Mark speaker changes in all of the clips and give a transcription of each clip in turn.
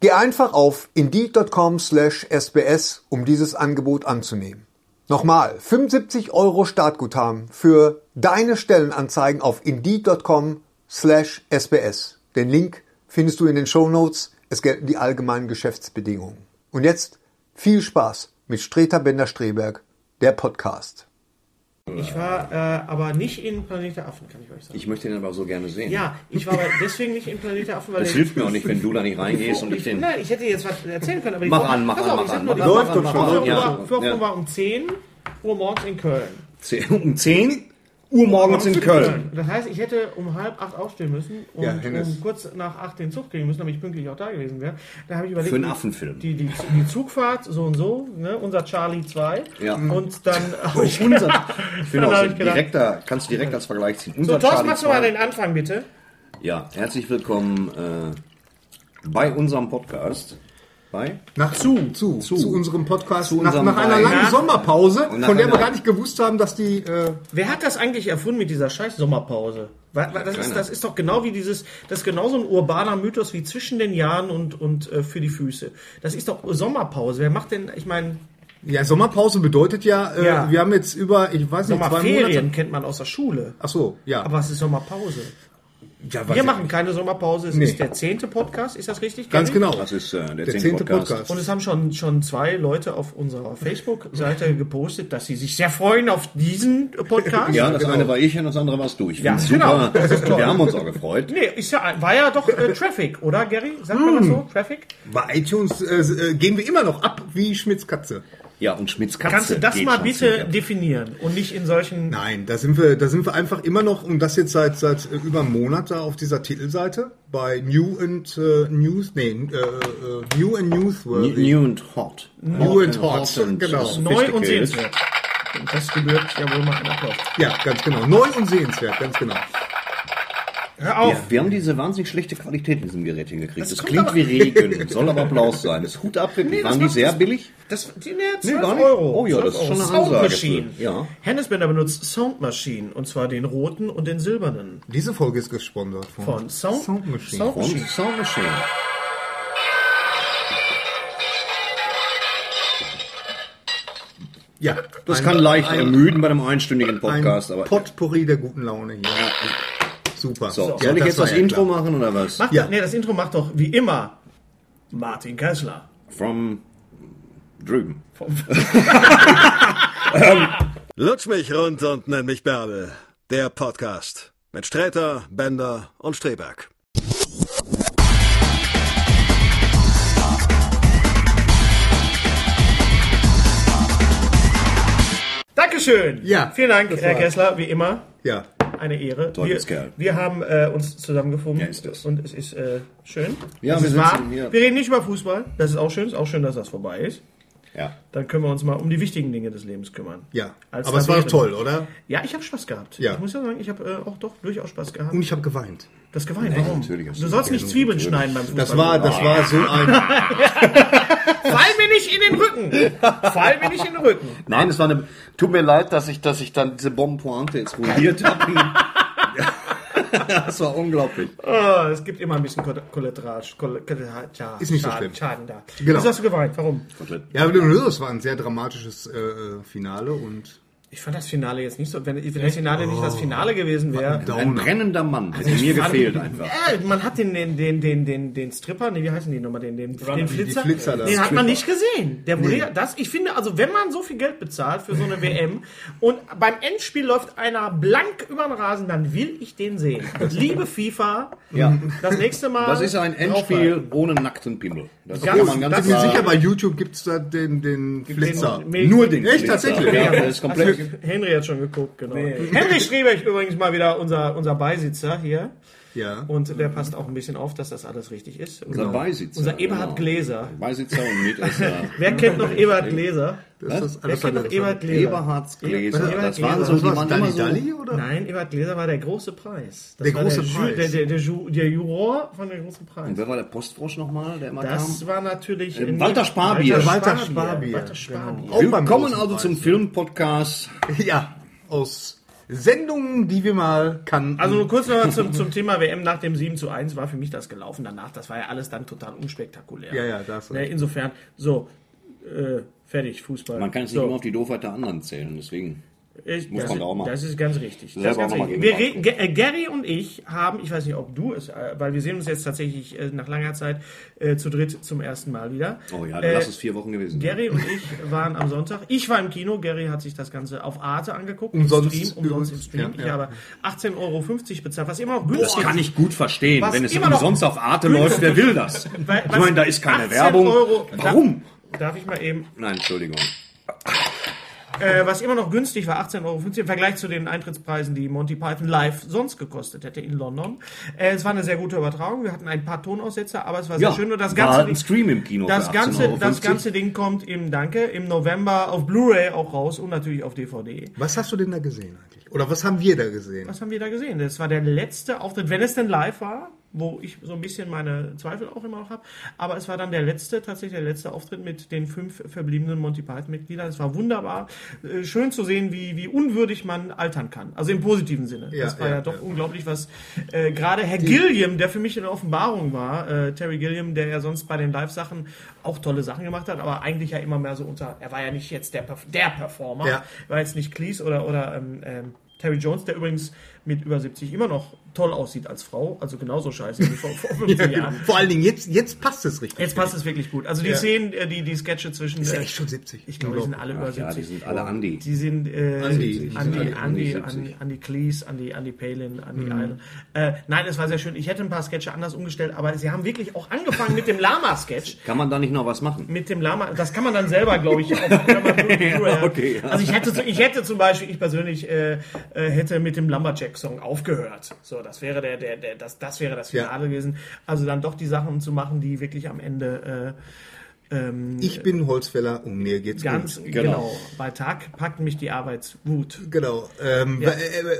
Speaker 1: Geh einfach auf indeed.com slash sbs, um dieses Angebot anzunehmen. Nochmal, 75 Euro Startguthaben für deine Stellenanzeigen auf indeed.com slash sbs. Den Link findest du in den Shownotes. Es gelten die allgemeinen Geschäftsbedingungen. Und jetzt viel Spaß mit Streter Bender-Streberg, der Podcast.
Speaker 2: Ich war äh, aber nicht in Planet der Affen, kann ich euch sagen.
Speaker 3: Ich möchte den aber so gerne sehen.
Speaker 2: Ja, ich war aber deswegen nicht in Planet der Affen, weil
Speaker 3: Das
Speaker 2: der-
Speaker 3: hilft mir auch nicht, wenn du da nicht reingehst und ich den.
Speaker 2: Nein, ich hätte jetzt was erzählen können, aber die
Speaker 3: Mach
Speaker 2: Vorführung-
Speaker 3: an, mach
Speaker 2: Pass
Speaker 3: an,
Speaker 2: auf,
Speaker 3: mach
Speaker 2: ich sag
Speaker 3: an,
Speaker 2: nur, die
Speaker 3: mach an,
Speaker 2: Vorführung-
Speaker 3: mach an,
Speaker 2: Vorführung
Speaker 3: mach
Speaker 2: war-
Speaker 3: an, ne? ja.
Speaker 2: Vorführung
Speaker 3: Ja.
Speaker 2: war um 10 Uhr morgens in Köln.
Speaker 3: Zehn- Um 10
Speaker 2: Um
Speaker 3: Uhr morgens in Köln.
Speaker 2: Das heißt, ich hätte um halb acht aufstehen müssen und
Speaker 1: Ja, Hennes.
Speaker 2: um kurz nach acht den Zug kriegen müssen, damit ich pünktlich auch da gewesen wäre. Da habe ich überlegt,
Speaker 3: Für einen Affenfilm.
Speaker 2: Die, die, die Zugfahrt, so und so, ne? unser Charlie 2.
Speaker 3: Ja.
Speaker 2: Und dann habe ich,
Speaker 3: Unser, ich finde
Speaker 2: Dann
Speaker 3: auch
Speaker 2: hab
Speaker 3: so,
Speaker 2: ich gedacht-
Speaker 3: direkter, kannst du direkt als Vergleich ziehen.
Speaker 2: Genau,
Speaker 3: Unser
Speaker 2: so, Thorsten,
Speaker 3: Charlie
Speaker 2: machst du mal
Speaker 3: zwei.
Speaker 2: den Anfang bitte.
Speaker 3: Ja, herzlich willkommen äh, bei unserem Podcast. Bei?
Speaker 4: Nach zu, zu,
Speaker 3: Zu.
Speaker 4: zu, unserem Podcast.
Speaker 3: Zu
Speaker 4: nach,
Speaker 3: unserem
Speaker 4: nach einer
Speaker 3: Bein.
Speaker 4: langen
Speaker 2: Nach-
Speaker 4: Sommerpause,
Speaker 3: Und nach
Speaker 4: von der wir
Speaker 3: einer-
Speaker 4: gar nicht gewusst haben, dass die. Äh,
Speaker 2: Wer hat das eigentlich erfunden mit dieser scheiß Sommerpause? Wa- wa- Das
Speaker 3: keiner.
Speaker 2: ist, das ist doch genau wie dieses, das ist genau so ein urbaner Mythos wie zwischen den Jahren und, und äh, für die Füße. Das ist doch Sommerpause. Wer macht denn, ich meine,
Speaker 4: ja, Sommerpause bedeutet ja, äh,
Speaker 2: Ja.
Speaker 4: wir haben jetzt über, ich weiß nicht, zwei
Speaker 2: Sommerferien
Speaker 4: Monate.
Speaker 2: kennt man aus der Schule.
Speaker 4: Ach so, ja.
Speaker 2: Aber es ist Sommerpause.
Speaker 4: ja, weiß
Speaker 2: Wir
Speaker 4: ich
Speaker 2: machen
Speaker 4: nicht.
Speaker 2: keine Sommerpause. Es
Speaker 4: Nee.
Speaker 2: ist der zehnte Podcast, ist das richtig?
Speaker 4: ganz
Speaker 2: Gary?
Speaker 4: genau.
Speaker 3: Das ist äh, der,
Speaker 4: der
Speaker 3: zehnte
Speaker 4: zehnte
Speaker 3: Podcast.
Speaker 4: Podcast.
Speaker 2: Und es haben schon, schon zwei Leute auf unserer Facebook-Seite gepostet, dass sie sich sehr freuen auf diesen Podcast.
Speaker 3: Ja, das
Speaker 4: Genau.
Speaker 3: eine war ich und das andere warst du. Ich
Speaker 2: Ja,
Speaker 3: find's
Speaker 2: genau.
Speaker 3: super.
Speaker 2: Das ist toll.
Speaker 3: Wir haben uns auch gefreut.
Speaker 2: Nee, ist ja, war ja doch äh, Traffic, oder Gary? Sagt man das
Speaker 4: Hm.
Speaker 2: so? Traffic?
Speaker 4: Bei iTunes äh, äh, gehen wir immer noch ab wie Schmitz Katze.
Speaker 3: Ja, und Schmitz Katze.
Speaker 2: Kannst du das
Speaker 3: geht
Speaker 2: mal
Speaker 3: schon
Speaker 2: bitte
Speaker 3: ziemlich ab.
Speaker 2: definieren und nicht in solchen.
Speaker 4: Nein, da sind wir, da sind wir einfach immer noch und das jetzt seit seit äh, über einem Monat da auf dieser Titelseite bei New and äh, News, nee, äh, äh, New and Newsworthy.
Speaker 3: New and hot.
Speaker 4: New and hot,
Speaker 3: and
Speaker 4: genau.
Speaker 2: Neu und
Speaker 3: sophisticated.
Speaker 2: sehenswert. Und Das gebührt ja wohl mal einen Applaus.
Speaker 4: Ja, ganz genau. Neu und sehenswert, ganz genau.
Speaker 2: Hör auf!
Speaker 3: Wir haben diese wahnsinnig schlechte Qualität in diesem Gerät hingekriegt. Das,
Speaker 2: kommt
Speaker 3: klingt
Speaker 2: aber-
Speaker 3: wie Regen, soll aber Applaus sein. Das Hut ab, wirklich.
Speaker 2: Nee, das
Speaker 3: Waren die
Speaker 2: macht-
Speaker 3: sehr billig?
Speaker 2: Das, die, nee, 12
Speaker 3: gar nicht.
Speaker 2: Euro.
Speaker 3: Oh ja, das ist
Speaker 2: 12
Speaker 3: schon
Speaker 2: Euro.
Speaker 3: eine Ansage
Speaker 2: Sound Machine.
Speaker 3: für- ja.
Speaker 2: Hennes Bender benutzt Sound Machine und zwar den roten und den silbernen
Speaker 4: Diese Folge ist gesponsert von,
Speaker 2: von Sound,
Speaker 4: Sound Machine.
Speaker 2: Sound
Speaker 3: Und
Speaker 2: Machine.
Speaker 3: Sound Machine.
Speaker 4: Ja,
Speaker 3: Das
Speaker 4: ein-
Speaker 3: kann leicht
Speaker 4: ein,
Speaker 3: ermüden bei einem einstündigen Podcast,
Speaker 4: ein
Speaker 3: aber.
Speaker 4: Potpourri der guten Laune hier. Super.
Speaker 3: so,
Speaker 4: Ja,
Speaker 3: soll ich jetzt
Speaker 4: war
Speaker 3: das
Speaker 4: ja
Speaker 3: Intro
Speaker 4: klar.
Speaker 3: machen oder was?
Speaker 2: Macht,
Speaker 4: Ja.
Speaker 2: nee, das Intro macht doch wie immer Martin Kessler.
Speaker 3: From drüben.
Speaker 5: Lutsch mich rund und nenn mich Bärbel. Der Podcast mit Sträter, Bender und Streberg.
Speaker 2: Dankeschön!
Speaker 4: Ja,
Speaker 2: Vielen Dank,
Speaker 4: das
Speaker 2: Herr
Speaker 4: war-
Speaker 2: Kessler, wie immer.
Speaker 4: Ja.
Speaker 2: Eine Ehre. Wir,
Speaker 3: Teufelskerl.
Speaker 2: wir haben äh, uns zusammengefunden
Speaker 3: Ja, ist das.
Speaker 2: und es ist äh, schön.
Speaker 3: Ja,
Speaker 2: es
Speaker 3: wir
Speaker 2: ist
Speaker 3: sitzen
Speaker 2: wahr.
Speaker 3: hier.
Speaker 2: Wir reden nicht über Fußball. Das ist auch schön. Ist auch schön, dass das vorbei ist.
Speaker 3: Ja.
Speaker 2: Dann können wir uns mal um die wichtigen Dinge des Lebens kümmern.
Speaker 4: Ja.
Speaker 2: Als
Speaker 4: Aber es war doch
Speaker 2: Erwähnung.
Speaker 4: toll, oder?
Speaker 2: Ja, ich habe Spaß gehabt.
Speaker 4: Ja.
Speaker 2: Ich muss ja sagen, ich habe äh, auch doch durchaus Spaß gehabt.
Speaker 4: Und ich habe geweint.
Speaker 2: das Gewein, warum?
Speaker 3: natürlich hast
Speaker 2: du
Speaker 3: du-
Speaker 2: sollst nicht Zwiebeln schneiden beim Fußball.
Speaker 4: Das war, das war so ein.
Speaker 2: Fall mir nicht in den Rücken! Fall mir nicht in den Rücken!
Speaker 3: Nein, es war eine. Tut mir leid, dass ich, dass ich dann diese Bombenpointe jetzt ruiniert habe. das war unglaublich.
Speaker 2: Oh, es gibt immer ein bisschen Kollateral. Kollateral- Kollateral-
Speaker 4: Ist nicht so
Speaker 2: Schaden-
Speaker 4: schlimm.
Speaker 2: Schaden da.
Speaker 4: Genau.
Speaker 2: Wieso hast du geweint? Warum?
Speaker 4: ja, aber das war ein sehr dramatisches äh, äh, Finale und.
Speaker 2: Ich fand das Finale jetzt nicht so, wenn, wenn das Finale nicht das Finale gewesen
Speaker 6: Oh.
Speaker 2: wäre.
Speaker 6: Ein brennender Mann hätte mir
Speaker 2: Fand-
Speaker 6: gefehlt einfach.
Speaker 2: Äh, man hat den, den, den, den, den, den Stripper, nee, wie heißen die nochmal, den, den, den Flitzer,
Speaker 1: die Flitzer da.
Speaker 2: den hat man
Speaker 1: Stripper.
Speaker 2: nicht gesehen. Der wurde ja, das, ich finde, also wenn man so viel Geld bezahlt für so eine WM und beim Endspiel läuft einer blank über den Rasen, dann will ich den sehen. Liebe FIFA,
Speaker 6: Ja.
Speaker 2: das nächste Mal.
Speaker 6: Das ist ein
Speaker 2: draufhalten.
Speaker 6: Endspiel ohne nackten Pimmel. Das
Speaker 2: Ganz-
Speaker 6: kann man
Speaker 1: Ich
Speaker 6: ganz
Speaker 1: bin mir sicher,
Speaker 6: klar.
Speaker 1: bei YouTube gibt's da den, den Flitzer.
Speaker 2: Mil-
Speaker 6: Nur den
Speaker 1: Echt,
Speaker 6: Flitzer.
Speaker 1: tatsächlich?
Speaker 6: Ja, das ist
Speaker 2: Also
Speaker 6: komplett.
Speaker 2: Henry hat schon geguckt, genau. Henry Schreberich übrigens mal wieder unser, unser Beisitzer hier.
Speaker 1: Ja.
Speaker 2: Und der passt auch ein bisschen auf, dass das alles richtig ist. Genau.
Speaker 6: Unser Beisitzer.
Speaker 2: Unser Eberhard
Speaker 6: genau.
Speaker 2: Gläser.
Speaker 6: Beisitzer und Mitesser.
Speaker 2: Wer kennt noch Eberhard Gläser?
Speaker 1: Das ist
Speaker 2: Wer
Speaker 1: alles
Speaker 2: kennt noch Eberhard Gläser?
Speaker 6: Eberhards Gläser.
Speaker 2: Eberhard
Speaker 6: Das
Speaker 2: Gläser.
Speaker 6: waren so
Speaker 1: Was
Speaker 6: die
Speaker 1: war's?
Speaker 6: man immer
Speaker 1: Dalli
Speaker 6: so.
Speaker 1: Dalli oder?
Speaker 2: Nein, Eberhard Gläser war der große Preis. Das
Speaker 1: Der
Speaker 2: war
Speaker 1: große
Speaker 2: der Ju-
Speaker 1: Preis.
Speaker 2: Der, der, der, Ju- der Juror von der großen Preis.
Speaker 6: Wer war der Postfrosch nochmal, der immer kam?
Speaker 2: Das war natürlich...
Speaker 6: Äh,
Speaker 2: in-
Speaker 6: Walter Spabier.
Speaker 1: Walter
Speaker 2: Spabier.
Speaker 1: Spabier.
Speaker 2: Walter Spabier.
Speaker 3: Genau.
Speaker 1: Auch beim
Speaker 6: Willkommen
Speaker 1: großen
Speaker 6: also
Speaker 1: Preis.
Speaker 6: zum Filmpodcast.
Speaker 1: Ja, aus Sendungen, die wir mal kannten.
Speaker 2: Also nur kurz nochmal zum, zum Thema WM nach dem 7 zu 1 war für mich das gelaufen danach. Das war ja alles dann total unspektakulär.
Speaker 1: Ja, ja, das-
Speaker 2: Ne, Insofern, so, äh, fertig, Fußball.
Speaker 6: Man kann es nicht
Speaker 2: so,
Speaker 6: immer auf die Doofheit der anderen zählen, deswegen.
Speaker 2: ich,
Speaker 6: muss
Speaker 2: das,
Speaker 6: man da auch mal.
Speaker 2: Das ist ganz richtig. Das
Speaker 6: Selber
Speaker 2: ist ganz
Speaker 6: auch mal
Speaker 2: richtig.
Speaker 6: gegen
Speaker 2: Wir
Speaker 6: Marco.
Speaker 2: reden, Ge- äh, Gary und ich haben, ich weiß nicht, ob du es, äh, weil wir sehen uns jetzt tatsächlich äh, nach langer Zeit äh, zu dritt zum ersten Mal wieder.
Speaker 6: Oh ja,
Speaker 2: Äh,
Speaker 6: lass es vier Wochen gewesen. sein.
Speaker 2: Gary und ich waren am Sonntag. Ich war im Kino. Gary hat sich das Ganze auf Arte angeguckt.
Speaker 1: Umsonst
Speaker 2: Im Stream, umsonst im
Speaker 1: übrigens. Ja,
Speaker 2: Stream. Ich
Speaker 1: ja.
Speaker 2: habe 18,50 Euro bezahlt, was immer noch günstig
Speaker 6: Das kann ich gut verstehen.
Speaker 2: Was
Speaker 6: Wenn es
Speaker 2: immer noch-
Speaker 6: umsonst auf Arte läuft, wer will das?
Speaker 2: Weil-
Speaker 6: Ich
Speaker 2: was-
Speaker 6: meine, da ist keine
Speaker 2: 18
Speaker 6: Werbung.
Speaker 2: Euro.
Speaker 6: Warum?
Speaker 2: Darf ich mal eben,
Speaker 6: Nein, Entschuldigung.
Speaker 2: äh, was immer noch günstig war, 18,50 Euro im Vergleich zu den Eintrittspreisen, die Monty Python live sonst gekostet hätte in London. Äh, es war eine sehr gute Übertragung. Wir hatten ein paar Tonaussetzer, aber es war sehr schön. Und das
Speaker 6: war
Speaker 2: ganze,
Speaker 6: ein
Speaker 2: Ding,
Speaker 6: Stream im Kino.
Speaker 2: das,
Speaker 6: für
Speaker 2: ganze,
Speaker 6: 18,50
Speaker 2: das ganze Ding kommt im Danke im November auf Blu-ray auch raus und natürlich auf DVD.
Speaker 1: was hast du denn da gesehen eigentlich? Oder was haben wir da gesehen?
Speaker 2: Was haben wir da gesehen? Das war der letzte Auftritt, wenn es denn live war, wo ich so ein bisschen meine Zweifel auch immer noch habe. Aber es war dann der letzte, tatsächlich der letzte Auftritt mit den fünf verbliebenen Monty Python-Mitgliedern. Es war wunderbar, äh, schön zu sehen, wie, wie unwürdig man altern kann. Also im positiven Sinne.
Speaker 1: Ja,
Speaker 2: das war ja,
Speaker 1: ja,
Speaker 2: doch
Speaker 1: ja.
Speaker 2: unglaublich, was äh, gerade Herr Gilliam, der für mich eine Offenbarung war, äh, Terry Gilliam, der ja sonst bei den Live-Sachen auch tolle Sachen gemacht hat, aber eigentlich ja immer mehr so unter, er war ja nicht jetzt der, Perf- der Performer,
Speaker 1: Ja.
Speaker 2: war jetzt nicht Cleese oder, oder ähm, ähm, Terry Jones, der übrigens mit über 70 immer noch toll aussieht als Frau, also genauso scheiße wie vor, vor 15
Speaker 1: Ja,
Speaker 2: Jahren.
Speaker 1: Vor allen Dingen, jetzt, jetzt passt es richtig.
Speaker 2: Jetzt passt es wirklich gut. Also die
Speaker 1: Ja.
Speaker 2: Szenen, äh, die, die Sketche zwischen...
Speaker 1: Ist
Speaker 2: äh,
Speaker 1: er echt schon 70?
Speaker 2: ich glaube, die sind alle über
Speaker 6: Euro. Ja, die
Speaker 2: 70.
Speaker 6: sind alle Andi.
Speaker 2: Die sind äh,
Speaker 1: Andi.
Speaker 2: Andi,
Speaker 6: Andi,
Speaker 2: Andi, Andi,
Speaker 6: 70.
Speaker 2: Andi Cleese, Andi, Andi Palin, Andi Idol. Äh, nein, es war sehr schön. Ich hätte ein paar Sketche anders umgestellt, aber sie haben wirklich auch angefangen mit dem Lama-Sketch.
Speaker 6: Kann man da nicht noch was machen?
Speaker 2: Mit dem Lama, das kann man dann selber, glaube ich, auf ja,
Speaker 6: okay, ja.
Speaker 2: Also ich hätte, zu- ich hätte zum Beispiel, ich persönlich äh, äh, hätte mit dem Lumberjack-Song aufgehört. So, das wäre der, der, der das, das wäre das
Speaker 1: Ja.
Speaker 2: Finale gewesen. Also dann doch die Sachen zu machen, die wirklich am Ende äh,
Speaker 1: Ich bin Holzfäller und mir geht's
Speaker 2: Ganz
Speaker 1: gut.
Speaker 2: genau. Bei Tag packt mich die Arbeitswut.
Speaker 1: Genau. Ähm, wa- äh,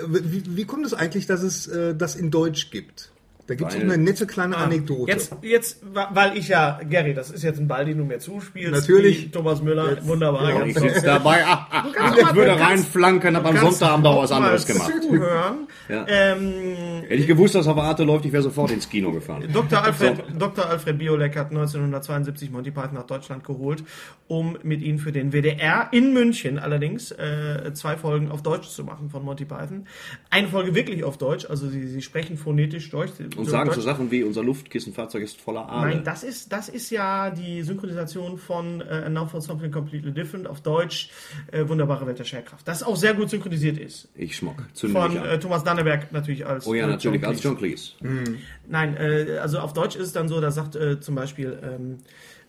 Speaker 1: wie, wie kommt es eigentlich, dass es äh, das in Deutsch gibt? Da gibt es
Speaker 6: Weil-
Speaker 1: eine nette kleine Anekdote.
Speaker 2: Jetzt, jetzt, wa- weil ich ja, Gary, das ist jetzt ein Ball, den du mir zuspielst.
Speaker 1: Natürlich.
Speaker 2: Wie Thomas Müller,
Speaker 1: Jetzt-
Speaker 2: wunderbar.
Speaker 1: Ja,
Speaker 2: ganz
Speaker 6: Ich
Speaker 2: toll.
Speaker 6: sitze dabei. Ah, ah, ah,
Speaker 2: kannst
Speaker 6: ich
Speaker 2: mal- du
Speaker 6: würde
Speaker 2: kannst-
Speaker 6: reinflanken, aber am
Speaker 2: Kannst
Speaker 6: Sonntag haben wir auch was
Speaker 2: mal
Speaker 6: anderes gemacht.
Speaker 2: Zuhören.
Speaker 6: Ja.
Speaker 2: Ähm,
Speaker 6: Hätte ich gewusst, dass auf Arte läuft, ich wäre sofort ins Kino gefahren.
Speaker 2: Dr. Alfred, Dr. Alfred Biolek hat 1972 Monty Python nach Deutschland geholt, um mit ihnen für den WDR in München allerdings äh, zwei Folgen auf Deutsch zu machen von Monty Python. Eine Folge wirklich auf Deutsch, also sie, sie sprechen phonetisch Deutsch.
Speaker 6: Und sagen
Speaker 2: Deutsch.
Speaker 6: so Sachen wie, unser Luftkissenfahrzeug ist voller Aale.
Speaker 2: Nein, das ist, das ist ja die Synchronisation von äh, And Now for Something Completely Different auf Deutsch, äh, Wunderbare Welt der Schwerkraft. Das auch sehr gut synchronisiert ist.
Speaker 6: Ich schmock. Zünde
Speaker 2: Von
Speaker 6: mich an.
Speaker 2: äh, Thomas Danneberg natürlich als.
Speaker 6: oh ja,
Speaker 2: äh,
Speaker 6: natürlich,
Speaker 2: John
Speaker 6: als
Speaker 2: Cleese.
Speaker 6: John Cleese.
Speaker 2: Nein, äh, also auf Deutsch ist es dann so, da sagt äh, zum Beispiel ähm,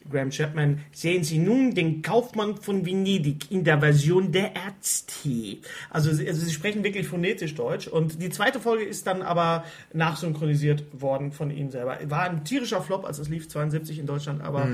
Speaker 2: Graham Chapman, sehen Sie nun den Kaufmann von Venedig in der Version der Ärzte. Also, sie- also sie sprechen wirklich phonetisch Deutsch und die zweite Folge ist dann aber nachsynchronisiert worden von ihm selber. War ein tierischer Flop, als es lief 72 in Deutschland, aber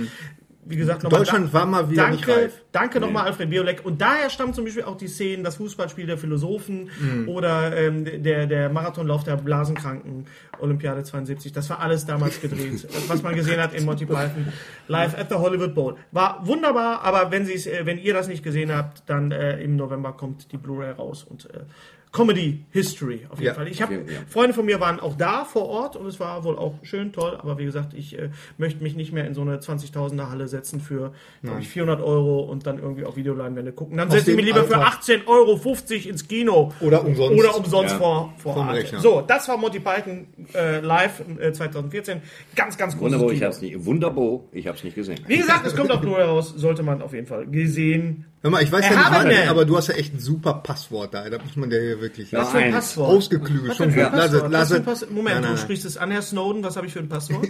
Speaker 2: wie gesagt, nochmal
Speaker 1: Hm. Deutschland
Speaker 2: da-
Speaker 1: war mal wieder
Speaker 2: danke,
Speaker 1: nicht reif.
Speaker 2: Danke nochmal Alfred Biolek. Und daher stammen zum Beispiel auch die Szenen, das Fußballspiel der Philosophen oder ähm, der, der Marathonlauf der Blasenkranken, Olympiade 72. Das war alles damals gedreht, was man gesehen hat in Monty Python live at the Hollywood Bowl. War wunderbar, aber wenn, Sie's, äh, wenn ihr das nicht gesehen habt, dann äh, im November kommt die Blu-ray raus und äh, Comedy History auf jeden
Speaker 1: Ja.
Speaker 2: Fall. Ich habe
Speaker 3: Okay, ja.
Speaker 2: Freunde von mir waren auch da vor Ort und es war wohl auch schön toll, aber wie gesagt, ich äh, möchte mich nicht mehr in so eine 20.000er Halle setzen für glaub ich, 400 Euro und dann irgendwie auf Videoleinwände gucken. Dann setze ich
Speaker 1: dem
Speaker 2: mich lieber
Speaker 1: Alter.
Speaker 2: für 18,50 Euro ins Kino
Speaker 1: Oder umsonst.
Speaker 2: oder umsonst
Speaker 3: Ja.
Speaker 2: vor, vor
Speaker 1: Vom
Speaker 2: Arte.
Speaker 1: Rechner.
Speaker 2: So, das war Monty Python äh, live äh, 2014. Ganz, ganz großes
Speaker 3: Wunderbar, ich
Speaker 2: Kino.
Speaker 3: hab's nicht. Wunderbar, ich hab's nicht gesehen.
Speaker 2: Wie gesagt, es kommt auf Blu-ray raus, sollte man auf jeden Fall gesehen.
Speaker 1: Hör mal, ich weiß ja nicht,
Speaker 2: Erhabene.
Speaker 1: wann, aber du hast ja echt ein super Passwort da. Da muss man dir hier wirklich
Speaker 3: Ja,
Speaker 2: für ein
Speaker 3: eins.
Speaker 2: Passwort?
Speaker 1: ausgeklügelt.
Speaker 2: Was denn
Speaker 1: Schon
Speaker 2: für ein
Speaker 1: gut. Lasse,
Speaker 2: Passwort? Was für
Speaker 1: lasse.
Speaker 2: ein Pass- Moment,
Speaker 1: Nein, nein,
Speaker 2: du
Speaker 1: nein.
Speaker 2: sprichst es an, Herr Snowden, was habe ich für ein Passwort?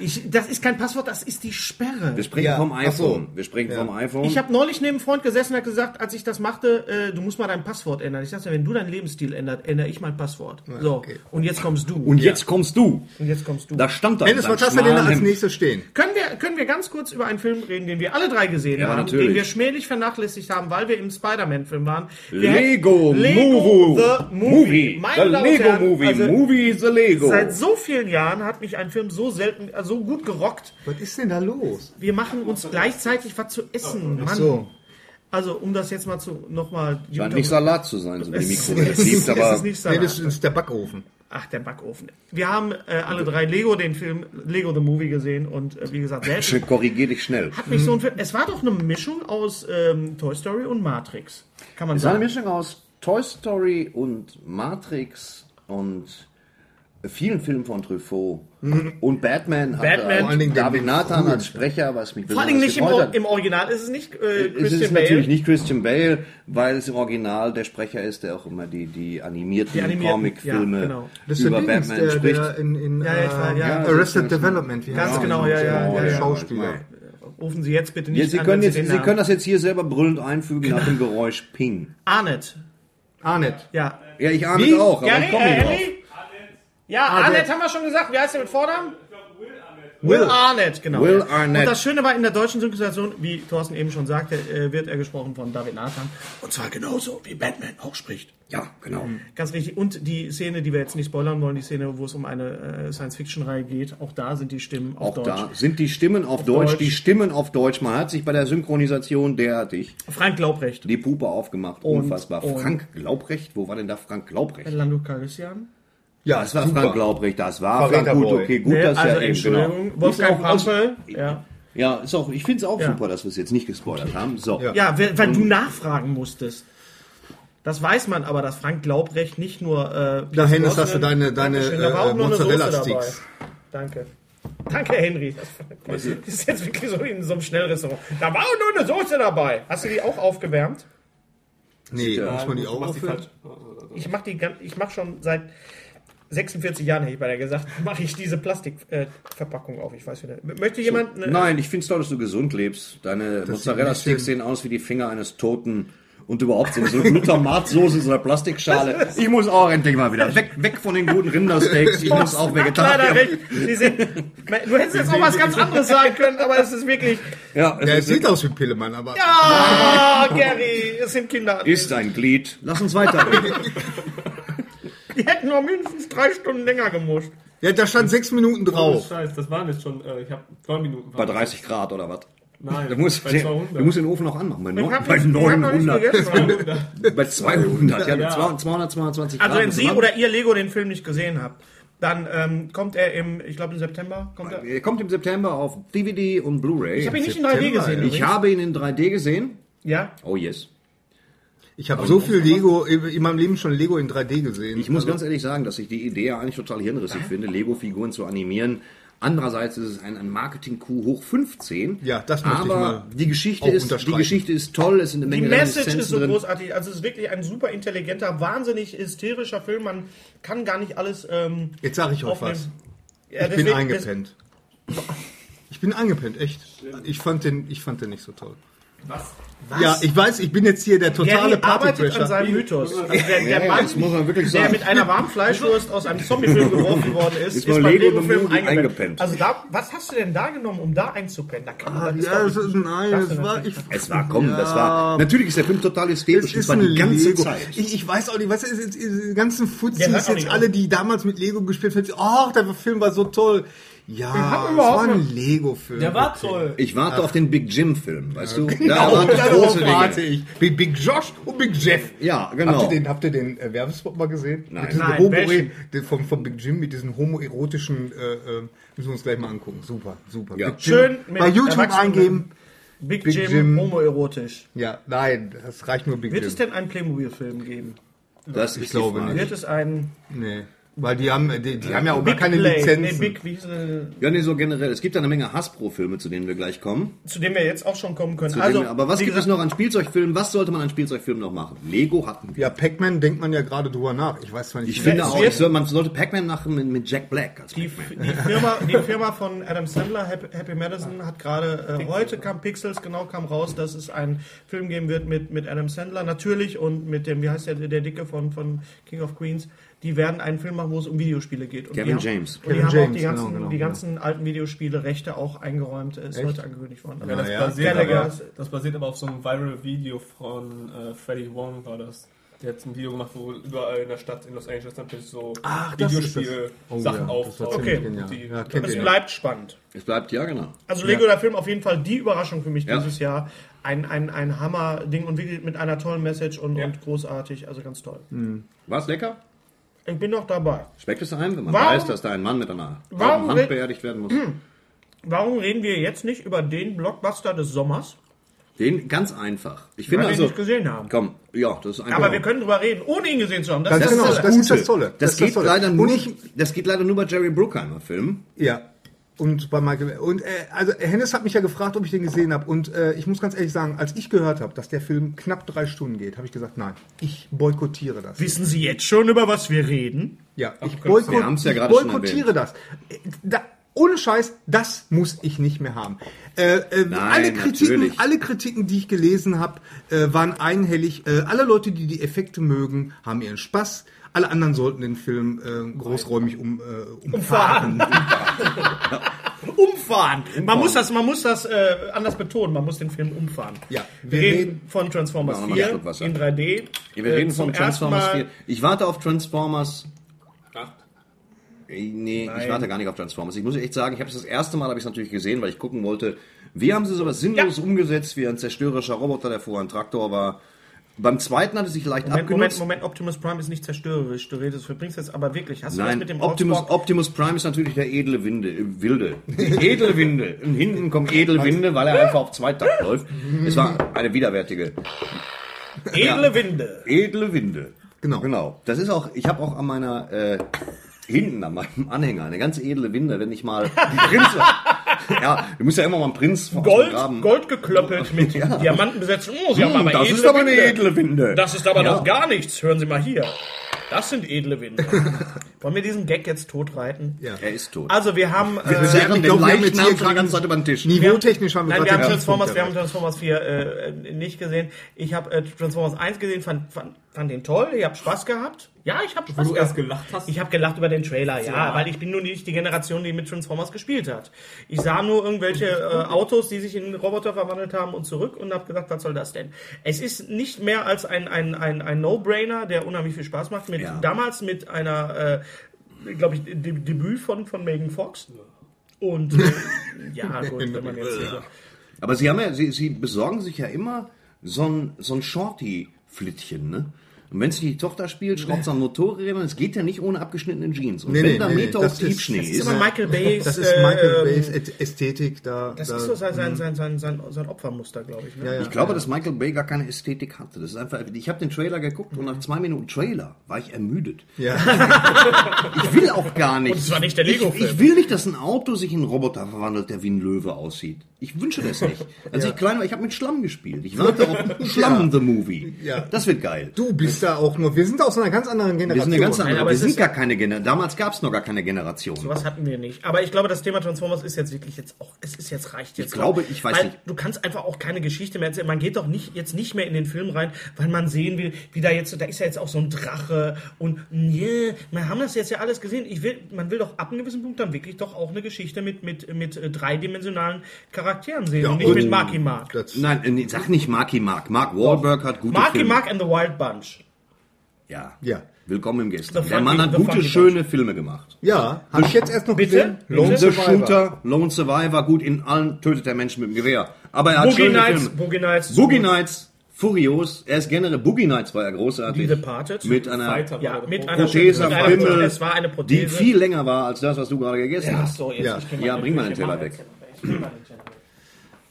Speaker 2: ich, das ist kein Passwort, das ist die Sperre.
Speaker 3: Wir springen
Speaker 1: Ja,
Speaker 3: vom
Speaker 1: ach so.
Speaker 3: iPhone. Wir springen vom iPhone.
Speaker 2: Ich habe neulich neben einem Freund gesessen und hat gesagt, als ich das machte, äh, du musst mal dein Passwort ändern. Ich sagte, wenn du deinen Lebensstil ändert, ändere ich mein Passwort. So,
Speaker 1: okay.
Speaker 2: und jetzt kommst du.
Speaker 3: und jetzt kommst du.
Speaker 2: Und jetzt kommst du.
Speaker 3: Da stand da. in
Speaker 1: Dennis,
Speaker 3: seinem
Speaker 1: was hast du denn da
Speaker 3: schmalen
Speaker 1: als
Speaker 3: Hemd.
Speaker 1: nächstes stehen?
Speaker 2: Können wir, können wir ganz kurz über einen Film reden, den wir alle drei gesehen
Speaker 3: Ja,
Speaker 2: haben,
Speaker 3: natürlich.
Speaker 2: den wir schmählich vernachlässigt haben, weil wir im Spider-Man-Film waren? Wir
Speaker 3: Lego,
Speaker 2: hätten-
Speaker 3: Lego
Speaker 2: The Movie.
Speaker 3: Movie.
Speaker 2: Meine
Speaker 3: the
Speaker 2: Damen
Speaker 3: Lego
Speaker 2: und Herren,
Speaker 3: Movie.
Speaker 2: also
Speaker 3: Movie the Lego.
Speaker 2: Seit so vielen Jahren hat mich ein Film so selten, äh, so gut gerockt.
Speaker 1: Was ist denn da los?
Speaker 2: Wir machen uns gleichzeitig was zu essen, Mann.
Speaker 1: So.
Speaker 2: Also, um das jetzt mal zu, nochmal.
Speaker 3: Scheint nicht Salat zu sein, so wie die
Speaker 2: Es-
Speaker 3: Mikrowelle
Speaker 2: es-
Speaker 3: es liebt,
Speaker 2: es
Speaker 3: aber
Speaker 2: ist nicht
Speaker 1: Nee,
Speaker 2: Salat.
Speaker 1: das ist der Backofen.
Speaker 2: Ach, der Backofen. Wir haben äh, alle drei Lego, den Film, Lego the Movie gesehen und äh, wie gesagt, selbst
Speaker 3: Sch- korrigier dich schnell.
Speaker 2: hat mich so ein Film. Es war doch eine Mischung aus ähm, Toy Story und Matrix. Kann man
Speaker 3: Es ist eine
Speaker 2: sagen.
Speaker 3: Mischung aus Toy Story und Matrix und vielen Filmen von Truffaut und Batman.
Speaker 2: Mhm.
Speaker 3: hat
Speaker 2: Batman.
Speaker 3: er-
Speaker 2: Vor
Speaker 1: allen Dingen
Speaker 3: David
Speaker 1: den
Speaker 3: Nathan
Speaker 1: frühen.
Speaker 3: als Sprecher, was mich
Speaker 2: Vor allem nicht im,
Speaker 3: gefreut
Speaker 2: Or-
Speaker 3: hat.
Speaker 2: im Original ist es nicht äh,
Speaker 3: es ist
Speaker 2: Christian
Speaker 3: natürlich
Speaker 2: Bale.
Speaker 3: nicht Christian Bale, weil es im Original der Sprecher ist, der auch immer die, die animierten,
Speaker 2: Die animierten,
Speaker 3: Comicfilme
Speaker 2: ja, genau.
Speaker 1: Das ist der
Speaker 3: über
Speaker 1: Dings,
Speaker 3: Batman
Speaker 1: der,
Speaker 3: spricht.
Speaker 1: der in, in
Speaker 2: Ja, ja, ich weiß,
Speaker 1: äh,
Speaker 2: ja.
Speaker 1: Arrested Development. Wie
Speaker 2: Ganz
Speaker 1: heißt
Speaker 2: genau,
Speaker 1: der?
Speaker 2: ja, ja, ja, ja.
Speaker 1: Schauspieler.
Speaker 2: Rufen Sie jetzt bitte nicht
Speaker 3: Ja, Sie,
Speaker 2: an,
Speaker 3: können
Speaker 2: wenn
Speaker 3: jetzt,
Speaker 2: den
Speaker 3: Sie
Speaker 2: Namen-
Speaker 3: können das jetzt hier selber brüllend einfügen nach dem Geräusch Ping.
Speaker 2: Arnett.
Speaker 1: Arnett.
Speaker 2: Ja.
Speaker 3: Ja, ich ahne
Speaker 1: Wie?
Speaker 3: es auch, aber
Speaker 2: Ja, nee,
Speaker 3: ich komme
Speaker 2: äh,
Speaker 3: nicht drauf.
Speaker 2: Ellie? Ja,
Speaker 1: Ah, der-
Speaker 2: Arnett haben wir schon gesagt. Wie heißt der mit Vornamen? Will Arnett, genau.
Speaker 3: Will Arnett.
Speaker 2: Und das Schöne war, in der deutschen Synchronisation, wie Thorsten eben schon sagte, äh, wird er gesprochen von David Nathan. Und zwar genauso, wie Batman auch spricht.
Speaker 3: Ja, genau.
Speaker 2: Ganz richtig. Und die Szene, die wir jetzt nicht spoilern wollen, die Szene, wo es um eine äh, Science-Fiction-Reihe geht, auch da sind die Stimmen auf
Speaker 3: Auch
Speaker 2: Deutsch.
Speaker 3: da sind die Stimmen auf, Deutsch,
Speaker 2: Deutsch.
Speaker 3: die Stimmen auf Deutsch. Man hat sich bei der Synchronisation derartig
Speaker 2: Frank Laubrecht.
Speaker 3: die Puppe aufgemacht. Unfassbar.
Speaker 2: und-
Speaker 3: Frank Glaubrecht? Wo war denn da Frank Glaubrecht?
Speaker 2: Lando Calrissian.
Speaker 1: Ja,
Speaker 3: Das war
Speaker 1: super.
Speaker 3: Frank Glaubrecht, das war
Speaker 1: Verräter
Speaker 3: Frank. Gut,
Speaker 1: Boy.
Speaker 3: okay, gut, dass
Speaker 2: also
Speaker 3: er eben
Speaker 2: Entschuldigung,
Speaker 3: genau.
Speaker 2: Wolfgang
Speaker 3: Ist auch- ist-
Speaker 2: Pampel. Ja,
Speaker 3: Ja, ist auch, ich finde es auch
Speaker 2: Ja.
Speaker 3: super, dass wir es jetzt nicht gespoilert haben. So.
Speaker 1: Ja.
Speaker 2: ja weil, weil
Speaker 3: Mhm.
Speaker 2: du nachfragen musstest. Das weiß man aber, dass Frank Laubrecht nicht nur... Äh,
Speaker 1: Da, Hennes,
Speaker 2: Brosnan-
Speaker 1: hast du deine- deine,
Speaker 2: Dankeschön, da war
Speaker 1: äh,
Speaker 2: auch noch eine Soße
Speaker 1: Mozzarella-Sticks.
Speaker 2: dabei. Danke. Danke, Henry. Das ist jetzt wirklich so in so einem Schnellrestaurant. Da war auch nur eine Soße dabei. Hast du die auch aufgewärmt?
Speaker 1: Nee, muss man die auch auffüllen?
Speaker 2: Ich mache die, gan- ich mach schon seit 46 Jahren, hätte ich beinahe gesagt, mache ich diese Plastikverpackung äh, Verpackung auf. Ich weiß wieder. Möchte jemand? äh, Eine,
Speaker 3: Nein, ich finde es toll, dass du gesund lebst. Deine Mozzarella-Sticks sehen aus wie die Finger eines Toten. Und überhaupt so so eine Glutamatsoße in so einer Plastikschale. Ich muss auch endlich mal wieder weg, weg von den guten Rindersteaks. Ich muss auch
Speaker 2: Leider
Speaker 3: Vegetarier.
Speaker 2: recht. Sie sind, du hättest jetzt auch was ganz anderes sagen können, aber es ist wirklich.
Speaker 3: Ja, es
Speaker 1: Ja, es
Speaker 3: ist,
Speaker 1: sieht aus wie Pillemann, aber
Speaker 2: Ah, Gary, es sind Kinder.
Speaker 3: ist ein Glied. Lass uns weiterreden.
Speaker 2: Die hätten noch mindestens drei Stunden länger gemuscht.
Speaker 1: ja, da stand sechs Minuten drauf.
Speaker 5: Scheiß, das waren jetzt schon, äh, ich habe zwei Minuten.
Speaker 3: Bei 30 Grad oder was?
Speaker 5: Nein,
Speaker 3: Du musst,
Speaker 5: bei
Speaker 3: du
Speaker 5: 200.
Speaker 3: musst den Ofen noch anmachen. Bei, neun,
Speaker 2: hab
Speaker 3: bei
Speaker 2: nicht- ich hab noch nicht
Speaker 3: 900.
Speaker 2: gegessen.
Speaker 3: Bei 200. Ja,
Speaker 5: Ja.
Speaker 3: 200, 222 Grad.
Speaker 2: Also wenn
Speaker 3: muss
Speaker 2: Sie
Speaker 3: man-
Speaker 2: oder Ihr Lego den Film nicht gesehen habt, dann ähm, kommt er im, ich glaube im September, kommt er.
Speaker 3: Er kommt im September auf DVD und Blu-ray.
Speaker 2: Ich habe ihn nicht in 3D
Speaker 1: September,
Speaker 2: gesehen.
Speaker 1: ja.
Speaker 3: Ich
Speaker 2: übrigens.
Speaker 3: habe ihn in 3D gesehen.
Speaker 2: ja.
Speaker 3: Oh yes.
Speaker 1: Ich habe so viel Lego, in meinem Leben schon Lego in 3D gesehen.
Speaker 3: Ich muss ganz ehrlich sagen, dass ich die Idee ja eigentlich total hirnrissig finde, Lego-Figuren zu animieren. Andererseits ist es ein, ein Marketing-Coup hoch 15.
Speaker 1: Ja, das möchte ich
Speaker 3: Aber
Speaker 1: mal
Speaker 3: die Geschichte
Speaker 1: auch
Speaker 3: ist, die
Speaker 1: unterstreichen.
Speaker 3: Geschichte ist toll, es sind eine
Speaker 2: Die
Speaker 3: Menge
Speaker 2: Message ist
Speaker 3: Reminiszenzen
Speaker 2: so
Speaker 3: drin.
Speaker 2: großartig. Also es ist wirklich ein super intelligenter, wahnsinnig hysterischer Film. Man kann gar nicht alles. Ähm,
Speaker 1: Jetzt sage ich euch was.
Speaker 2: aufnehmen. Ja,
Speaker 1: Ich bin
Speaker 2: deswegen-
Speaker 1: eingepennt. Ich bin eingepennt, echt. Ich fand den, ich fand den nicht so toll. Was? Ja, ich weiß, ich bin jetzt hier der
Speaker 2: Gary
Speaker 1: totale
Speaker 2: arbeitet an
Speaker 1: Partycrasher.
Speaker 2: seinem Mythos. Also der, der Mann,
Speaker 3: das muss man wirklich
Speaker 2: der
Speaker 3: sagen.
Speaker 2: mit einer warmen Fleischwurst aus einem Zombiefilm geworfen worden ist,
Speaker 3: Ist nur Lego the
Speaker 2: Lego-Film
Speaker 3: Movie eingepennt.
Speaker 2: Also da, was hast du denn da genommen, um da einzupennen? Da kann man
Speaker 1: Ah,
Speaker 2: das ist
Speaker 1: Ja,
Speaker 2: doch
Speaker 1: es
Speaker 2: nicht-
Speaker 1: ist nein,
Speaker 2: Das ist
Speaker 1: es war
Speaker 2: doch
Speaker 1: ich.
Speaker 3: Es war, komm, das war. Natürlich ist der Film total hysterisch.
Speaker 1: Es ist
Speaker 3: war
Speaker 1: ein
Speaker 3: die ganze
Speaker 1: Lego.
Speaker 3: Zeit.
Speaker 1: Ich, ich weiß auch nicht, was ist jetzt, diese ganzen
Speaker 2: Der hört
Speaker 1: Futzis
Speaker 2: auch
Speaker 1: jetzt
Speaker 2: nicht
Speaker 1: alle,
Speaker 2: auf.
Speaker 1: die damals mit Lego gespielt haben, oh, der Film war so toll. Ja, das
Speaker 5: überhaupt
Speaker 1: war ein
Speaker 5: nicht-
Speaker 1: Lego-Film.
Speaker 5: Der war toll.
Speaker 3: Ich warte auf den Big Jim-Film, weißt du? Da
Speaker 1: Oh,
Speaker 3: erwarte ich
Speaker 1: darauf
Speaker 3: große
Speaker 1: warte
Speaker 3: Dinge.
Speaker 1: ich. Big, Big Josh und Big Jeff.
Speaker 3: Ja, genau.
Speaker 1: Habt ihr den, habt ihr den äh, Werbespot mal gesehen?
Speaker 3: Nein.
Speaker 1: Mit diesen
Speaker 2: Nein,
Speaker 1: Homo
Speaker 2: welchen?
Speaker 1: den vom, vom Big Jim mit diesen homoerotischen, äh, äh, müssen wir uns gleich mal angucken. Super, super.
Speaker 3: Ja.
Speaker 1: Big Jim.
Speaker 2: Schön mit
Speaker 1: Bei YouTube
Speaker 2: Erwachsenen.
Speaker 1: eingeben.
Speaker 2: Big,
Speaker 1: Big
Speaker 2: Jim,
Speaker 1: Jim.
Speaker 2: homoerotisch.
Speaker 1: Ja, nein, das reicht nur Big
Speaker 2: Wird
Speaker 1: Jim.
Speaker 2: es denn einen Playmobil-Film geben?
Speaker 3: Das ist die
Speaker 1: glaube
Speaker 3: Frage.
Speaker 2: Wird es einen
Speaker 1: Nee. Weil die haben, äh, die, die haben ja auch gar
Speaker 2: Big
Speaker 1: keine
Speaker 2: Play?
Speaker 1: Lizenzen.
Speaker 2: Nee, Big, wie hieß er?
Speaker 3: Ja, nee, so generell. Es gibt da eine Menge Hasbro-Filme, zu denen wir gleich kommen.
Speaker 2: zu dem wir jetzt auch schon kommen können.
Speaker 3: Zu
Speaker 2: also,
Speaker 3: denen wir, aber was
Speaker 2: wie
Speaker 3: gibt es
Speaker 2: gesagt,
Speaker 3: noch an Spielzeugfilmen? Was sollte man an Spielzeugfilmen noch machen? Lego hatten wir.
Speaker 1: ja, Pac-Man denkt man ja gerade drüber nach. Ich weiß zwar nicht.
Speaker 3: Ich finde
Speaker 2: es
Speaker 3: auch,
Speaker 2: wird-
Speaker 3: ich soll, man sollte Pac-Man machen mit, mit Jack Black. Als
Speaker 2: Die,
Speaker 3: Pac-Man.
Speaker 2: die, Firma, die Firma von Adam Sandler, Happy, Happy Madison, hat gerade, äh, heute kam Pixels, genau kam raus, dass es einen Film geben wird mit, mit Adam Sandler natürlich und mit dem, wie heißt der, der Dicke von, von King of Queens. Die werden einen Film machen, wo es um Videospiele geht. Und
Speaker 3: Kevin
Speaker 2: die
Speaker 3: James.
Speaker 2: Haben, und die
Speaker 1: Kevin
Speaker 2: haben auch
Speaker 1: James,
Speaker 2: die ganzen,
Speaker 1: genau, genau,
Speaker 2: die ganzen alten Videospiele-Rechte auch eingeräumt, ist heute angekündigt worden.
Speaker 5: Ja,
Speaker 1: Ah,
Speaker 5: das,
Speaker 1: ja. genau.
Speaker 5: basiert aber,
Speaker 2: Gallagher.
Speaker 5: das basiert aber auf so einem Viral-Video von äh, Freddy Wong, war das. Der hat ein Video gemacht, wo überall in der Stadt in Los Angeles natürlich so
Speaker 1: das ist das. Oh ja,
Speaker 5: Videospiel-Sachen
Speaker 1: das war
Speaker 5: auftauchen.
Speaker 2: ziemlich
Speaker 1: genial.
Speaker 5: Die-
Speaker 1: Ja, kennt
Speaker 2: Es
Speaker 1: ihr.
Speaker 2: bleibt spannend.
Speaker 3: Es bleibt, ja, genau.
Speaker 2: Also Lego der Film auf jeden Fall die Überraschung für mich
Speaker 3: Ja.
Speaker 2: dieses Jahr. Ein, ein, ein Hammer-Ding und wirklich mit einer tollen Message und,
Speaker 5: Ja.
Speaker 2: und großartig, also ganz toll.
Speaker 3: War's lecker?
Speaker 2: Ich bin noch dabei.
Speaker 3: Schmeckt es einem, wenn man
Speaker 2: Warum-
Speaker 3: weiß, dass da ein Mann mit einer
Speaker 2: Warum
Speaker 3: kalten Hand
Speaker 2: red-
Speaker 3: beerdigt werden muss?
Speaker 2: Warum reden wir jetzt nicht über den Blockbuster des Sommers,
Speaker 3: Den ganz einfach. Ich
Speaker 2: den
Speaker 3: finde
Speaker 2: wir
Speaker 3: also.
Speaker 2: nicht gesehen haben?
Speaker 3: Komm, ja, das ist einfach.
Speaker 2: Aber wir können drüber reden, ohne ihn gesehen zu haben. Das
Speaker 1: Ganz
Speaker 2: ist
Speaker 1: genau,
Speaker 2: das Tolle.
Speaker 1: das ist das Tolle.
Speaker 3: Genau. Das,
Speaker 1: ist
Speaker 3: geht
Speaker 1: Tolle.
Speaker 3: leider
Speaker 1: Und
Speaker 3: nur,
Speaker 1: ich-
Speaker 3: das geht leider nur bei Jerry Bruckheimer Filmen.
Speaker 1: Ja. Und bei Michael. Und äh, also Hennes hat mich ja gefragt, ob ich den gesehen habe. Und äh, ich muss ganz ehrlich sagen, als ich gehört habe, dass der Film knapp drei Stunden geht, habe ich gesagt, nein, ich boykottiere das.
Speaker 2: Wissen Sie jetzt schon, über was wir reden?
Speaker 1: Ja, ich,
Speaker 5: kurz,
Speaker 3: wir
Speaker 1: boykott,
Speaker 3: haben's ja
Speaker 1: ich
Speaker 3: gerade schon
Speaker 1: boykottiere das. Äh, Da, ohne Scheiß, das muss ich nicht mehr haben. Äh, äh,
Speaker 3: Nein,
Speaker 1: alle, Kritiken,
Speaker 3: natürlich.
Speaker 1: alle Kritiken, die ich gelesen habe, äh, waren einhellig. Äh, alle Leute, die die Effekte mögen, haben ihren Spaß. Alle anderen sollten den Film äh, großräumig um, äh, umfahren.
Speaker 2: Umfahren. Man muss das, man muss das äh, anders betonen. Man muss den Film umfahren.
Speaker 1: Ja,
Speaker 2: wir,
Speaker 1: wir
Speaker 2: reden,
Speaker 1: reden-
Speaker 2: von Transformers
Speaker 3: Ja, noch mal einen
Speaker 2: 4
Speaker 3: Schluck Wasser.
Speaker 2: in 3D.
Speaker 3: Wir
Speaker 2: Äh,
Speaker 3: reden
Speaker 2: zum
Speaker 3: von
Speaker 2: ersten
Speaker 3: Transformers
Speaker 2: Mal-
Speaker 3: 4. Ich warte auf Transformers. Äh, Nee, ich warte gar nicht auf Transformers. Ich muss echt sagen, ich habe es das erste Mal habe ich es natürlich gesehen, weil ich gucken wollte, wie haben sie sowas sinnlos umgesetzt wie ein zerstörerischer Roboter, der vorher ein Traktor war. Beim zweiten hat es sich leicht
Speaker 2: Moment, Moment,
Speaker 3: abgenutzt.
Speaker 2: Moment, Optimus Prime ist nicht zerstörerisch. Du redest, verbringst jetzt aber wirklich. Hast du was
Speaker 3: Nein,
Speaker 2: mit dem
Speaker 3: Optimus,
Speaker 2: Autobock-
Speaker 3: Optimus Prime ist natürlich der edle Winde, äh, Wilde. Die edle Winde. Und hinten kommt Edelwinde, weil er einfach auf Zweitakt läuft. Es war eine widerwärtige
Speaker 2: Edle Winde.
Speaker 3: edle Winde.
Speaker 1: Genau.
Speaker 3: Genau. Das ist auch, ich habe auch an meiner, äh, hinten an meinem Anhänger eine ganz edle Winde, wenn ich mal die Prinze. ja, du musst ja immer mal einen Prinz vom
Speaker 2: Gold,
Speaker 3: Graben.
Speaker 2: Gold geklöppelt mit Diamanten besetzt. Oh, Sie haben
Speaker 3: Hm,
Speaker 2: aber
Speaker 3: das
Speaker 2: edle
Speaker 3: ist aber eine
Speaker 2: Winde.
Speaker 3: edle Winde.
Speaker 2: Das ist aber
Speaker 3: Ja.
Speaker 2: noch gar nichts. Hören Sie mal hier. Das sind edle Winde. Wollen wir diesen Gag jetzt totreiten?
Speaker 1: Ja.
Speaker 3: Er ist tot.
Speaker 2: Also wir haben... Äh,
Speaker 1: Ich
Speaker 3: Während
Speaker 1: glaub,
Speaker 3: den
Speaker 1: wir haben jetzt
Speaker 3: Leichnam
Speaker 1: hier
Speaker 3: schon die
Speaker 1: gerade-
Speaker 3: ganze Zeit über den Tisch.
Speaker 1: Niveautechnisch haben wir
Speaker 2: Nein,
Speaker 1: gerade
Speaker 2: wir haben
Speaker 1: den
Speaker 2: Transformers,
Speaker 1: Punkt
Speaker 2: wir haben
Speaker 1: erreicht.
Speaker 2: Transformers 4 äh, äh, nicht gesehen. Ich habe äh, Transformers 1 gesehen, fand, fand, fand den toll, ich habe Spaß gehabt. Ja, ich habe Spaß
Speaker 5: Wo du erst
Speaker 2: gehabt.
Speaker 5: gelacht hast.
Speaker 2: Ich habe gelacht über den Trailer, ja, weil ich bin nur nicht die Generation, die mit Transformers gespielt hat. Ich sah nur irgendwelche äh, Autos, die sich in Roboter verwandelt haben und zurück und habe gedacht, was soll das denn? Es ist nicht mehr als ein, ein, ein, ein No-Brainer, der unheimlich viel Spaß macht. Mit,
Speaker 3: Ja.
Speaker 2: Damals mit einer, äh, glaube ich, De Debüt von, von Megan Fox. Und äh, ja, gut, wenn man jetzt hier so...
Speaker 3: Aber sie haben ja, sie, sie besorgen sich ja immer so ein, so ein Shorty-Flittchen, ne? Und wenn es die Tochter spielt, schraubt sie am Motorrädern. Es geht ja nicht ohne abgeschnittene Jeans. Und
Speaker 1: Nee,
Speaker 3: wenn
Speaker 1: nee,
Speaker 3: da
Speaker 1: nee, nee,
Speaker 3: Meter
Speaker 1: das
Speaker 3: auf
Speaker 1: ist-
Speaker 3: Tiefschnee
Speaker 1: das
Speaker 2: Das ist
Speaker 3: ist,
Speaker 2: aber Michael Bays.
Speaker 1: Das ist Michael
Speaker 2: ähm,
Speaker 1: Bays Ä- Ästhetik da.
Speaker 2: Das
Speaker 1: da,
Speaker 2: ist so sein, sein, sein, sein, sein, sein Opfermuster, glaube ich. Ne?
Speaker 3: ich glaube, dass Michael Bay gar keine Ästhetik hatte. Das ist einfach, ich habe den Trailer geguckt und nach zwei Minuten Trailer war ich ermüdet.
Speaker 1: ja.
Speaker 3: Ich will auch gar nicht.
Speaker 2: Und es war nicht der
Speaker 3: ich,
Speaker 2: Lego-Film.
Speaker 3: ich will nicht, dass ein Auto sich in einen Roboter verwandelt, der wie ein Löwe aussieht. Ich wünsche das nicht. Als ich klein war, ich habe mit Schlamm gespielt. Ich warte auf Schlamm the Movie.
Speaker 1: Ja.
Speaker 3: Das wird geil.
Speaker 1: Du bist da auch nur. Wir sind aus einer ganz anderen
Speaker 3: Wir
Speaker 1: Generation.
Speaker 3: sind eine ganz andere.
Speaker 2: Nein, aber
Speaker 3: wir
Speaker 2: es
Speaker 3: sind
Speaker 2: ist-
Speaker 3: gar keine Generation. Damals gab es noch gar keine Generation.
Speaker 2: Was hatten wir nicht? Aber ich glaube, das Thema Transformers ist jetzt wirklich jetzt auch, es ist jetzt reicht jetzt.
Speaker 3: Ich glaube,
Speaker 2: auch.
Speaker 3: ich weiß
Speaker 2: weil
Speaker 3: nicht.
Speaker 2: Du kannst einfach auch keine Geschichte mehr erzählen. Man geht doch nicht, jetzt nicht mehr in den Film rein, weil man sehen will, wie da jetzt, da ist ja jetzt auch so ein Drache und, nee, wir haben das jetzt ja alles gesehen. Ich will, man will doch ab einem gewissen Punkt dann wirklich doch auch eine Geschichte mit, mit, mit äh, dreidimensionalen Charakteren sehen und nicht
Speaker 1: und-
Speaker 2: mit Marky Mark.
Speaker 1: Das-
Speaker 3: Nein, äh, nee, sag nicht Marky Mark. Mark Wahlberg hat gute
Speaker 2: Marky
Speaker 3: Filme.
Speaker 2: Mark and the Wild Bunch.
Speaker 3: Ja.
Speaker 1: Ja.
Speaker 3: Willkommen im Gestern.
Speaker 2: The
Speaker 3: Der Mann
Speaker 2: fucking-
Speaker 3: hat
Speaker 2: the
Speaker 3: gute,
Speaker 2: fucking
Speaker 3: schöne Filme gemacht.
Speaker 1: Ja, habe ich jetzt erst noch
Speaker 2: Bitte?
Speaker 1: gesehen. Lone
Speaker 3: The
Speaker 1: Survivor.
Speaker 3: Shooter, Lone Survivor, gut, in allen tötet der Menschen mit dem Gewehr. Aber er hat
Speaker 2: Boogie
Speaker 3: schöne
Speaker 2: Nights,
Speaker 3: Filme.
Speaker 2: Boogie Nights.
Speaker 3: Boogie Nights, Furios, er ist generell, Boogie Nights war ja großartig.
Speaker 2: Die Departed.
Speaker 3: Mit einer,
Speaker 5: Fighter
Speaker 2: Ja,
Speaker 5: war
Speaker 2: mit
Speaker 5: der
Speaker 2: einer
Speaker 3: Prothese,
Speaker 2: mit einer-
Speaker 3: Pimmel,
Speaker 2: Es war eine
Speaker 3: die
Speaker 2: Prothese.
Speaker 3: viel länger war als das, was du gerade gegessen
Speaker 2: Ach
Speaker 3: hast.
Speaker 2: so, jetzt.
Speaker 1: Ja.
Speaker 2: ich kenn
Speaker 3: Ja, bring mal den
Speaker 2: ich kenn
Speaker 3: Teller weg.
Speaker 2: Ich kenn mal den Teller weg.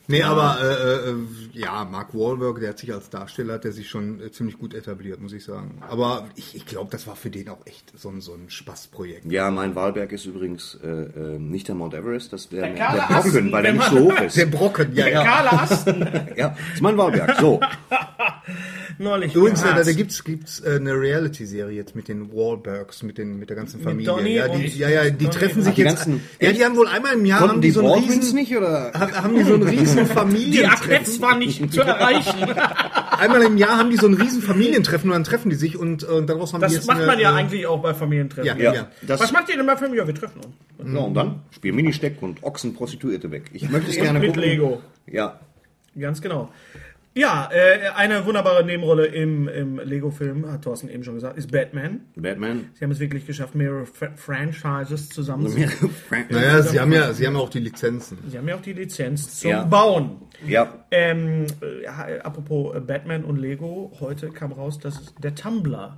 Speaker 1: Nee, aber äh, äh, ja, Mark Wahlberg, der hat sich als Darsteller, hat der sich schon äh, ziemlich gut etabliert, muss ich sagen. Aber ich, ich glaube, das war für den auch echt so ein, so ein Spaßprojekt.
Speaker 3: Ja, mein Wahlberg ist übrigens äh, äh, nicht der Mount Everest, das wäre der,
Speaker 2: Karl
Speaker 3: der Brocken,
Speaker 2: Asten,
Speaker 3: weil der
Speaker 2: der
Speaker 3: nicht so hoch ist.
Speaker 1: Der Brocken, ja, ja.
Speaker 2: Karl Asten.
Speaker 3: Ja, das ist mein Wahlberg. So,
Speaker 2: Neulich.
Speaker 1: Übrigens,
Speaker 2: gehört.
Speaker 1: da, da gibt's gibt's äh, eine Reality-Serie jetzt mit den Wahlbergs, mit den mit der ganzen Familie.
Speaker 2: Donny
Speaker 1: ja, die,
Speaker 2: und-
Speaker 1: ja, ja, die
Speaker 2: Donny
Speaker 1: treffen
Speaker 2: und-
Speaker 1: sich
Speaker 3: die
Speaker 1: jetzt.
Speaker 3: ganzen-
Speaker 1: ja, die haben wohl einmal im Jahr haben
Speaker 3: konnten
Speaker 1: die
Speaker 3: die
Speaker 1: so einen
Speaker 3: Baldwins
Speaker 1: riesen,
Speaker 3: nicht oder?
Speaker 1: haben, haben die so einen riesen
Speaker 2: die
Speaker 1: Familientreffen.
Speaker 2: Aknetz war nicht zu erreichen.
Speaker 1: Einmal im Jahr haben die so ein riesen Familientreffen und dann treffen die sich und, äh, und daraus haben die
Speaker 2: Das
Speaker 1: jetzt
Speaker 2: macht
Speaker 1: eine,
Speaker 2: man ja
Speaker 1: äh,
Speaker 2: eigentlich auch bei Familientreffen.
Speaker 1: Ja,
Speaker 3: Ja,
Speaker 2: Was
Speaker 3: das,
Speaker 2: macht ihr denn bei Familie? Ja, wir treffen uns.
Speaker 3: so, und dann spiel Ministeck und Ochsen Prostituierte weg. Ich möchte es gerne
Speaker 2: mit
Speaker 3: gucken.
Speaker 2: Lego.
Speaker 3: Ja,
Speaker 2: Ganz genau. Ja, äh, eine wunderbare Nebenrolle im, im Lego-Film, hat Thorsten eben schon gesagt, ist Batman.
Speaker 3: Batman.
Speaker 2: Sie haben es wirklich geschafft, mehrere Fra Franchises zusammen.
Speaker 1: Naja, sie haben ja, sie haben ja auch die Lizenzen.
Speaker 2: Sie haben ja auch die Lizenz zum
Speaker 3: Ja.
Speaker 2: Bauen.
Speaker 3: ja,
Speaker 2: Ähm, äh, apropos äh, Batman und Lego, heute kam raus, dass der Tumblr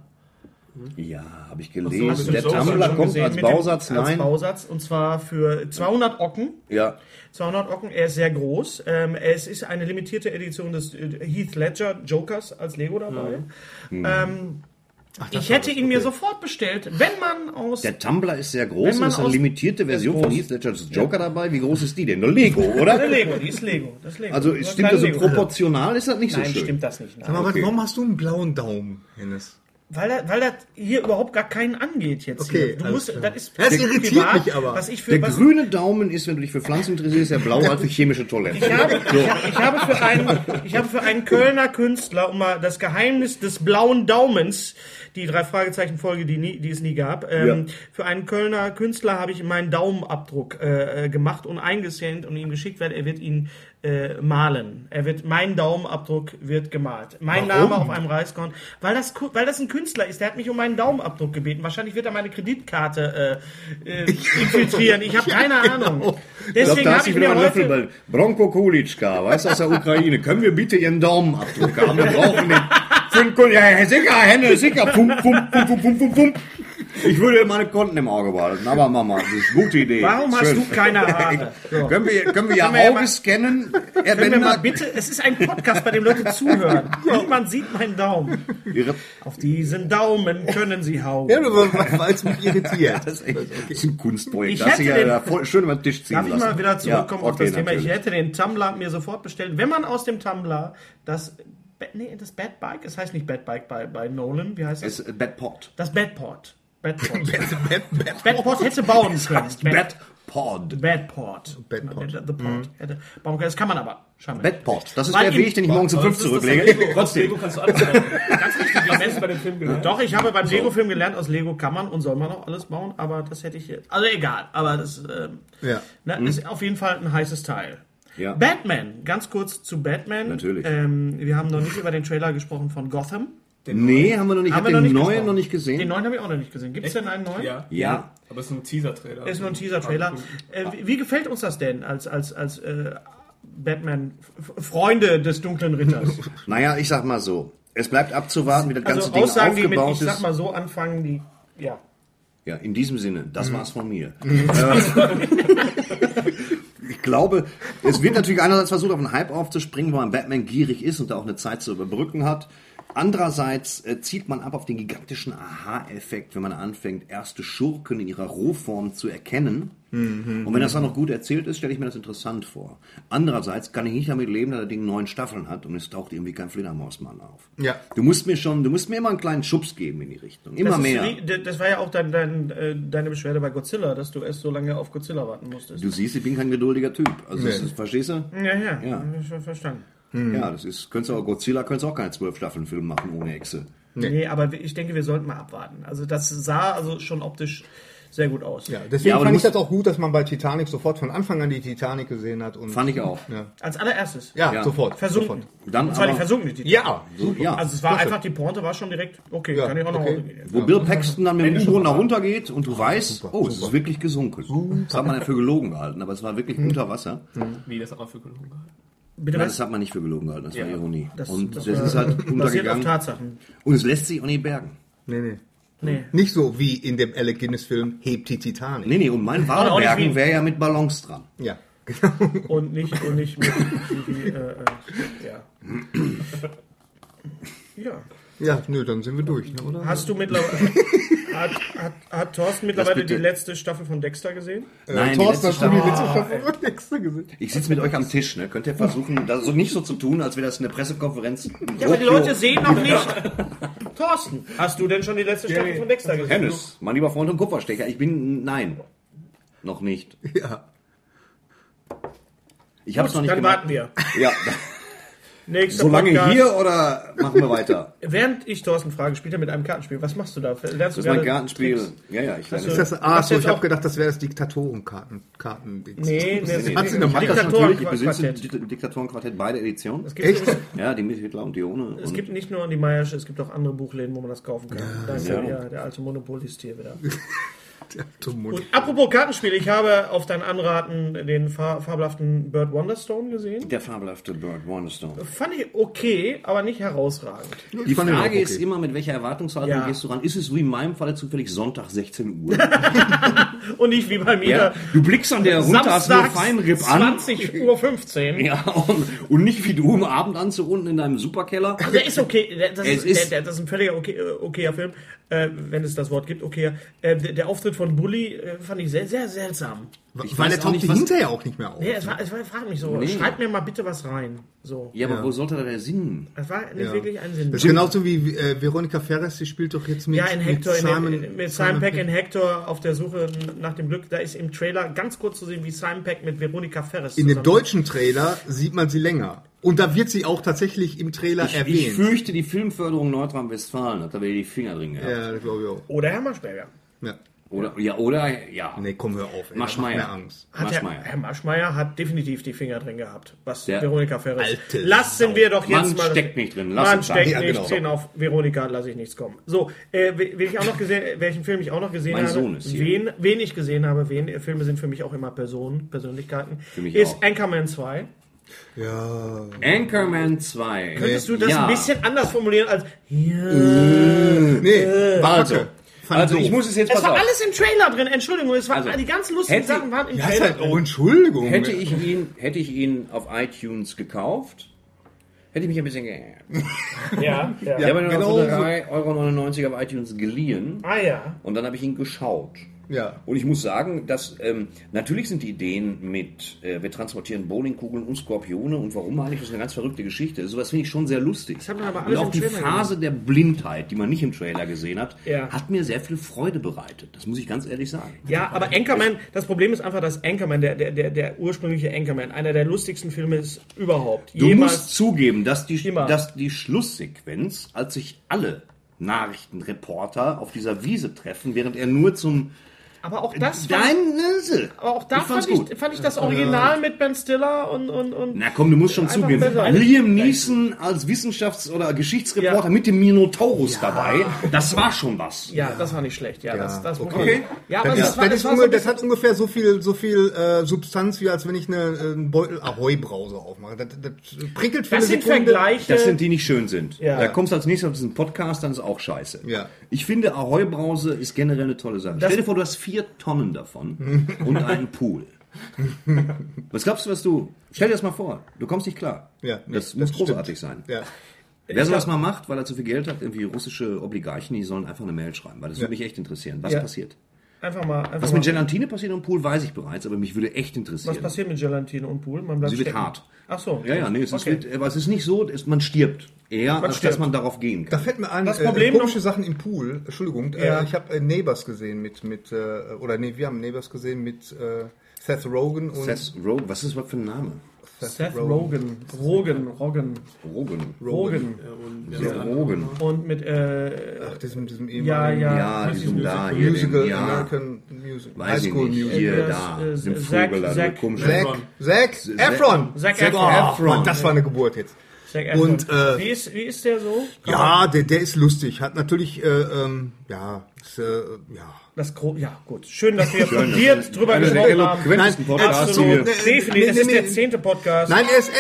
Speaker 3: ja, habe ich gelesen.
Speaker 5: hast du
Speaker 3: der
Speaker 5: das auch
Speaker 3: Tumblr
Speaker 5: schon
Speaker 3: kommt
Speaker 2: gesehen
Speaker 3: als
Speaker 2: mit dem-
Speaker 3: Bausatz,
Speaker 2: als
Speaker 3: nein.
Speaker 2: Bausatz und zwar für 200 Ocken.
Speaker 3: ja,
Speaker 2: 200 Ocken, er ist sehr groß. Ähm, es ist eine limitierte Edition des äh, Heath Ledger Jokers als Lego dabei.
Speaker 1: Mhm.
Speaker 2: Ähm, ich hätte ihn mir sofort bestellt, wenn man aus.
Speaker 3: der Tumblr ist sehr
Speaker 2: Wenn
Speaker 3: groß und
Speaker 2: man
Speaker 3: ist eine
Speaker 2: aus-
Speaker 3: limitierte Version von
Speaker 2: groß.
Speaker 3: Heath Ledger's Joker dabei. Wie groß ist die denn? Nur Lego, oder?
Speaker 2: Lego, die ist Lego. Das ist Lego.
Speaker 3: Also
Speaker 2: Nur ein
Speaker 3: stimmt das so
Speaker 2: kleines Lego.
Speaker 3: proportional? Ist das nicht so
Speaker 2: Nein,
Speaker 3: schön?
Speaker 2: stimmt das nicht. Nein.
Speaker 1: Aber
Speaker 3: Okay.
Speaker 1: warum hast du einen blauen Daumen, Hennes?
Speaker 2: Weil, da- weil das hier überhaupt gar keinen angeht jetzt.
Speaker 1: Okay,
Speaker 2: hier. Du
Speaker 1: alles
Speaker 2: musst,
Speaker 1: klar.
Speaker 2: das ist
Speaker 1: Das
Speaker 2: privat,
Speaker 1: irritiert mich aber.
Speaker 2: Was ich für,
Speaker 3: Der
Speaker 2: was,
Speaker 3: grüne Daumen ist, wenn du dich für Pflanzen interessierst, der blaue halt für chemische Toiletten.
Speaker 2: Ich habe, ich, habe- ich, habe für einen, ich habe für einen Kölner Künstler, um mal das Geheimnis des blauen Daumens, die drei Fragezeichen Folge, die, nie, die es nie gab, ähm,
Speaker 3: Ja.
Speaker 2: für einen Kölner Künstler habe ich meinen Daumenabdruck äh, äh, gemacht und eingescannt und ihm geschickt, weil er wird ihn äh, malen. Er wird, mein Daumenabdruck wird gemalt. Mein Name auf einem Reiskorn, weil das, ku- weil das ein Künstler ist, der hat mich um meinen Daumenabdruck gebeten. Wahrscheinlich wird er meine Kreditkarte äh, äh, infiltrieren. Ich habe keine Ahnung.
Speaker 3: genau. Ich glaube,
Speaker 2: Deswegen
Speaker 3: da
Speaker 2: habe
Speaker 3: hast
Speaker 2: ich
Speaker 3: du wieder
Speaker 2: mir
Speaker 3: einen Löffel
Speaker 2: heute
Speaker 3: bei Bronko Kulitschka, weißt du, aus der Ukraine. Können wir bitte Ihren Daumen abdrücken? haben? Wir brauchen den. Für den Kul ja, sicher, Henne, sicher. Pump, pump, pump, pump, pump, pump, pump. Ich würde meine Konten im Auge behalten, aber Mama, das ist eine gute Idee.
Speaker 2: Warum hast
Speaker 3: Schön.
Speaker 2: du keine Haare? So.
Speaker 3: Können wir, können wir Ihr
Speaker 2: wir ja
Speaker 3: Auge
Speaker 2: mal-
Speaker 3: scannen? Herr
Speaker 2: Können wir mal
Speaker 3: Bender,
Speaker 2: bitte, es ist ein Podcast, bei dem Leute zuhören. Niemand sieht meinen Daumen.
Speaker 3: Ihre-
Speaker 2: Auf diesen Daumen können sie hauen.
Speaker 1: Ja, weil es mich irritiert.
Speaker 3: Das ist echt- das ist ein Kunstprojekt.
Speaker 2: Ich
Speaker 3: das hast du
Speaker 2: hätte
Speaker 3: ja
Speaker 2: den-
Speaker 3: da voll, schön über den Tisch ziehen
Speaker 2: Darf ich
Speaker 3: lassen.
Speaker 2: mal wieder zurückkommen
Speaker 3: Ja,
Speaker 2: auf das
Speaker 3: okay,
Speaker 2: Thema? Ich
Speaker 3: natürlich.
Speaker 2: hätte den Tumblr mir sofort bestellt. Wenn man aus dem Tumblr das, Ba- nee, das Bad Bike, es heißt nicht Bad Bike bei, bei Nolan, wie heißt das?
Speaker 3: Es ist Bedpod.
Speaker 2: Das Badport. Badport. Badport hätte bauen können. Bad-
Speaker 3: Bedpod.
Speaker 2: Badport.
Speaker 1: Badport.
Speaker 2: The Port.
Speaker 3: Mhm.
Speaker 2: Hätte bauen können. Das kann man aber. scheinbar nicht.
Speaker 3: Bedpod. Das ist
Speaker 2: Weil
Speaker 3: der
Speaker 2: im-
Speaker 3: Weg, den ich morgens um
Speaker 1: Also
Speaker 3: 5
Speaker 5: Aber Also, das ist das
Speaker 3: zurücklege.
Speaker 5: Lego.
Speaker 3: Trotzdem.
Speaker 5: Lego kannst du alles machen. Ganz richtig, wir haben bei dem Film gelernt.
Speaker 2: Doch, ich habe beim Lego-Film gelernt, aus Lego kann man und soll man auch alles bauen, aber das hätte ich jetzt. Also egal, aber das ähm,
Speaker 1: Ja.
Speaker 2: na, ist auf jeden Fall ein heißes Teil.
Speaker 3: Hm? Ja.
Speaker 2: Batman, ganz kurz zu Batman.
Speaker 3: Natürlich.
Speaker 2: Ähm, wir haben noch nicht über den Trailer gesprochen von Gotham.
Speaker 3: Nee, haben wir noch nicht. Ich
Speaker 2: Haben
Speaker 3: habe
Speaker 2: wir
Speaker 3: den neuen
Speaker 2: gesprochen.
Speaker 3: noch nicht
Speaker 2: Den
Speaker 3: gesehen.
Speaker 2: neuen habe ich auch noch nicht gesehen. Gibt es denn einen neuen?
Speaker 5: Ja.
Speaker 3: Ja.
Speaker 5: Aber es ist ein Teaser-Trailer.
Speaker 2: Ist nur ein Teaser-Trailer. Äh, wie, wie gefällt uns das denn als, als, als äh, Batman-Freunde des dunklen Ritters?
Speaker 3: Naja, ich sag mal so. Es bleibt abzuwarten, wie das ganze
Speaker 2: also
Speaker 3: Ding
Speaker 2: Aussagen, die mit,
Speaker 3: aufgebaut
Speaker 2: ich sag
Speaker 3: ist.
Speaker 2: mal so, anfangen, die. Ja.
Speaker 3: Ja, in diesem Sinne,
Speaker 2: Mhm.
Speaker 3: das war's von mir. ich glaube, es wird natürlich einerseits versucht, auf einen Hype aufzuspringen, weil man Batman gierig ist und da auch eine Zeit zu überbrücken hat. Andererseits äh, zieht man ab auf den gigantischen Aha-Effekt, wenn man anfängt, erste Schurken in ihrer Rohform zu erkennen.
Speaker 2: Mhm.
Speaker 3: Und wenn das dann noch gut erzählt ist, stelle ich mir das interessant vor. Andererseits kann ich nicht damit leben, dass das Ding neun Staffeln hat und es taucht irgendwie kein Fledermausmann auf.
Speaker 1: Ja.
Speaker 3: Du musst mir schon, du musst mir immer einen kleinen Schubs geben in die Richtung. Immer
Speaker 2: Das, ist
Speaker 3: mehr.
Speaker 2: wie- d- das war ja auch dein, dein, äh, deine Beschwerde bei Godzilla, dass du erst so lange auf Godzilla warten musstest.
Speaker 3: Du siehst, ich bin kein geduldiger Typ. Also, das
Speaker 1: Nee.
Speaker 3: ist, verstehst du?
Speaker 2: ja, ja,
Speaker 3: Ja.
Speaker 2: hab ich schon verstanden. Mhm.
Speaker 3: Ja, das ist, könntest du auch, Godzilla könntest auch keinen zwölf Staffeln Film machen ohne Echse.
Speaker 2: Nee. aber wir- ich denke, wir sollten mal abwarten. Also das sah also schon optisch sehr gut aus.
Speaker 1: Ja, deswegen
Speaker 3: aber du
Speaker 1: fand ich
Speaker 3: musst-
Speaker 1: das auch gut, dass man bei Titanic sofort von Anfang an die Titanic gesehen hat. Und
Speaker 3: Fand ich auch.
Speaker 2: Als allererstes.
Speaker 1: Ja,
Speaker 3: Ja.
Speaker 1: sofort.
Speaker 2: Versunken.
Speaker 1: Sofort.
Speaker 3: Dann
Speaker 2: Und zwar die
Speaker 3: aber-
Speaker 2: versunkene Titel.
Speaker 1: Ja,
Speaker 3: Ja.
Speaker 2: Also es war einfach, die Pointe war schon direkt, okay,
Speaker 1: Ja,
Speaker 2: kann ich auch nach
Speaker 1: okay.
Speaker 2: Hause gehen.
Speaker 3: Wo Bill Paxton dann mit dem U-Boot nach runter geht und du weißt, oh, es ist wirklich gesunken. Das hat man ja für gelogen gehalten, aber es war wirklich
Speaker 2: Mhm.
Speaker 3: unter Wasser.
Speaker 5: Wie, das hat man für genug gehalten.
Speaker 2: Bitte
Speaker 3: Nein,
Speaker 2: was?
Speaker 3: das hat man nicht für gelogen gehalten, das war
Speaker 5: Ja.
Speaker 3: Ironie.
Speaker 2: Das-
Speaker 3: und
Speaker 2: das
Speaker 3: das,
Speaker 2: war-
Speaker 3: ist halt
Speaker 2: Basiert auf
Speaker 3: untergegangen.
Speaker 2: Tatsachen.
Speaker 3: Und es lässt sich auch nicht bergen.
Speaker 1: Nee, nee.
Speaker 2: Nee.
Speaker 1: Nicht so wie in dem Alec Guinness-Film Hebt die Titanic.
Speaker 3: Nee, nee, und mein
Speaker 2: auch nicht
Speaker 3: Wahlbergen
Speaker 2: wie-
Speaker 3: wäre ja mit Ballons dran.
Speaker 1: Ja.
Speaker 2: Und nicht, und nicht mit irgendwie, äh, äh, ja. Ja.
Speaker 1: Ja, nö, dann sind wir durch, ne, oder?
Speaker 2: Hast du mittlerweile. hat, hat, hat Thorsten mittlerweile die
Speaker 3: bitte.
Speaker 2: letzte Staffel von Dexter gesehen?
Speaker 3: Nein, die
Speaker 1: Thorsten,
Speaker 3: letzte
Speaker 1: hast du die
Speaker 3: Staffel-
Speaker 1: letzte Staffel von Dexter gesehen?
Speaker 2: Äh,
Speaker 3: ich sitze mit euch am Tisch, ne? Könnt ihr versuchen, das so nicht so zu tun, als wäre das eine Pressekonferenz.
Speaker 2: Ja, aber die Leute sehen noch nicht. Thorsten, hast du denn schon die letzte Staffel
Speaker 5: nee.
Speaker 2: von Dexter gesehen?
Speaker 3: Hennes, mein lieber Freund und Kupferstecher, ich bin. Nein. Noch nicht.
Speaker 1: Ja.
Speaker 3: Ich habe es noch nicht
Speaker 2: Dann
Speaker 3: gemacht.
Speaker 2: warten wir.
Speaker 3: Ja,
Speaker 2: Nächster
Speaker 3: solange
Speaker 2: Podcast.
Speaker 3: hier oder machen wir weiter?
Speaker 2: Während ich Thorsten frage, spielt er mit einem Kartenspiel. Was machst du da? Lernst du
Speaker 3: Das ist mein
Speaker 2: gerade
Speaker 3: Gartenspiel.
Speaker 2: Tricks?
Speaker 3: Ja, ja, ich
Speaker 2: Hast
Speaker 3: lerne.
Speaker 2: du-
Speaker 1: Das, ah,
Speaker 2: Hast
Speaker 1: so,
Speaker 2: du jetzt
Speaker 1: ich habe
Speaker 2: auch-
Speaker 1: gedaktdas wäre das Diktatorenkarten. Karten
Speaker 2: Nee, nee, nee.
Speaker 1: Hat sie noch
Speaker 3: Ich, hab das
Speaker 2: Diktatoren-
Speaker 3: natürlich, ich besitze
Speaker 2: Quartett.
Speaker 3: Di- Diktatorenquartett beide Editionen.
Speaker 2: Es gibt,
Speaker 1: Echt?
Speaker 3: Ja, die mit Hitler und die ohne.
Speaker 2: es
Speaker 3: und
Speaker 2: gibt nicht nur die Meiersche, es gibt auch andere Buchläden, wo man das kaufen kann. da ist ja, wieder der alte Monopolist hier wieder.
Speaker 1: Zum Mund.
Speaker 2: Und apropos Kartenspiel, ich habe auf dein Anraten den fa fabelhaften Bird Wonderstone gesehen.
Speaker 3: der fabelhafte Bird Wonderstone.
Speaker 2: Fand ich okay, aber nicht herausragend.
Speaker 3: Die
Speaker 1: fand ich auch
Speaker 3: Frage
Speaker 1: okay.
Speaker 3: ist immer, mit welcher Erwartungshaltung
Speaker 2: Ja.
Speaker 3: gehst du ran? Ist es wie in meinem Falle zufällig Sonntag 16 Uhr?
Speaker 2: Und nicht wie bei mir.
Speaker 3: ja? Du blickst an der runter, hast nur Feinripp an.
Speaker 2: 20.15 Uhr. 15.
Speaker 3: Ja, und, und nicht wie du am Abend anzurunden in deinem Superkeller.
Speaker 2: Also Der ist okay, der- das ist,
Speaker 3: Es ist-
Speaker 2: der, der, das ist ein völliger okay, äh, okayer Film, äh, wenn es das Wort gibt, okayer. Äh, der, der Auftritt von Bully äh, fand ich sehr, sehr seltsam.
Speaker 1: Weil
Speaker 3: weiß
Speaker 1: der
Speaker 3: auch
Speaker 1: taucht
Speaker 3: nicht, was-
Speaker 1: hinterher auch nicht mehr auf.
Speaker 2: Nee, es war, es war, frag mich so,
Speaker 3: Nee.
Speaker 2: schreib mir mal bitte was rein. So.
Speaker 3: Ja, aber
Speaker 1: Ja.
Speaker 3: wo sollte da der Sinn?
Speaker 2: Das war nicht
Speaker 1: Ja.
Speaker 2: wirklich ein Sinn.
Speaker 1: Das ist genauso wie äh, Veronika Ferres, die spielt doch jetzt mit,
Speaker 2: Ja, in Hector,
Speaker 1: mit
Speaker 2: mit
Speaker 1: Simon,
Speaker 2: in dem, mit Simon Peck in
Speaker 1: in,
Speaker 2: Hector auf der Suche nach dem Glück. Da ist im Trailer ganz kurz zu sehen, wie Simon Peck mit Veronika Ferris
Speaker 1: in dem
Speaker 2: zusammen-
Speaker 1: deutschen Trailer sieht man sie länger. Und da wird sie auch tatsächlich im Trailer
Speaker 3: Ich
Speaker 1: erwähnt.
Speaker 3: fürchte, die Filmförderung Nordrhein-Westfalen hat da wieder die Finger drin gehabt.
Speaker 1: ja, das glaube ich auch.
Speaker 2: Oder Herr Maschmeyer.
Speaker 1: Ja.
Speaker 3: Oder, ja, oder, ja.
Speaker 1: Nee, komm, hör auf. Ey.
Speaker 3: Mach
Speaker 1: Mach mir
Speaker 3: Schmeier.
Speaker 1: Angst.
Speaker 2: Hat Herr,
Speaker 3: Maschmeyer.
Speaker 2: Herr Maschmeyer hat definitiv die Finger drin gehabt, was
Speaker 3: Der
Speaker 2: Veronika Ferris.
Speaker 1: alte
Speaker 2: Lassen wir doch jetzt
Speaker 3: Mann
Speaker 2: mal.
Speaker 3: steckt nicht drin, lass
Speaker 2: Mann
Speaker 3: es
Speaker 2: steckt
Speaker 3: sein.
Speaker 1: Ja,
Speaker 2: nicht
Speaker 1: genau.
Speaker 2: drin. Auf Veronika lasse ich nichts kommen. So, äh, we- wen ich auch noch gesehen, welchen Film ich auch noch gesehen
Speaker 3: Mein
Speaker 2: habe,
Speaker 3: Sohn ist hier.
Speaker 2: wen, wen ich gesehen habe, wen äh, Filme sind für mich auch immer Personen, Persönlichkeiten,
Speaker 3: mich
Speaker 2: ist
Speaker 3: auch.
Speaker 2: Anchorman 2.
Speaker 1: Ja.
Speaker 3: Anchorman 2.
Speaker 2: Könntest du das
Speaker 3: Ja. Äh.
Speaker 2: ein bisschen anders formulieren als hier?
Speaker 1: Nee, war
Speaker 3: Also,
Speaker 1: Kacke. Fand
Speaker 3: also ich
Speaker 1: doof.
Speaker 3: muss es jetzt
Speaker 2: Es war
Speaker 3: pass auf.
Speaker 2: alles im Trailer drin, Entschuldigung, es war,
Speaker 3: Also,
Speaker 2: die ganzen lustigen
Speaker 3: hätte-
Speaker 2: Sachen waren im
Speaker 1: Ja, ist
Speaker 2: Trailer
Speaker 1: halt,
Speaker 2: drin.
Speaker 1: oh, Entschuldigung.
Speaker 3: Hätte ich ihn, hätte ich ihn auf iTunes gekauft, hätte ich mich ein bisschen geärgert.
Speaker 2: Ja, ja.
Speaker 3: Ich habe ihn
Speaker 1: genau
Speaker 3: genau für 3,99 Euro auf iTunes geliehen
Speaker 2: Ah ja.
Speaker 3: und dann habe ich ihn geschaut.
Speaker 1: Ja.
Speaker 3: Und ich muss sagen, dass ähm, natürlich sind die Ideen mit, äh, wir transportieren Bowlingkugeln und Skorpione und warum eigentlich, das ist eine ganz verrückte Geschichte. Also Sowas finde ich schon sehr lustig.
Speaker 2: hat man aber
Speaker 3: und
Speaker 2: alles
Speaker 3: auch
Speaker 2: im
Speaker 3: die
Speaker 2: Trailer
Speaker 3: Phase der Blindheit, die man nicht im Trailer gesehen hat,
Speaker 2: Ja.
Speaker 3: hat mir sehr viel Freude bereitet. Das muss ich ganz ehrlich sagen.
Speaker 2: Ja, aber Anchorman, das Problem ist einfach, dass Anchorman, der, der, der, der ursprüngliche Anchorman, einer der lustigsten Filme ist überhaupt.
Speaker 3: Du
Speaker 2: Jemals.
Speaker 3: musst zugeben, dass die,
Speaker 2: Jemals.
Speaker 3: dass die Schlusssequenz, als sich alle Nachrichtenreporter auf dieser Wiese treffen, während er nur zum
Speaker 2: aber auch das fand,
Speaker 3: Dein Nüsse.
Speaker 2: aber auch da
Speaker 3: ich fand's
Speaker 2: fand, ich,
Speaker 3: gut.
Speaker 2: fand ich das Original mit Ben Stiller und, und, und
Speaker 3: Na komm, du musst schon
Speaker 2: Einfach
Speaker 3: zugeben.
Speaker 2: besser.
Speaker 3: Liam Neeson als Wissenschafts- oder Geschichtsreporter
Speaker 2: Ja.
Speaker 3: mit dem Minotaurus dabei, das war schon was.
Speaker 2: ja, das war nicht schlecht. Ja, das, das
Speaker 1: okay.
Speaker 2: Ja, aber
Speaker 1: Das,
Speaker 2: das,
Speaker 1: ist,
Speaker 2: war,
Speaker 1: das,
Speaker 2: das
Speaker 1: ist
Speaker 2: war so
Speaker 1: unge-
Speaker 2: ein
Speaker 1: das
Speaker 2: bisschen,
Speaker 1: hat ungefähr so viel, so viel äh, Substanz, wie als wenn ich eine, äh, einen Beutel Ahoi-Brause aufmache. Das, das prickelt für
Speaker 2: das
Speaker 1: eine
Speaker 2: sind
Speaker 1: Sekunde.
Speaker 2: Vergleiche.
Speaker 3: Das sind die, die nicht schön sind.
Speaker 2: Ja.
Speaker 3: Da kommst du als nächstes auf diesen Podcast, dann ist auch scheiße.
Speaker 1: Ja.
Speaker 3: Ich finde, Ahoi Brause ist generell eine tolle Sache. Stell dir vor, du hast vier Tonnen davon und einen Pool. Was glaubst du, was du... Stell dir das mal vor, du kommst nicht klar.
Speaker 1: Ja, nee,
Speaker 3: das,
Speaker 1: das
Speaker 3: muss
Speaker 1: stimmt.
Speaker 3: großartig sein.
Speaker 1: Ja.
Speaker 3: Wer sowas mal macht, weil er zu viel Geld hat, irgendwie russische Oligarchen, die sollen einfach eine Mail schreiben, weil das würde mich echt interessieren. Was
Speaker 2: Ja.
Speaker 3: passiert?
Speaker 2: einfach mal, einfach
Speaker 3: Was
Speaker 2: mal.
Speaker 3: mit Gelatine passiert im Pool, weiß ich bereits, aber mich würde echt interessieren.
Speaker 2: was passiert mit Gelatine und Pool? Man bleibt
Speaker 3: Sie wird
Speaker 2: stecken.
Speaker 3: hart.
Speaker 2: Ach so.
Speaker 3: Ja, ja, nee, es
Speaker 2: Okay.
Speaker 3: ist, aber es ist nicht so, es, man stirbt. Eher, als
Speaker 2: stirbt.
Speaker 3: dass man darauf gehen
Speaker 1: Da
Speaker 3: kann.
Speaker 1: fällt mir ein,
Speaker 2: Das Problem
Speaker 1: äh, komische
Speaker 2: noch-
Speaker 1: Sachen im Pool. Entschuldigung,
Speaker 2: Ja.
Speaker 1: äh, ich habe äh, Neighbors gesehen mit, mit äh, oder nee, wir haben Neighbors gesehen mit äh, Seth Rogen und
Speaker 3: Seth Rogen, was ist das überhaupt für ein Name?
Speaker 2: Seth Rogen. Rogen, Rogen,
Speaker 3: Rogen.
Speaker 2: Rogen.
Speaker 3: Ja, Rogen.
Speaker 2: Und mit, äh,
Speaker 1: Ach, diesem, diesem
Speaker 2: ja,
Speaker 1: ehemaligen
Speaker 2: ja.
Speaker 3: Ja, die sind da hier. Den,
Speaker 1: Musical
Speaker 3: ja.
Speaker 1: American Music.
Speaker 3: Weiß ich nicht. Hier, da.
Speaker 2: äh,
Speaker 3: Im
Speaker 2: Zac-
Speaker 3: Vogelland.
Speaker 2: Zac-
Speaker 3: Komisch.
Speaker 1: Zack, Zack, Efron.
Speaker 2: Zac
Speaker 1: Zac
Speaker 2: Efron.
Speaker 1: Mann, das war eine Geburt jetzt.
Speaker 2: Zac Efron.
Speaker 1: Und, äh,
Speaker 2: wie, ist, wie ist der so?
Speaker 1: Ja, der, der ist lustig. Hat natürlich, äh, ähm, ja, ist, äh, ja.
Speaker 2: Das Gro ja, gut. Schön, dass wir fundiert drüber gesprochen haben.
Speaker 1: Nein,
Speaker 3: eloquentesten Podcast
Speaker 1: absolut.
Speaker 3: hier.
Speaker 1: Nee,
Speaker 2: Definitiv, es
Speaker 1: nee,
Speaker 2: ist
Speaker 1: nee.
Speaker 2: der zehnte Podcast.
Speaker 1: Nein, er ist, er,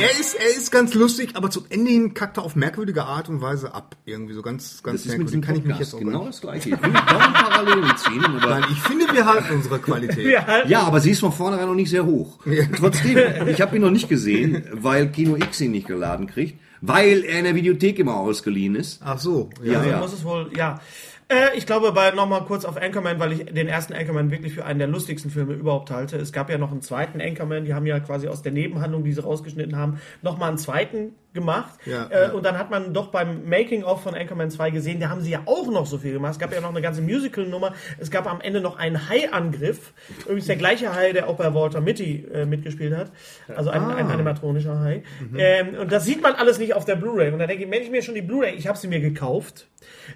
Speaker 1: er ist, er ist ganz lustig, aber zum Ende hin kackt er auf merkwürdige Art und Weise ab. Irgendwie so ganz, ganz
Speaker 3: Das ist mit
Speaker 1: merkwürdig.
Speaker 3: diesem
Speaker 1: Kann ich mich jetzt
Speaker 3: Podcast
Speaker 1: auch
Speaker 3: genau
Speaker 1: genau.
Speaker 3: das gleiche. Ich will nicht dauernd Parallelen ziehen, aber...
Speaker 1: Nein, ich finde, wir halten unsere Qualität.
Speaker 2: Wir halten
Speaker 3: Ja, aber sie ist von vornherein noch nicht sehr hoch. Trotzdem, ich habe ihn noch nicht gesehen, weil Kino X ihn nicht geladen kriegt, weil er in der Videothek immer ausgeliehen ist.
Speaker 1: Ach so.
Speaker 3: Ja,
Speaker 2: Also
Speaker 3: ja.
Speaker 2: muss es wohl, ja. Äh, Ich glaube, bei nochmal kurz auf Anchorman, weil ich den ersten Anchorman wirklich für einen der lustigsten Filme überhaupt halte. Es gab ja noch einen zweiten Anchorman, die haben ja quasi aus der Nebenhandlung, die sie rausgeschnitten haben, nochmal einen zweiten gemacht.
Speaker 1: Ja,
Speaker 2: äh,
Speaker 1: ja.
Speaker 2: Und dann hat man doch beim Making-of von Anchorman 2 gesehen, da haben sie ja auch noch so viel gemacht. Es gab ja noch eine ganze Musical-Nummer. Es gab am Ende noch einen Hai-Angriff. Übrigens der gleiche Hai, der auch bei Walter Mitty äh, mitgespielt hat. Also ein,
Speaker 1: Ah.
Speaker 2: ein animatronischer Hai.
Speaker 1: Mhm.
Speaker 2: Ähm, und das sieht man alles nicht auf der Blu-ray. Und da denke ich, wenn ich mir schon die Blu-ray, ich habe sie mir gekauft.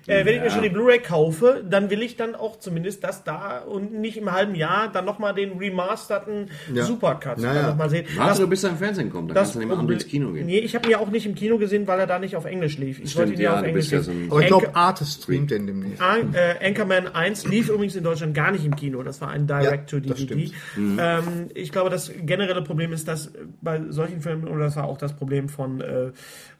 Speaker 2: Äh, wenn ich mir schon die Blu-ray kaufe, dann will ich dann auch zumindest das da und nicht im halben Jahr dann nochmal den remasterten
Speaker 1: Ja.
Speaker 2: Supercut
Speaker 1: Ja,
Speaker 2: dann
Speaker 1: ja.
Speaker 2: noch mal sehen.
Speaker 3: Warte,
Speaker 2: Das-
Speaker 3: du bis er im Fernsehen kommt, dann kannst du nämlich
Speaker 2: Problem-
Speaker 3: abends ins Kino gehen.
Speaker 2: Nee, ich habe ihn ja auch nicht im Kino gesehen, weil er da nicht auf Englisch lief. Ich wollte ihn ja,
Speaker 3: ja,
Speaker 2: auf
Speaker 3: du
Speaker 2: Englisch
Speaker 3: bist ja so
Speaker 2: sehen.
Speaker 3: ein-
Speaker 1: Aber ich glaube,
Speaker 2: Anchor-
Speaker 1: Artist streamt den demnächst.
Speaker 2: An äh, Anchorman 1 lief übrigens in Deutschland gar nicht im Kino. Das war ein
Speaker 1: das
Speaker 2: Direct-to-DVD.
Speaker 1: stimmt.
Speaker 3: Mhm.
Speaker 2: ähm, ich glaube, das generelle Problem ist, dass bei solchen Filmen, oder das war auch das Problem von, äh,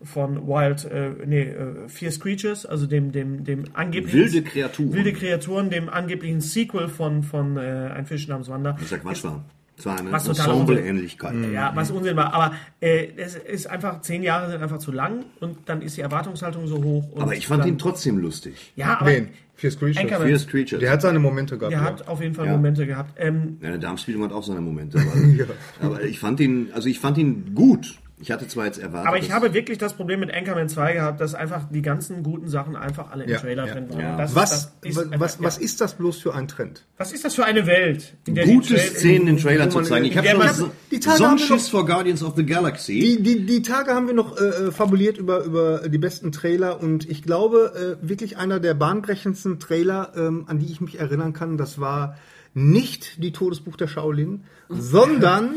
Speaker 2: von Wild, äh, nee, äh, Fierce Creatures, also dem, dem, dem angeblichen...
Speaker 3: Wilde Kreaturen.
Speaker 2: Wilde Kreaturen, dem angeblichen Sequel von, von äh, Ein Fisch namens Wanda.
Speaker 3: Was ja Quatsch war. Es war eine
Speaker 2: Was Mhm. totaler Unsinn.
Speaker 3: Ensemble-Ähnlichkeit.
Speaker 2: Ja, was Unsinn war. Aber äh, es ist einfach, zehn Jahre sind einfach zu lang und dann ist die Erwartungshaltung so hoch. Und
Speaker 3: Aber ich fand
Speaker 2: dann,
Speaker 3: ihn trotzdem lustig.
Speaker 2: Ja, aber
Speaker 1: Wen? Fierce Creatures.
Speaker 2: Anchorman.
Speaker 3: Fierce Creatures.
Speaker 1: Der hat seine Momente gehabt.
Speaker 2: er
Speaker 1: ja.
Speaker 2: hat auf jeden Fall Momente gehabt. Ähm,
Speaker 3: Ja, der Darmspiegelung hat auch seine Momente. Aber, aber ich fand ihn, also ich fand ihn gut. Ich hatte zwar jetzt erwartet.
Speaker 2: aber ich
Speaker 3: dass-
Speaker 2: habe wirklich das Problem mit Anchorman 2 gehabt, dass einfach die ganzen guten Sachen einfach alle im
Speaker 1: Ja,
Speaker 2: Trailer
Speaker 1: ja,
Speaker 2: drin waren.
Speaker 3: ja.
Speaker 2: Und Das,
Speaker 1: Was,
Speaker 2: das ist
Speaker 1: was,
Speaker 2: einfach-
Speaker 1: was, was
Speaker 2: ja.
Speaker 1: ist das bloß für ein Trend?
Speaker 2: was ist das für eine Welt? in der die
Speaker 3: gute
Speaker 2: Trail-
Speaker 3: Szenen in den Trailern zu zeigen. Ich habe
Speaker 2: Ja,
Speaker 3: schon
Speaker 2: aber
Speaker 3: so,
Speaker 1: die Tage haben wir
Speaker 3: Sonnenschiss vor Guardians of the Galaxy.
Speaker 1: Die, die, die Tage haben wir noch äh, äh, fabuliert über, über die besten Trailer und ich glaube, äh, wirklich einer der bahnbrechendsten Trailer, ähm, an die ich mich erinnern kann, das war nicht die Todesbuch der Shaolin, sondern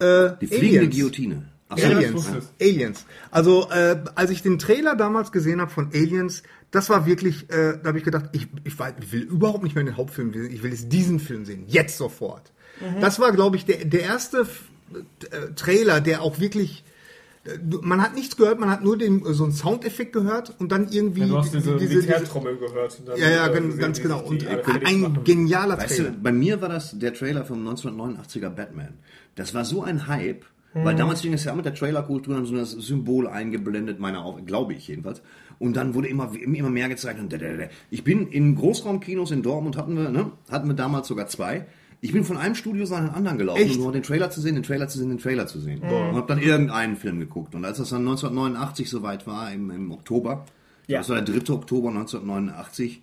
Speaker 1: äh,
Speaker 3: Die fliegende
Speaker 1: Aliens.
Speaker 3: Guillotine. Ach so,
Speaker 1: Aliens.
Speaker 3: ja.
Speaker 1: Aliens. Also, äh, als ich den Trailer damals gesehen habe von Aliens, das war wirklich, äh, da habe ich gedacht, ich, ich, weiß, ich will überhaupt nicht mehr den Hauptfilm sehen, ich will jetzt diesen Film sehen, jetzt sofort. Das war, glaube ich, der, der erste F- äh, Trailer, der auch wirklich. äh, du- Man hat nichts gehört, man hat nur den, äh, so einen Soundeffekt gehört und dann irgendwie
Speaker 5: Du hast diese,
Speaker 1: diese-
Speaker 5: Militärtrommel gehört. und dann,
Speaker 1: ja, ja,
Speaker 5: äh,
Speaker 1: ganz,
Speaker 5: gesehen,
Speaker 1: ganz
Speaker 5: wie
Speaker 1: genau.
Speaker 5: sich
Speaker 1: Und
Speaker 5: die
Speaker 1: äh,
Speaker 5: alle fertig
Speaker 1: ein
Speaker 5: machen.
Speaker 1: genialer
Speaker 3: Weißt
Speaker 1: Trailer.
Speaker 3: du, bei mir war das der Trailer vom 1989er Batman. Das war so ein Hype,
Speaker 2: Mhm.
Speaker 3: weil damals ging es ja mit der Trailerkultur und so das Symbol eingeblendet, meiner Au- glaube ich jedenfalls. Und dann wurde immer, immer mehr gezeigt. Und da, da, da. Ich bin in Großraumkinos in Dortmund hatten wir, ne, hatten wir damals sogar zwei. Ich bin von einem Studio zu einem anderen gelaufen,
Speaker 1: Echt?
Speaker 3: um nur den Trailer zu sehen, den Trailer zu sehen, den Trailer zu sehen.
Speaker 2: Mhm.
Speaker 3: Und habe dann irgendeinen Film geguckt. Und als das dann 1989 soweit war, im, im Oktober,
Speaker 2: Ja.
Speaker 3: das war der 3. Oktober 1989,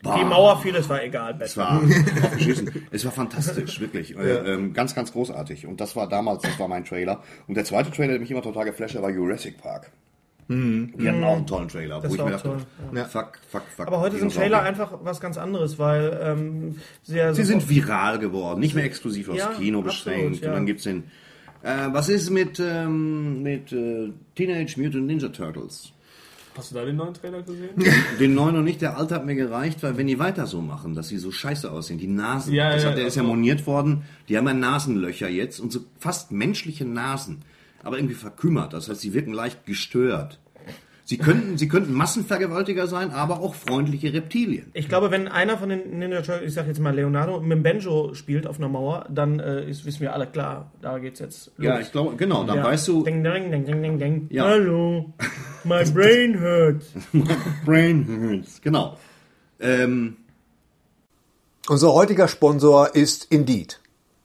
Speaker 2: Die
Speaker 3: bah.
Speaker 2: Mauer fiel, es war egal.
Speaker 3: Es war aufgeschissen. Es war fantastisch, wirklich. Äh, ähm, ganz, ganz großartig. Und das war damals, das war mein Trailer. Und der zweite Trailer, der mich immer total geflasht hat, war Jurassic Park. Die hatten auch einen tollen Trailer, wo ich
Speaker 2: Mhm. war
Speaker 3: mir
Speaker 2: auch
Speaker 3: dachte,
Speaker 2: toll,
Speaker 3: fuck, fuck, fuck.
Speaker 2: Aber heute sind
Speaker 3: Dinosaurier.
Speaker 2: Trailer einfach was ganz anderes, weil ähm, sehr
Speaker 3: Sie sind viral geworden, nicht mehr exklusiv aufs
Speaker 2: Ja,
Speaker 3: Kino
Speaker 2: absolut,
Speaker 3: beschränkt.
Speaker 2: ja.
Speaker 3: Und dann gibt's den. Äh, was ist mit, ähm, mit äh, Teenage Mutant Ninja Turtles?
Speaker 5: Hast du da den neuen Trailer gesehen?
Speaker 3: Den neuen noch nicht, der alte hat mir gereicht, weil wenn die weiter so machen, dass sie so scheiße aussehen, die Nasen,
Speaker 5: Ja,
Speaker 3: das
Speaker 5: ja,
Speaker 3: hat, der ist ja
Speaker 5: also-
Speaker 3: moniert worden, die haben ja Nasenlöcher jetzt und so fast menschliche Nasen, aber irgendwie verkümmert, das heißt, sie wirken leicht gestört. Sie könnten, sie könnten Massenvergewaltiger sein, aber auch freundliche Reptilien.
Speaker 2: Ich glaube, wenn einer von den Ninja Turtles, ich sag jetzt mal Leonardo, mit dem Banjo spielt auf einer Mauer, dann äh, ist, wissen wir alle klar, da geht's jetzt los.
Speaker 3: Ja, ich glaube, genau, dann weißt du,
Speaker 2: Ding, ding, ding, ding, ding, ding.
Speaker 3: Ja.
Speaker 2: Hallo, my brain hurts.
Speaker 3: Brain Hurts, genau. Ähm,
Speaker 7: Unser heutiger Sponsor ist Indeed.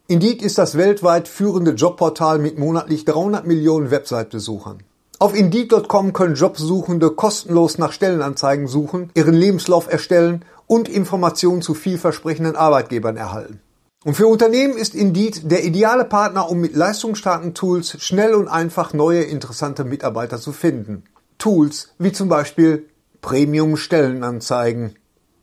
Speaker 7: Indeed ist das weltweit führende Jobportal mit monatlich 300 Millionen Website-Besuchern. Auf Indeed.com können Jobsuchende kostenlos nach Stellenanzeigen suchen, ihren Lebenslauf erstellen und Informationen zu vielversprechenden Arbeitgebern erhalten. Und für Unternehmen ist Indeed der ideale Partner, um mit leistungsstarken Tools schnell und einfach neue interessante Mitarbeiter zu finden. Tools wie zum Beispiel Premium Stellenanzeigen.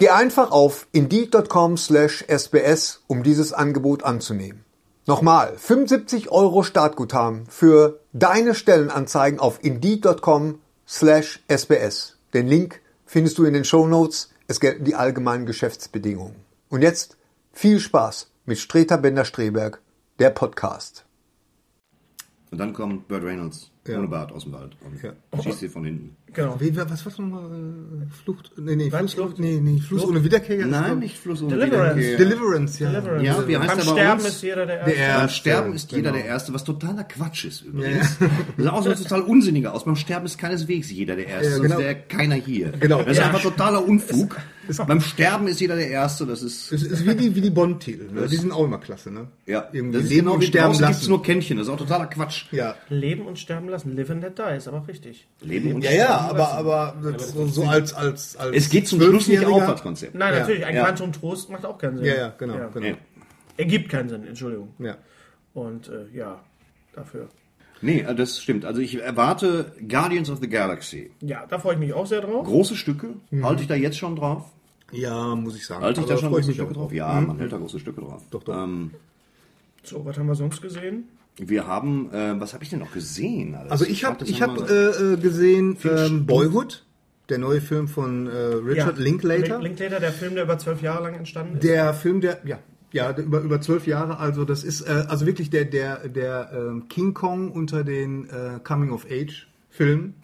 Speaker 7: Geh einfach auf indeed.com slash sbs, um dieses Angebot anzunehmen. Nochmal, 75 Euro Startguthaben für deine Stellenanzeigen auf indeed.com slash sbs. Den Link findest du in den Shownotes. Es gelten die allgemeinen Geschäftsbedingungen. Und jetzt viel Spaß mit Streter Bender-Streberg, der Podcast.
Speaker 3: Und dann kommt Burt Reynolds ohne Bart aus dem Wald und
Speaker 1: Ja.
Speaker 3: schießt sie von hinten.
Speaker 2: Genau.
Speaker 1: Wie, was war nochmal? äh, Flucht? Nee, nee,
Speaker 2: Was?
Speaker 1: Flucht, nee, nee, Flucht, ohne Wiederkehr.
Speaker 3: Nein, nicht Fluss und
Speaker 2: Deliverance.
Speaker 1: Deliverance, ja.
Speaker 2: Deliverance.
Speaker 3: Ja, wie heißt
Speaker 2: Beim
Speaker 3: er bei
Speaker 2: Sterben
Speaker 3: uns?
Speaker 2: ist jeder der
Speaker 1: Der
Speaker 2: Erste.
Speaker 3: Beim
Speaker 1: Erste,
Speaker 3: Sterben ist jeder
Speaker 1: genau.
Speaker 3: der Erste, was totaler Quatsch ist übrigens. Das ist auch so ein total unsinniger aus. Beim Sterben ist keineswegs jeder der Erste,
Speaker 1: Ja, genau.
Speaker 3: sonst wäre keiner hier.
Speaker 1: Genau.
Speaker 3: Das ist
Speaker 1: Ja.
Speaker 3: einfach totaler Unfug. Beim Sterben ist jeder der Erste, das ist.
Speaker 1: Das ist wie die, wie die Bond-Titel. Ne? Die sind auch immer klasse, ne?
Speaker 3: Ja,
Speaker 1: Irgendwie
Speaker 3: das ist
Speaker 1: leben
Speaker 3: genau
Speaker 1: und
Speaker 3: wie
Speaker 1: sterben
Speaker 3: draußen
Speaker 1: lassen.
Speaker 3: gibt's nur Kännchen, das ist auch totaler Quatsch.
Speaker 1: ja.
Speaker 2: Leben und sterben lassen. Live and let die ist aber auch richtig.
Speaker 3: Leben und
Speaker 1: ja, ja, aber, aber das so, so als, als, als.
Speaker 3: Es geht zum Schluss nicht auf
Speaker 1: Zwölfjähriger-
Speaker 3: als Konzept.
Speaker 2: Nein,
Speaker 1: Ja,
Speaker 2: natürlich. Ein
Speaker 3: ja.
Speaker 2: Quantum Trost macht auch keinen Sinn.
Speaker 1: Ja, ja, genau, genau.
Speaker 2: Ergibt keinen Sinn, Entschuldigung.
Speaker 1: Ja.
Speaker 2: Und äh, ja, dafür.
Speaker 3: Nee, äh, das stimmt. Also ich erwarte Guardians of the Galaxy.
Speaker 2: Ja, da freue ich mich auch sehr drauf.
Speaker 3: Große Stücke. Halte ich da jetzt schon drauf?
Speaker 1: Mhm. ja, muss ich sagen.
Speaker 3: Halte ich da
Speaker 1: Also
Speaker 3: schon
Speaker 1: freue
Speaker 3: große
Speaker 1: mich
Speaker 3: Stücke
Speaker 1: auch. Mhm.
Speaker 3: drauf? Ja, man hält da große Stücke drauf.
Speaker 1: Doch, doch.
Speaker 3: Ähm,
Speaker 2: So, was haben wir sonst gesehen?
Speaker 3: wir haben, äh, was habe ich denn noch gesehen? alles?
Speaker 1: Also ich
Speaker 3: glaub,
Speaker 1: habe
Speaker 3: das
Speaker 1: ich
Speaker 3: haben
Speaker 1: hab,
Speaker 3: wir-
Speaker 1: äh, äh, gesehen ähm, Boyhood, der neue Film von äh, Richard
Speaker 2: ja.
Speaker 1: Linklater.
Speaker 2: Link- Linklater, der Film, der über zwölf Jahre lang entstanden ist.
Speaker 1: Der Film, der, ja, ja, der über, über zwölf Jahre, also das ist, äh, also wirklich der, der, der ähm, King Kong unter den äh, Coming of Age Filmen.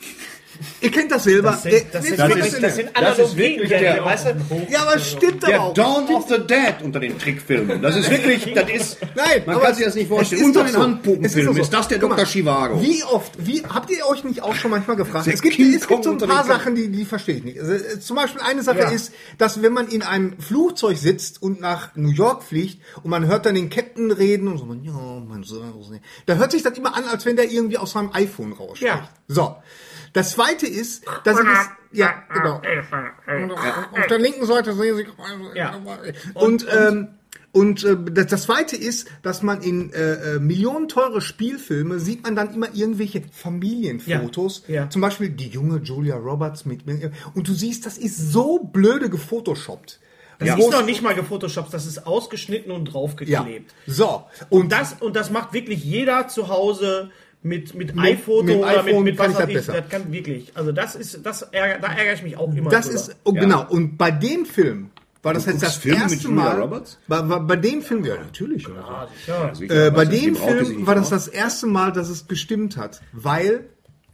Speaker 1: Ihr kennt das selber.
Speaker 2: Das sind- das
Speaker 1: Äh,
Speaker 2: sind-
Speaker 1: nee,
Speaker 2: das
Speaker 1: wirklich-
Speaker 2: sind- das sind
Speaker 6: das ist
Speaker 2: Analogien,
Speaker 6: wirklich
Speaker 2: Gary,
Speaker 6: der-
Speaker 2: weißt du?
Speaker 1: ja, aber es stimmt
Speaker 3: der
Speaker 1: aber auch.
Speaker 3: Dawn of the Dead unter den Trickfilmen. Das ist wirklich, das ist,
Speaker 1: Nein,
Speaker 3: man
Speaker 1: aber
Speaker 3: kann
Speaker 1: es-
Speaker 3: sich das nicht
Speaker 1: es
Speaker 3: vorstellen.
Speaker 1: ist
Speaker 3: Unter
Speaker 1: doch
Speaker 3: den
Speaker 1: so. Es
Speaker 3: Handpuppenfilmen
Speaker 1: ist doch
Speaker 3: ist,
Speaker 1: so.
Speaker 3: das der
Speaker 1: Guck mal,
Speaker 3: Dr. Chivago.
Speaker 1: Wie oft, wie habt ihr euch nicht auch schon manchmal gefragt?
Speaker 3: Der
Speaker 1: Es gibt,
Speaker 3: King
Speaker 1: es gibt so ein
Speaker 3: Kong
Speaker 1: paar
Speaker 3: unter den
Speaker 1: Sachen, die, die verstehe ich nicht. Also, äh, zum Beispiel eine Sache
Speaker 2: Ja.
Speaker 1: ist, dass wenn man in einem Flugzeug sitzt und nach New York fliegt und man hört dann den Captain reden und so, ja, mein Sohn, da hört sich das immer an, als wenn der irgendwie aus seinem iPhone raus
Speaker 2: Ja.
Speaker 1: So. Das zweite ist, dass ich es, ja, genau. Auf der linken Seite sehen Sie.
Speaker 2: Hm. Ja.
Speaker 1: Und, ähm, und äh, das, das zweite ist, dass man in äh, äh, millionenteure Spielfilme sieht man dann immer irgendwelche Familienfotos.
Speaker 2: Ja, ja.
Speaker 1: Zum Beispiel die junge Julia Roberts mit. Und du siehst, das ist so blöde gefotoshoppt.
Speaker 2: Das
Speaker 1: ja.
Speaker 2: ist noch nicht mal gefotoshoppt, das ist ausgeschnitten und
Speaker 1: ja.
Speaker 2: draufgeklebt.
Speaker 1: So.
Speaker 2: Und das, und das macht wirklich jeder zu Hause mit, mit,
Speaker 1: Mit-
Speaker 2: iPhoto
Speaker 1: mit
Speaker 2: oder mit,
Speaker 1: iPhone
Speaker 2: mit
Speaker 1: kann
Speaker 2: was
Speaker 1: ich das
Speaker 2: weiß ich.
Speaker 1: besser.
Speaker 2: Das kann wirklich. Also das ist, das ärger, da ärgere ich mich auch immer.
Speaker 1: Das
Speaker 2: drüber.
Speaker 1: ist, oh, genau. Und bei dem Film war das jetzt das
Speaker 3: guckst Filme mit
Speaker 1: erste
Speaker 3: Julia
Speaker 1: Mal.
Speaker 3: Roberts?
Speaker 1: Bei, bei, bei dem Film, ja, natürlich.
Speaker 2: ja.
Speaker 1: Äh, bei
Speaker 3: Weißt du, die
Speaker 1: dem
Speaker 3: Braut, die sich
Speaker 1: Film
Speaker 3: nicht
Speaker 1: war das
Speaker 3: braucht.
Speaker 1: das erste Mal, dass es gestimmt hat, weil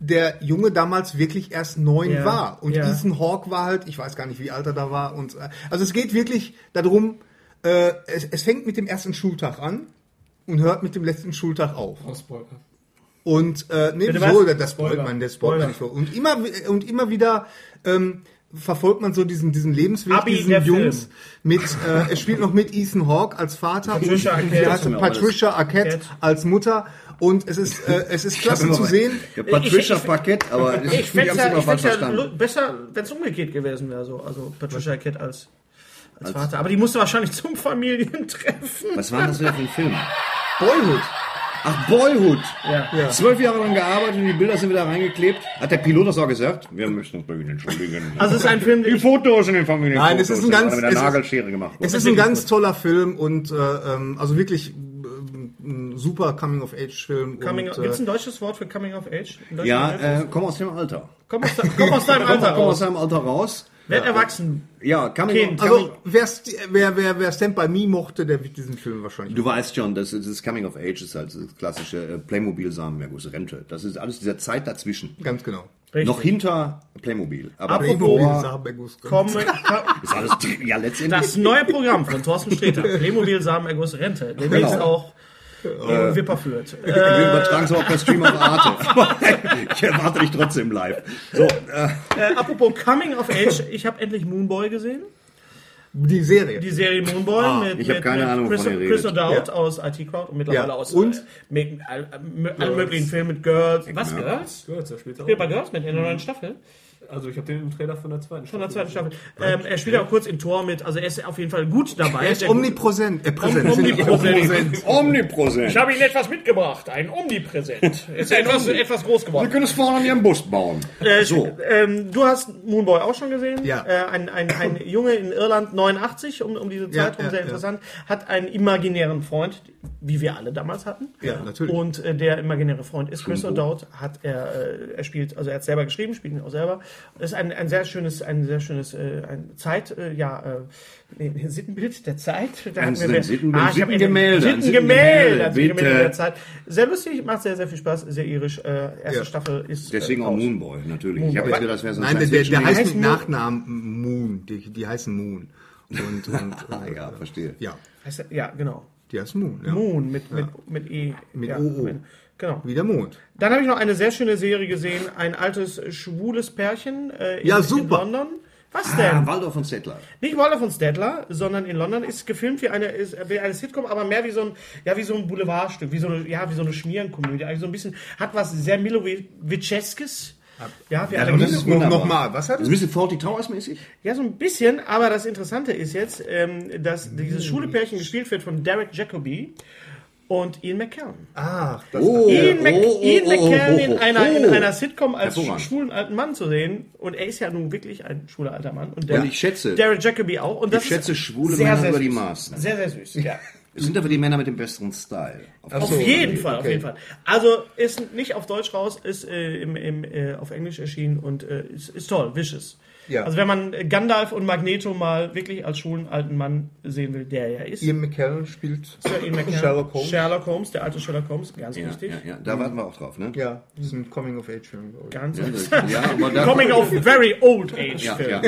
Speaker 1: der Junge damals wirklich erst neun
Speaker 2: Ja,
Speaker 1: war und
Speaker 2: ja.
Speaker 1: Ethan Hawke war halt, ich weiß gar nicht, wie alt er da war und äh, also es geht wirklich darum, äh, es, es fängt mit dem ersten Schultag an und hört mit dem letzten Schultag auf.
Speaker 5: Ausbeuten.
Speaker 1: Und äh, nee,
Speaker 2: Bitte
Speaker 1: so,
Speaker 2: was?
Speaker 1: das spoilt man, das spoilt
Speaker 2: Spoiler.
Speaker 1: man nicht. so. Und immer wi- und immer wieder ähm, verfolgt man so diesen diesen Lebensweg
Speaker 2: Abi, der
Speaker 1: diesen Jungs mit äh, es spielt noch mit Ethan Hawke als Vater
Speaker 2: Patricia
Speaker 1: und
Speaker 2: Arquette.
Speaker 1: sie hatte Patricia Arquette als Mutter und es ist äh, es ist klasse zu sehen.
Speaker 3: Ja, Patricia
Speaker 2: Ich- ich-
Speaker 3: Parkett, aber
Speaker 2: Ich
Speaker 3: ich
Speaker 2: fände
Speaker 3: hab's immer falsch
Speaker 2: es ja, lu-
Speaker 3: verstanden.
Speaker 2: besser, wenn es umgekehrt gewesen wäre. So. Also Patricia Kidd als, als, Vater. Aber die musste wahrscheinlich zum Familientreffen.
Speaker 3: Was war denn das wieder für ein Film?
Speaker 1: Boyhood.
Speaker 3: Ach, Boyhood.
Speaker 2: Ja.
Speaker 3: Zwölf Jahre lang gearbeitet und die Bilder sind wieder reingeklebt. Hat der Pilot das auch gesagt? Wir möchten uns bei Ihnen entschuldigen.
Speaker 2: Also es ist ein Film, der
Speaker 3: die
Speaker 2: ich,
Speaker 3: Fotos in den Familien.
Speaker 1: Nein, es ist ein ganz-
Speaker 3: mit der
Speaker 1: es ist-
Speaker 3: Nagelschere gemacht.
Speaker 1: Es ist ein ganz toller Film und äh, ähm, also wirklich ähm, ein super Coming of Age Film
Speaker 2: Coming,
Speaker 1: und,
Speaker 2: gibt's
Speaker 1: äh,
Speaker 2: ein deutsches Wort für Coming of Age? Ein deutsches
Speaker 3: ja,
Speaker 2: Begriff?
Speaker 3: äh, komm aus dem Alter.
Speaker 2: komm, aus de, komm aus deinem Alter
Speaker 3: komm aus
Speaker 2: raus.
Speaker 3: deinem Alter raus.
Speaker 2: Werd erwachsen.
Speaker 3: Ja, Coming
Speaker 2: Kind.
Speaker 3: of,
Speaker 1: also wer, St- wer wer wer Stand by Me mochte, der wird diesen Film wahrscheinlich
Speaker 3: Du weißt schon, das, ist- das Coming of Age ist halt das klassische äh, Playmobil-Samenwerk, aus Rente. Das ist alles dieser Zeit dazwischen.
Speaker 1: ganz genau.
Speaker 2: Richtig.
Speaker 3: Noch hinter Playmobil. Aber
Speaker 2: Apropos-
Speaker 3: davor
Speaker 1: genau.
Speaker 2: Komm,
Speaker 3: ist alles, ja, letztendlich.
Speaker 2: das neue Programm von Thorsten Sträter. Playmobil Samenerguss Rente. Demnächst
Speaker 3: Genau.
Speaker 2: auch äh, Wipper führt. Äh,
Speaker 3: Wir übertragen es auch per Stream auf Arte. ich erwarte dich trotzdem live. So, äh,
Speaker 2: Apropos Coming of Age, ich habe endlich Moonboy gesehen.
Speaker 1: Die Serie.
Speaker 2: Die Serie Moonboy mit,
Speaker 3: Ah, ich hab
Speaker 2: mit,
Speaker 3: keine
Speaker 2: mit
Speaker 3: Ahnung,
Speaker 2: Chris,
Speaker 3: wovon ihr
Speaker 2: Chris
Speaker 3: redet.
Speaker 2: O'Dowd aus IT Crowd und mittlerweile
Speaker 1: Ja,
Speaker 2: aus
Speaker 1: und?
Speaker 2: äh, mit, all, all, allen möglichen Filmen mit Girls. Was,
Speaker 3: genau.
Speaker 2: Girls?
Speaker 5: Gehört ja später
Speaker 2: Spielt bei
Speaker 5: auch.
Speaker 2: Girls mit in der neuen Staffel?
Speaker 5: Also ich habe den Trailer von der zweiten
Speaker 2: Von der zweiten Staffel. Ähm, er spielt auch kurz in Tor mit, also er ist auf jeden Fall gut dabei.
Speaker 1: Er ist
Speaker 2: Der-
Speaker 1: omnipräsent. Äh, präsent.
Speaker 2: Om- omnipräsent.
Speaker 3: Omnipräsent.
Speaker 2: Ich habe Ihnen etwas mitgebracht, ein Omnipräsent. Ist etwas, etwas groß
Speaker 3: Wir
Speaker 2: geworden.
Speaker 3: können es vorne an ihrem Bus bauen.
Speaker 2: Äh,
Speaker 3: so.
Speaker 2: ähm, du hast Moonboy auch schon gesehen.
Speaker 1: Ja.
Speaker 2: Äh, ein, ein, ein Junge in Irland, 89, um, um diese
Speaker 1: Ja,
Speaker 2: Zeit rum,
Speaker 1: ja,
Speaker 2: sehr
Speaker 1: ja.
Speaker 2: interessant, hat einen imaginären Freund, wie wir alle damals hatten.
Speaker 1: Ja, natürlich.
Speaker 2: Und äh, der imaginäre Freund ist Chris O'Dowd. Hat er, äh, er spielt, also er hat selber geschrieben, spielt ihn auch selber. Ist ein, ein sehr schönes, ein sehr schönes äh, ein Zeit, äh, ja, äh, nee, nee, Sittenbild der Zeit. Da hatten
Speaker 3: Ein
Speaker 2: wir- Ah, ich
Speaker 3: Sittenbild-
Speaker 2: hab-
Speaker 3: Sittengemälde,
Speaker 2: Sittengemälde, ein
Speaker 3: ein Sittengemälde,
Speaker 2: Sittengemälde
Speaker 3: bitte.
Speaker 2: der Zeit. Sehr lustig, macht sehr, sehr viel Spaß, sehr irisch. Äh, erste
Speaker 1: Ja.
Speaker 2: Staffel ist.
Speaker 3: Deswegen
Speaker 2: äh,
Speaker 3: auch
Speaker 2: raus.
Speaker 3: Moonboy, natürlich. Ich habe jetzt gedacht, das wäre so ein
Speaker 1: Nein, der, der, der heißt mit
Speaker 2: Moon.
Speaker 1: Nachnamen Moon. Die, die heißen Moon. Und, und
Speaker 3: Ah,
Speaker 1: äh,
Speaker 3: ja, verstehe.
Speaker 1: ja,
Speaker 2: Heißt er- Ja, genau.
Speaker 1: die heißen Moon. Ja.
Speaker 2: Moon mit, mit, mit E.
Speaker 1: Mit
Speaker 2: ja,
Speaker 1: OO.
Speaker 2: Genau.
Speaker 1: Wie der Mond.
Speaker 2: Dann habe ich noch eine sehr schöne Serie gesehen, ein altes äh, schwules Pärchen äh, in,
Speaker 1: Ja, super.
Speaker 2: in London. Was denn?
Speaker 3: Ah, Waldorf und Zettler.
Speaker 2: Nicht Waldorf und Stedler, sondern in London ist gefilmt wie eine, ist, wie eine Sitcom, aber mehr wie so ein, ja, wie so ein Boulevardstück, wie so eine, ja, wie so eine Schmierenkomödie. Also so ein bisschen, hat was sehr Milowitscheskes. Ja, wir alle
Speaker 3: das
Speaker 2: lieben-
Speaker 3: ist wunderbar.
Speaker 1: Nochmal, was hat
Speaker 3: Das ist ein
Speaker 1: es?
Speaker 3: bisschen Faulty Towers mäßig.
Speaker 2: ja, so ein bisschen, aber das Interessante ist jetzt, ähm, dass dieses schwule Pärchen gespielt wird von Derek Jacobi und Ian McKellen.
Speaker 1: Ach, das
Speaker 3: Oh,
Speaker 2: Ian, Mc Ian McKellen in einer, in
Speaker 3: oh.
Speaker 2: einer Sitcom als
Speaker 3: Hervorragend.
Speaker 2: schwulen alten Mann zu sehen. Und er ist ja nun wirklich ein schwuler alter Mann. Und, der,
Speaker 3: Und ich schätze-
Speaker 2: Derek Jacobi auch. Und das
Speaker 3: Ich schätze
Speaker 2: ist
Speaker 3: schwule
Speaker 2: sehr,
Speaker 3: Männer
Speaker 2: sehr
Speaker 3: über die ne?
Speaker 2: süß.
Speaker 3: Maßen.
Speaker 2: Sehr, sehr süß. Ja.
Speaker 3: Es sind aber die Männer mit dem besseren Style.
Speaker 2: auf jeden Fall, auf jeden Fall. Also ist nicht auf Deutsch raus, ist äh, im, im, äh, auf Englisch erschienen und äh, ist, ist toll, Vicious.
Speaker 1: Ja.
Speaker 2: Also wenn man äh, Gandalf und Magneto mal wirklich als schwulen alten Mann sehen will, der er ist.
Speaker 1: Ian McKellen spielt
Speaker 2: Sir Ian McKellen.
Speaker 1: Sherlock Holmes.
Speaker 2: Sherlock Holmes, der alte Sherlock Holmes, ganz
Speaker 3: Ja,
Speaker 2: wichtig.
Speaker 3: ja, ja. Da warten wir auch drauf, ne?
Speaker 1: Ja, das ist ein Coming-of-Age-Film, glaube ich.
Speaker 2: Ganz
Speaker 3: ja aber da,
Speaker 2: Coming of very old age
Speaker 3: Ja,
Speaker 2: Film.
Speaker 3: ja.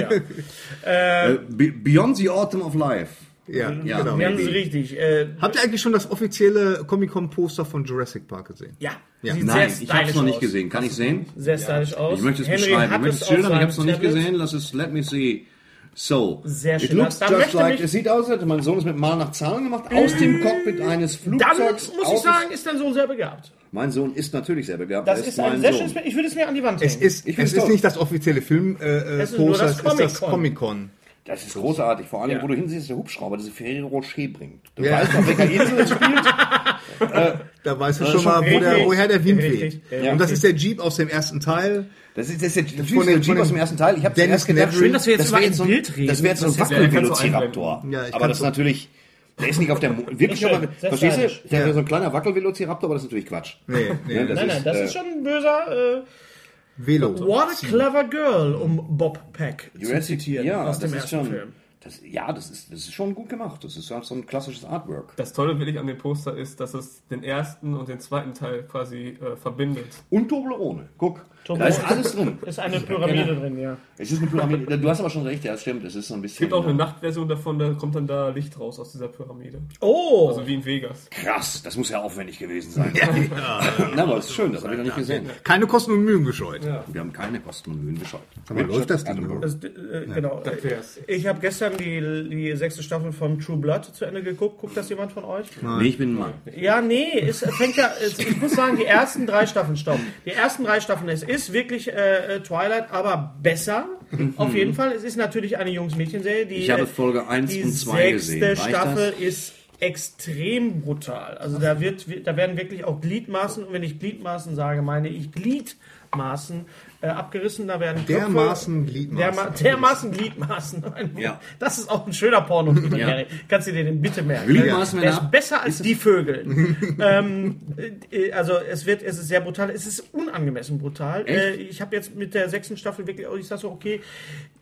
Speaker 2: Ja.
Speaker 3: äh, Be- Beyond the Autumn of Life.
Speaker 1: Ja,
Speaker 3: Ja,
Speaker 1: genau.
Speaker 2: Ganz
Speaker 3: maybe.
Speaker 2: richtig. Äh,
Speaker 1: Habt ihr eigentlich schon das offizielle Comic-Con-Poster von Jurassic Park gesehen?
Speaker 2: ja.
Speaker 1: Ja.
Speaker 2: Sieht
Speaker 3: Nein,
Speaker 2: sehr
Speaker 3: ich habe es noch
Speaker 2: stylisch
Speaker 3: nicht
Speaker 2: aus.
Speaker 3: gesehen. Kann ich sehen?
Speaker 2: Sehr stylisch aus.
Speaker 3: Ich möchte es
Speaker 2: Henry
Speaker 3: beschreiben.
Speaker 2: hat
Speaker 3: Ich möchte es
Speaker 2: auf
Speaker 3: schildern. Ich
Speaker 2: seinem
Speaker 3: habe es noch nicht
Speaker 2: Tablet.
Speaker 3: gesehen. Lass es, let me see. So.
Speaker 2: Sehr
Speaker 3: It
Speaker 2: schön.
Speaker 3: looks
Speaker 2: Da
Speaker 3: just
Speaker 2: möchte
Speaker 3: like,
Speaker 2: mich-
Speaker 3: es sieht aus, als hätte mein Sohn es mit Mal nach Zahlen gemacht, aus dem Cockpit eines
Speaker 2: Dann
Speaker 3: Flugzeugs.
Speaker 2: muss ich
Speaker 3: aus-
Speaker 2: sagen, ist dein Sohn sehr begabt.
Speaker 3: Mein Sohn ist natürlich selber begabt.
Speaker 2: Das
Speaker 3: Er
Speaker 2: ist
Speaker 3: mein
Speaker 2: ein sehr
Speaker 3: Sohn.
Speaker 2: schönes Bild. Ich würde es mir an die Wand
Speaker 1: Es
Speaker 2: hängen.
Speaker 1: ist,
Speaker 3: Ich
Speaker 1: es
Speaker 3: find's
Speaker 1: ist
Speaker 3: toll.
Speaker 1: nicht das offizielle Film-Poster, äh,
Speaker 2: Es ist nur
Speaker 1: Poster,
Speaker 2: das
Speaker 1: es ist das
Speaker 2: Comic-Con.
Speaker 1: Comic-Con.
Speaker 3: Das ist großartig. Vor allem,
Speaker 2: Ja.
Speaker 3: wo du hinsiehst, der Hubschrauber diese Ferrero Rocher bringt. Du
Speaker 1: Ja.
Speaker 3: weißt auf welcher Insel es spielt.
Speaker 1: Da weißt du schon mal, wo
Speaker 2: richtig.
Speaker 1: der, woher der Wind
Speaker 2: Richtig.
Speaker 1: weht. Und das ist der Jeep aus dem ersten Teil.
Speaker 3: Das ist, das ist der,
Speaker 1: Von
Speaker 3: von
Speaker 1: den-
Speaker 3: der
Speaker 1: von
Speaker 3: Jeep
Speaker 1: den-
Speaker 3: aus dem ersten Teil. Ich habe
Speaker 1: Dennis
Speaker 3: erst gedacht,
Speaker 1: Nedry. Schön,
Speaker 2: dass wir jetzt
Speaker 3: das
Speaker 2: über
Speaker 3: wär
Speaker 2: ein
Speaker 3: so
Speaker 2: Bild reden.
Speaker 3: Das wäre jetzt so ein
Speaker 2: Das
Speaker 3: Wackelvelociraptor.
Speaker 1: Ja, ich
Speaker 3: aber
Speaker 1: kann's
Speaker 3: das ist
Speaker 1: so
Speaker 3: natürlich... Der ist nicht auf der... Mo wirklich,
Speaker 2: Sehr schön,
Speaker 3: aber...
Speaker 2: sehr
Speaker 3: Verstehst du?
Speaker 2: stylisch.
Speaker 3: Der wäre so ein kleiner Wackelvelociraptor, aber das ist natürlich Quatsch.
Speaker 1: Nee, nee.
Speaker 3: Ne, das
Speaker 2: nein, nein, das
Speaker 3: äh,
Speaker 2: ist schon ein böser. Äh,
Speaker 1: Velo.
Speaker 2: What a clever girl, um Bob Peck zu
Speaker 3: Jurassic,
Speaker 2: zitieren
Speaker 3: ja,
Speaker 2: aus
Speaker 3: das
Speaker 2: dem
Speaker 3: ist
Speaker 2: ersten
Speaker 3: schon,
Speaker 2: Film.
Speaker 3: Das, ja, das ist, das ist schon gut gemacht. Das ist halt so ein klassisches Artwork.
Speaker 5: Das Tolle wirklich an dem Poster ist, dass es den ersten und den zweiten Teil quasi äh, verbindet.
Speaker 3: Und Toblerone. Guck, da
Speaker 2: Toblerone.
Speaker 3: ist alles drin.
Speaker 2: Ist eine Pyramide drin, ja.
Speaker 3: Es ist eine Pyramide. Du hast aber schon recht, ja, das stimmt. Es ist so ein
Speaker 5: Es
Speaker 3: bisschen
Speaker 5: gibt auch eine Nachtversion davon, da kommt dann da Licht raus aus dieser Pyramide.
Speaker 2: Oh!
Speaker 5: Also wie in Vegas.
Speaker 3: krass. Das muss ja aufwendig gewesen sein. Na, aber es ist schön, das habe ich noch nicht gesehen.
Speaker 1: Keine Kosten und Mühen gescheut.
Speaker 3: Wir haben keine Kosten und Mühen gescheut.
Speaker 1: Aber läuft das Ding überhaupt?
Speaker 2: Das, äh, genau.
Speaker 5: wär's.
Speaker 2: Ich habe gestern die, die sechste Staffel von True Blood zu Ende geguckt. Guckt das jemand von euch?
Speaker 3: Nee, ich bin ein Mann.
Speaker 2: Ja, nee, es fängt ja, es, ich muss sagen, die ersten drei Staffeln, stopp. Die ersten drei Staffeln, es ist wirklich äh, äh, Twilight, aber besser. Auf jeden Fall. Es ist natürlich eine Jungs-Mädchen-Serie. die,
Speaker 3: Mhm. Ich habe
Speaker 2: äh,
Speaker 3: Folge 1
Speaker 2: die
Speaker 3: und 2
Speaker 2: sechste
Speaker 3: gesehen. War ich
Speaker 2: Staffel ist extrem brutal. Also da wird, da werden wirklich auch Gliedmaßen, und wenn ich Gliedmaßen sage, meine ich Gliedmaßen äh, abgerissen. Da werden Köpfe-
Speaker 1: Dermaßen Gliedmaßen.
Speaker 2: Derma dermaßen Gliedmaßen. Ein Wort.
Speaker 3: Ja.
Speaker 2: Das ist auch ein schöner Porno.
Speaker 3: Ja.
Speaker 2: Kannst du dir den bitte merken?
Speaker 3: Gliedmaßen,
Speaker 2: Der
Speaker 3: wenn
Speaker 2: ist
Speaker 3: er-
Speaker 2: besser als die Vögel. ähm, äh, also es wird, es ist sehr brutal. Es ist unangemessen brutal. Äh, ich habe jetzt mit der sechsten Staffel wirklich, ich sag so, okay,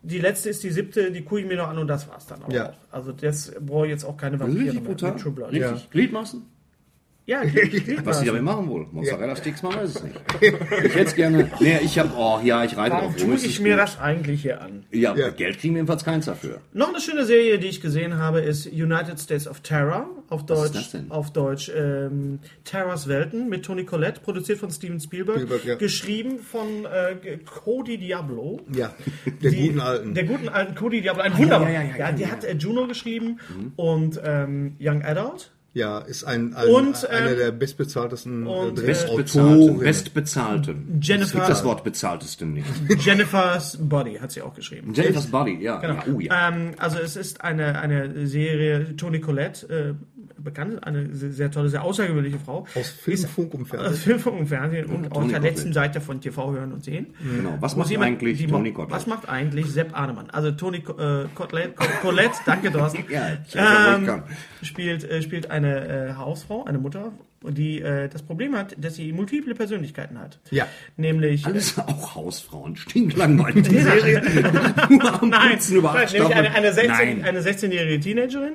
Speaker 2: die letzte ist die siebte, die gucke ich mir noch an und das war's dann aber
Speaker 1: Ja.
Speaker 2: auch. Also das brauche ich jetzt auch keine
Speaker 3: das.
Speaker 2: Vampire
Speaker 3: Richtig
Speaker 2: mehr.
Speaker 3: brutal.
Speaker 2: Mit True Blood.
Speaker 3: Richtig. Gliedmaßen?
Speaker 2: Ja, geht
Speaker 3: Was die damit machen wohl? Mozzarella-Sticks machen, weiß es nicht. Ich hätte es gerne. Nee, ich habe. Oh, ja, ich reite
Speaker 2: Warum
Speaker 3: drauf rum.
Speaker 2: tue
Speaker 3: es
Speaker 2: ich
Speaker 3: ist
Speaker 2: mir
Speaker 3: gut.
Speaker 2: das eigentlich hier an?
Speaker 3: Ja,
Speaker 1: Ja.
Speaker 3: Geld kriegen wir jedenfalls keins dafür.
Speaker 2: Noch eine schöne Serie, die ich gesehen habe, ist United States of Terror, auf Deutsch,
Speaker 3: ist das denn?
Speaker 2: auf Deutsch ähm, Terrors Welten mit Toni Collette, produziert von Steven Spielberg,
Speaker 1: Spielberg, ja.
Speaker 2: geschrieben von äh, G- Cody Diablo.
Speaker 1: Ja, der
Speaker 2: Die-
Speaker 1: guten alten.
Speaker 2: Der guten alten Cody Diablo, ein wunderbar.
Speaker 3: Ah, ja, ja,
Speaker 2: Ja,
Speaker 3: ja, ja,
Speaker 2: die
Speaker 3: ja. Mhm.
Speaker 2: hat äh, Juno geschrieben und ähm, Young Adult.
Speaker 1: ja, ist ein, ein
Speaker 2: Und,
Speaker 1: einer
Speaker 2: ähm,
Speaker 1: der bestbezahltesten
Speaker 2: und, äh,
Speaker 3: Bezahlte.
Speaker 1: Drehautoren.
Speaker 3: Bestbezahlte. Es
Speaker 2: Jennifer-
Speaker 3: gibt das Wort bezahlteste nicht.
Speaker 2: Jennifer's Body hat sie auch geschrieben.
Speaker 3: Jennifer's Body, ja. ja, oh, ja.
Speaker 2: Ähm, also es ist eine, eine Serie, Toni Collette, äh, bekannt, eine sehr, sehr tolle, sehr außergewöhnliche Frau.
Speaker 1: Aus Film, Funk und
Speaker 2: Aus
Speaker 1: Fernsehen.
Speaker 2: Film und Fernsehen und auf
Speaker 3: Toni
Speaker 2: der
Speaker 3: Collette.
Speaker 2: letzten Seite von TV hören und sehen.
Speaker 3: Genau. Was
Speaker 2: Wo
Speaker 3: macht
Speaker 2: jemand-
Speaker 3: eigentlich
Speaker 2: die-
Speaker 3: Tony Gott?
Speaker 2: Was macht eigentlich Sepp Ahnemann? Also Toni Co- äh, Collette, Collette danke Thorsten,
Speaker 3: Ja, ich hab
Speaker 2: Ähm,
Speaker 3: ja wohl
Speaker 2: spielt, äh, spielt eine äh, Hausfrau, eine Mutter, die äh, das Problem hat, dass sie multiple Persönlichkeiten hat.
Speaker 1: Ja.
Speaker 2: Nämlich...
Speaker 3: Alles auch Hausfrauen. Stinklangweilig. Die Serie. Nur am
Speaker 2: Nein,
Speaker 3: Putzen über acht
Speaker 2: vielleicht nicht. eine, eine,
Speaker 3: Staffeln.
Speaker 2: 16,
Speaker 3: Nein.
Speaker 2: eine 16-jährige Teenagerin.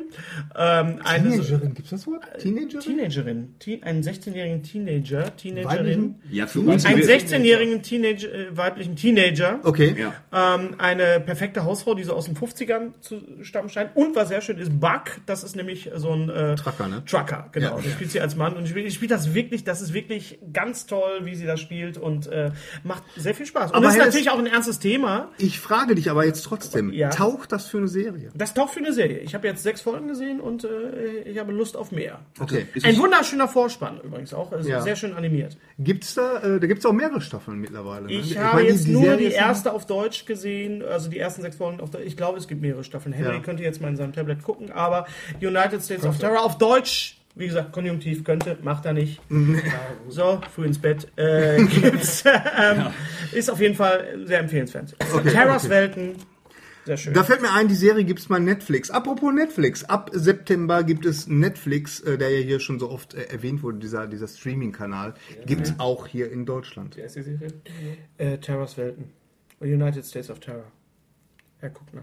Speaker 2: Ähm, eine so-
Speaker 1: Teenagerin, gibt's das Wort? Teenagerin?
Speaker 2: äh, Teenagerin, Teen, einen 16-jährigen Teenager, Teenagerin,
Speaker 1: Weiblichen?
Speaker 3: Ja, für uns.
Speaker 2: einen
Speaker 3: wir-
Speaker 2: 16-jährigen Teenager, äh, weiblichen Teenager,
Speaker 1: Okay.
Speaker 3: Ja.
Speaker 2: ähm, eine perfekte Hausfrau, die so aus den 50ern zu stammen scheint. Und was sehr schön ist, Buck, das ist nämlich so ein äh,
Speaker 1: Trucker, ne?
Speaker 2: Trucker, genau.
Speaker 1: Ja.
Speaker 2: Der spielt sie als Mann und spielt, spielt das wirklich, das ist wirklich ganz toll, wie sie das spielt und äh, macht sehr viel Spaß. Und
Speaker 1: Aber
Speaker 2: das ist
Speaker 1: Hennes-
Speaker 2: natürlich auch ein ernstes Thema.
Speaker 1: Ich frage dich aber jetzt trotzdem,
Speaker 2: Ja.
Speaker 1: taucht das für eine Serie?
Speaker 2: Das taucht für eine Serie. Ich habe jetzt sechs Folgen gesehen und äh, ich habe Lust auf mehr.
Speaker 3: Also,
Speaker 1: Okay.
Speaker 2: Ein wunderschöner Vorspann übrigens auch, also
Speaker 1: Ja.
Speaker 2: sehr schön animiert.
Speaker 1: Gibt's da, äh, da gibt's auch mehrere Staffeln mittlerweile. ne?
Speaker 2: Ich
Speaker 1: meine,
Speaker 2: habe
Speaker 1: die-
Speaker 2: jetzt
Speaker 1: die
Speaker 2: nur
Speaker 1: Serie
Speaker 2: die
Speaker 1: ist-
Speaker 2: erste auf Deutsch gesehen, also die ersten sechs Folgen auf Deutsch. Ich glaube, es gibt mehrere Staffeln. Henry
Speaker 1: Ja.
Speaker 2: könnte jetzt mal in seinem Tablet gucken, aber United States of Terror auf Deutsch, wie gesagt, Konjunktiv könnte, macht er nicht.
Speaker 1: Mhm.
Speaker 2: so, früh ins Bett. Äh, gibt's, ähm, Ist auf jeden Fall sehr empfehlenswert. Terrors Welten, sehr schön.
Speaker 1: Da fällt mir ein, die Serie gibt's bei Netflix. Apropos Netflix, ab September gibt es Netflix, äh, der ja hier schon so oft äh, erwähnt wurde, dieser, dieser Streaming-Kanal, gibt's auch hier in Deutschland.
Speaker 5: Wie heißt die Serie?
Speaker 2: Äh, Terrors Welten. United States of Terror. Er guckt nach.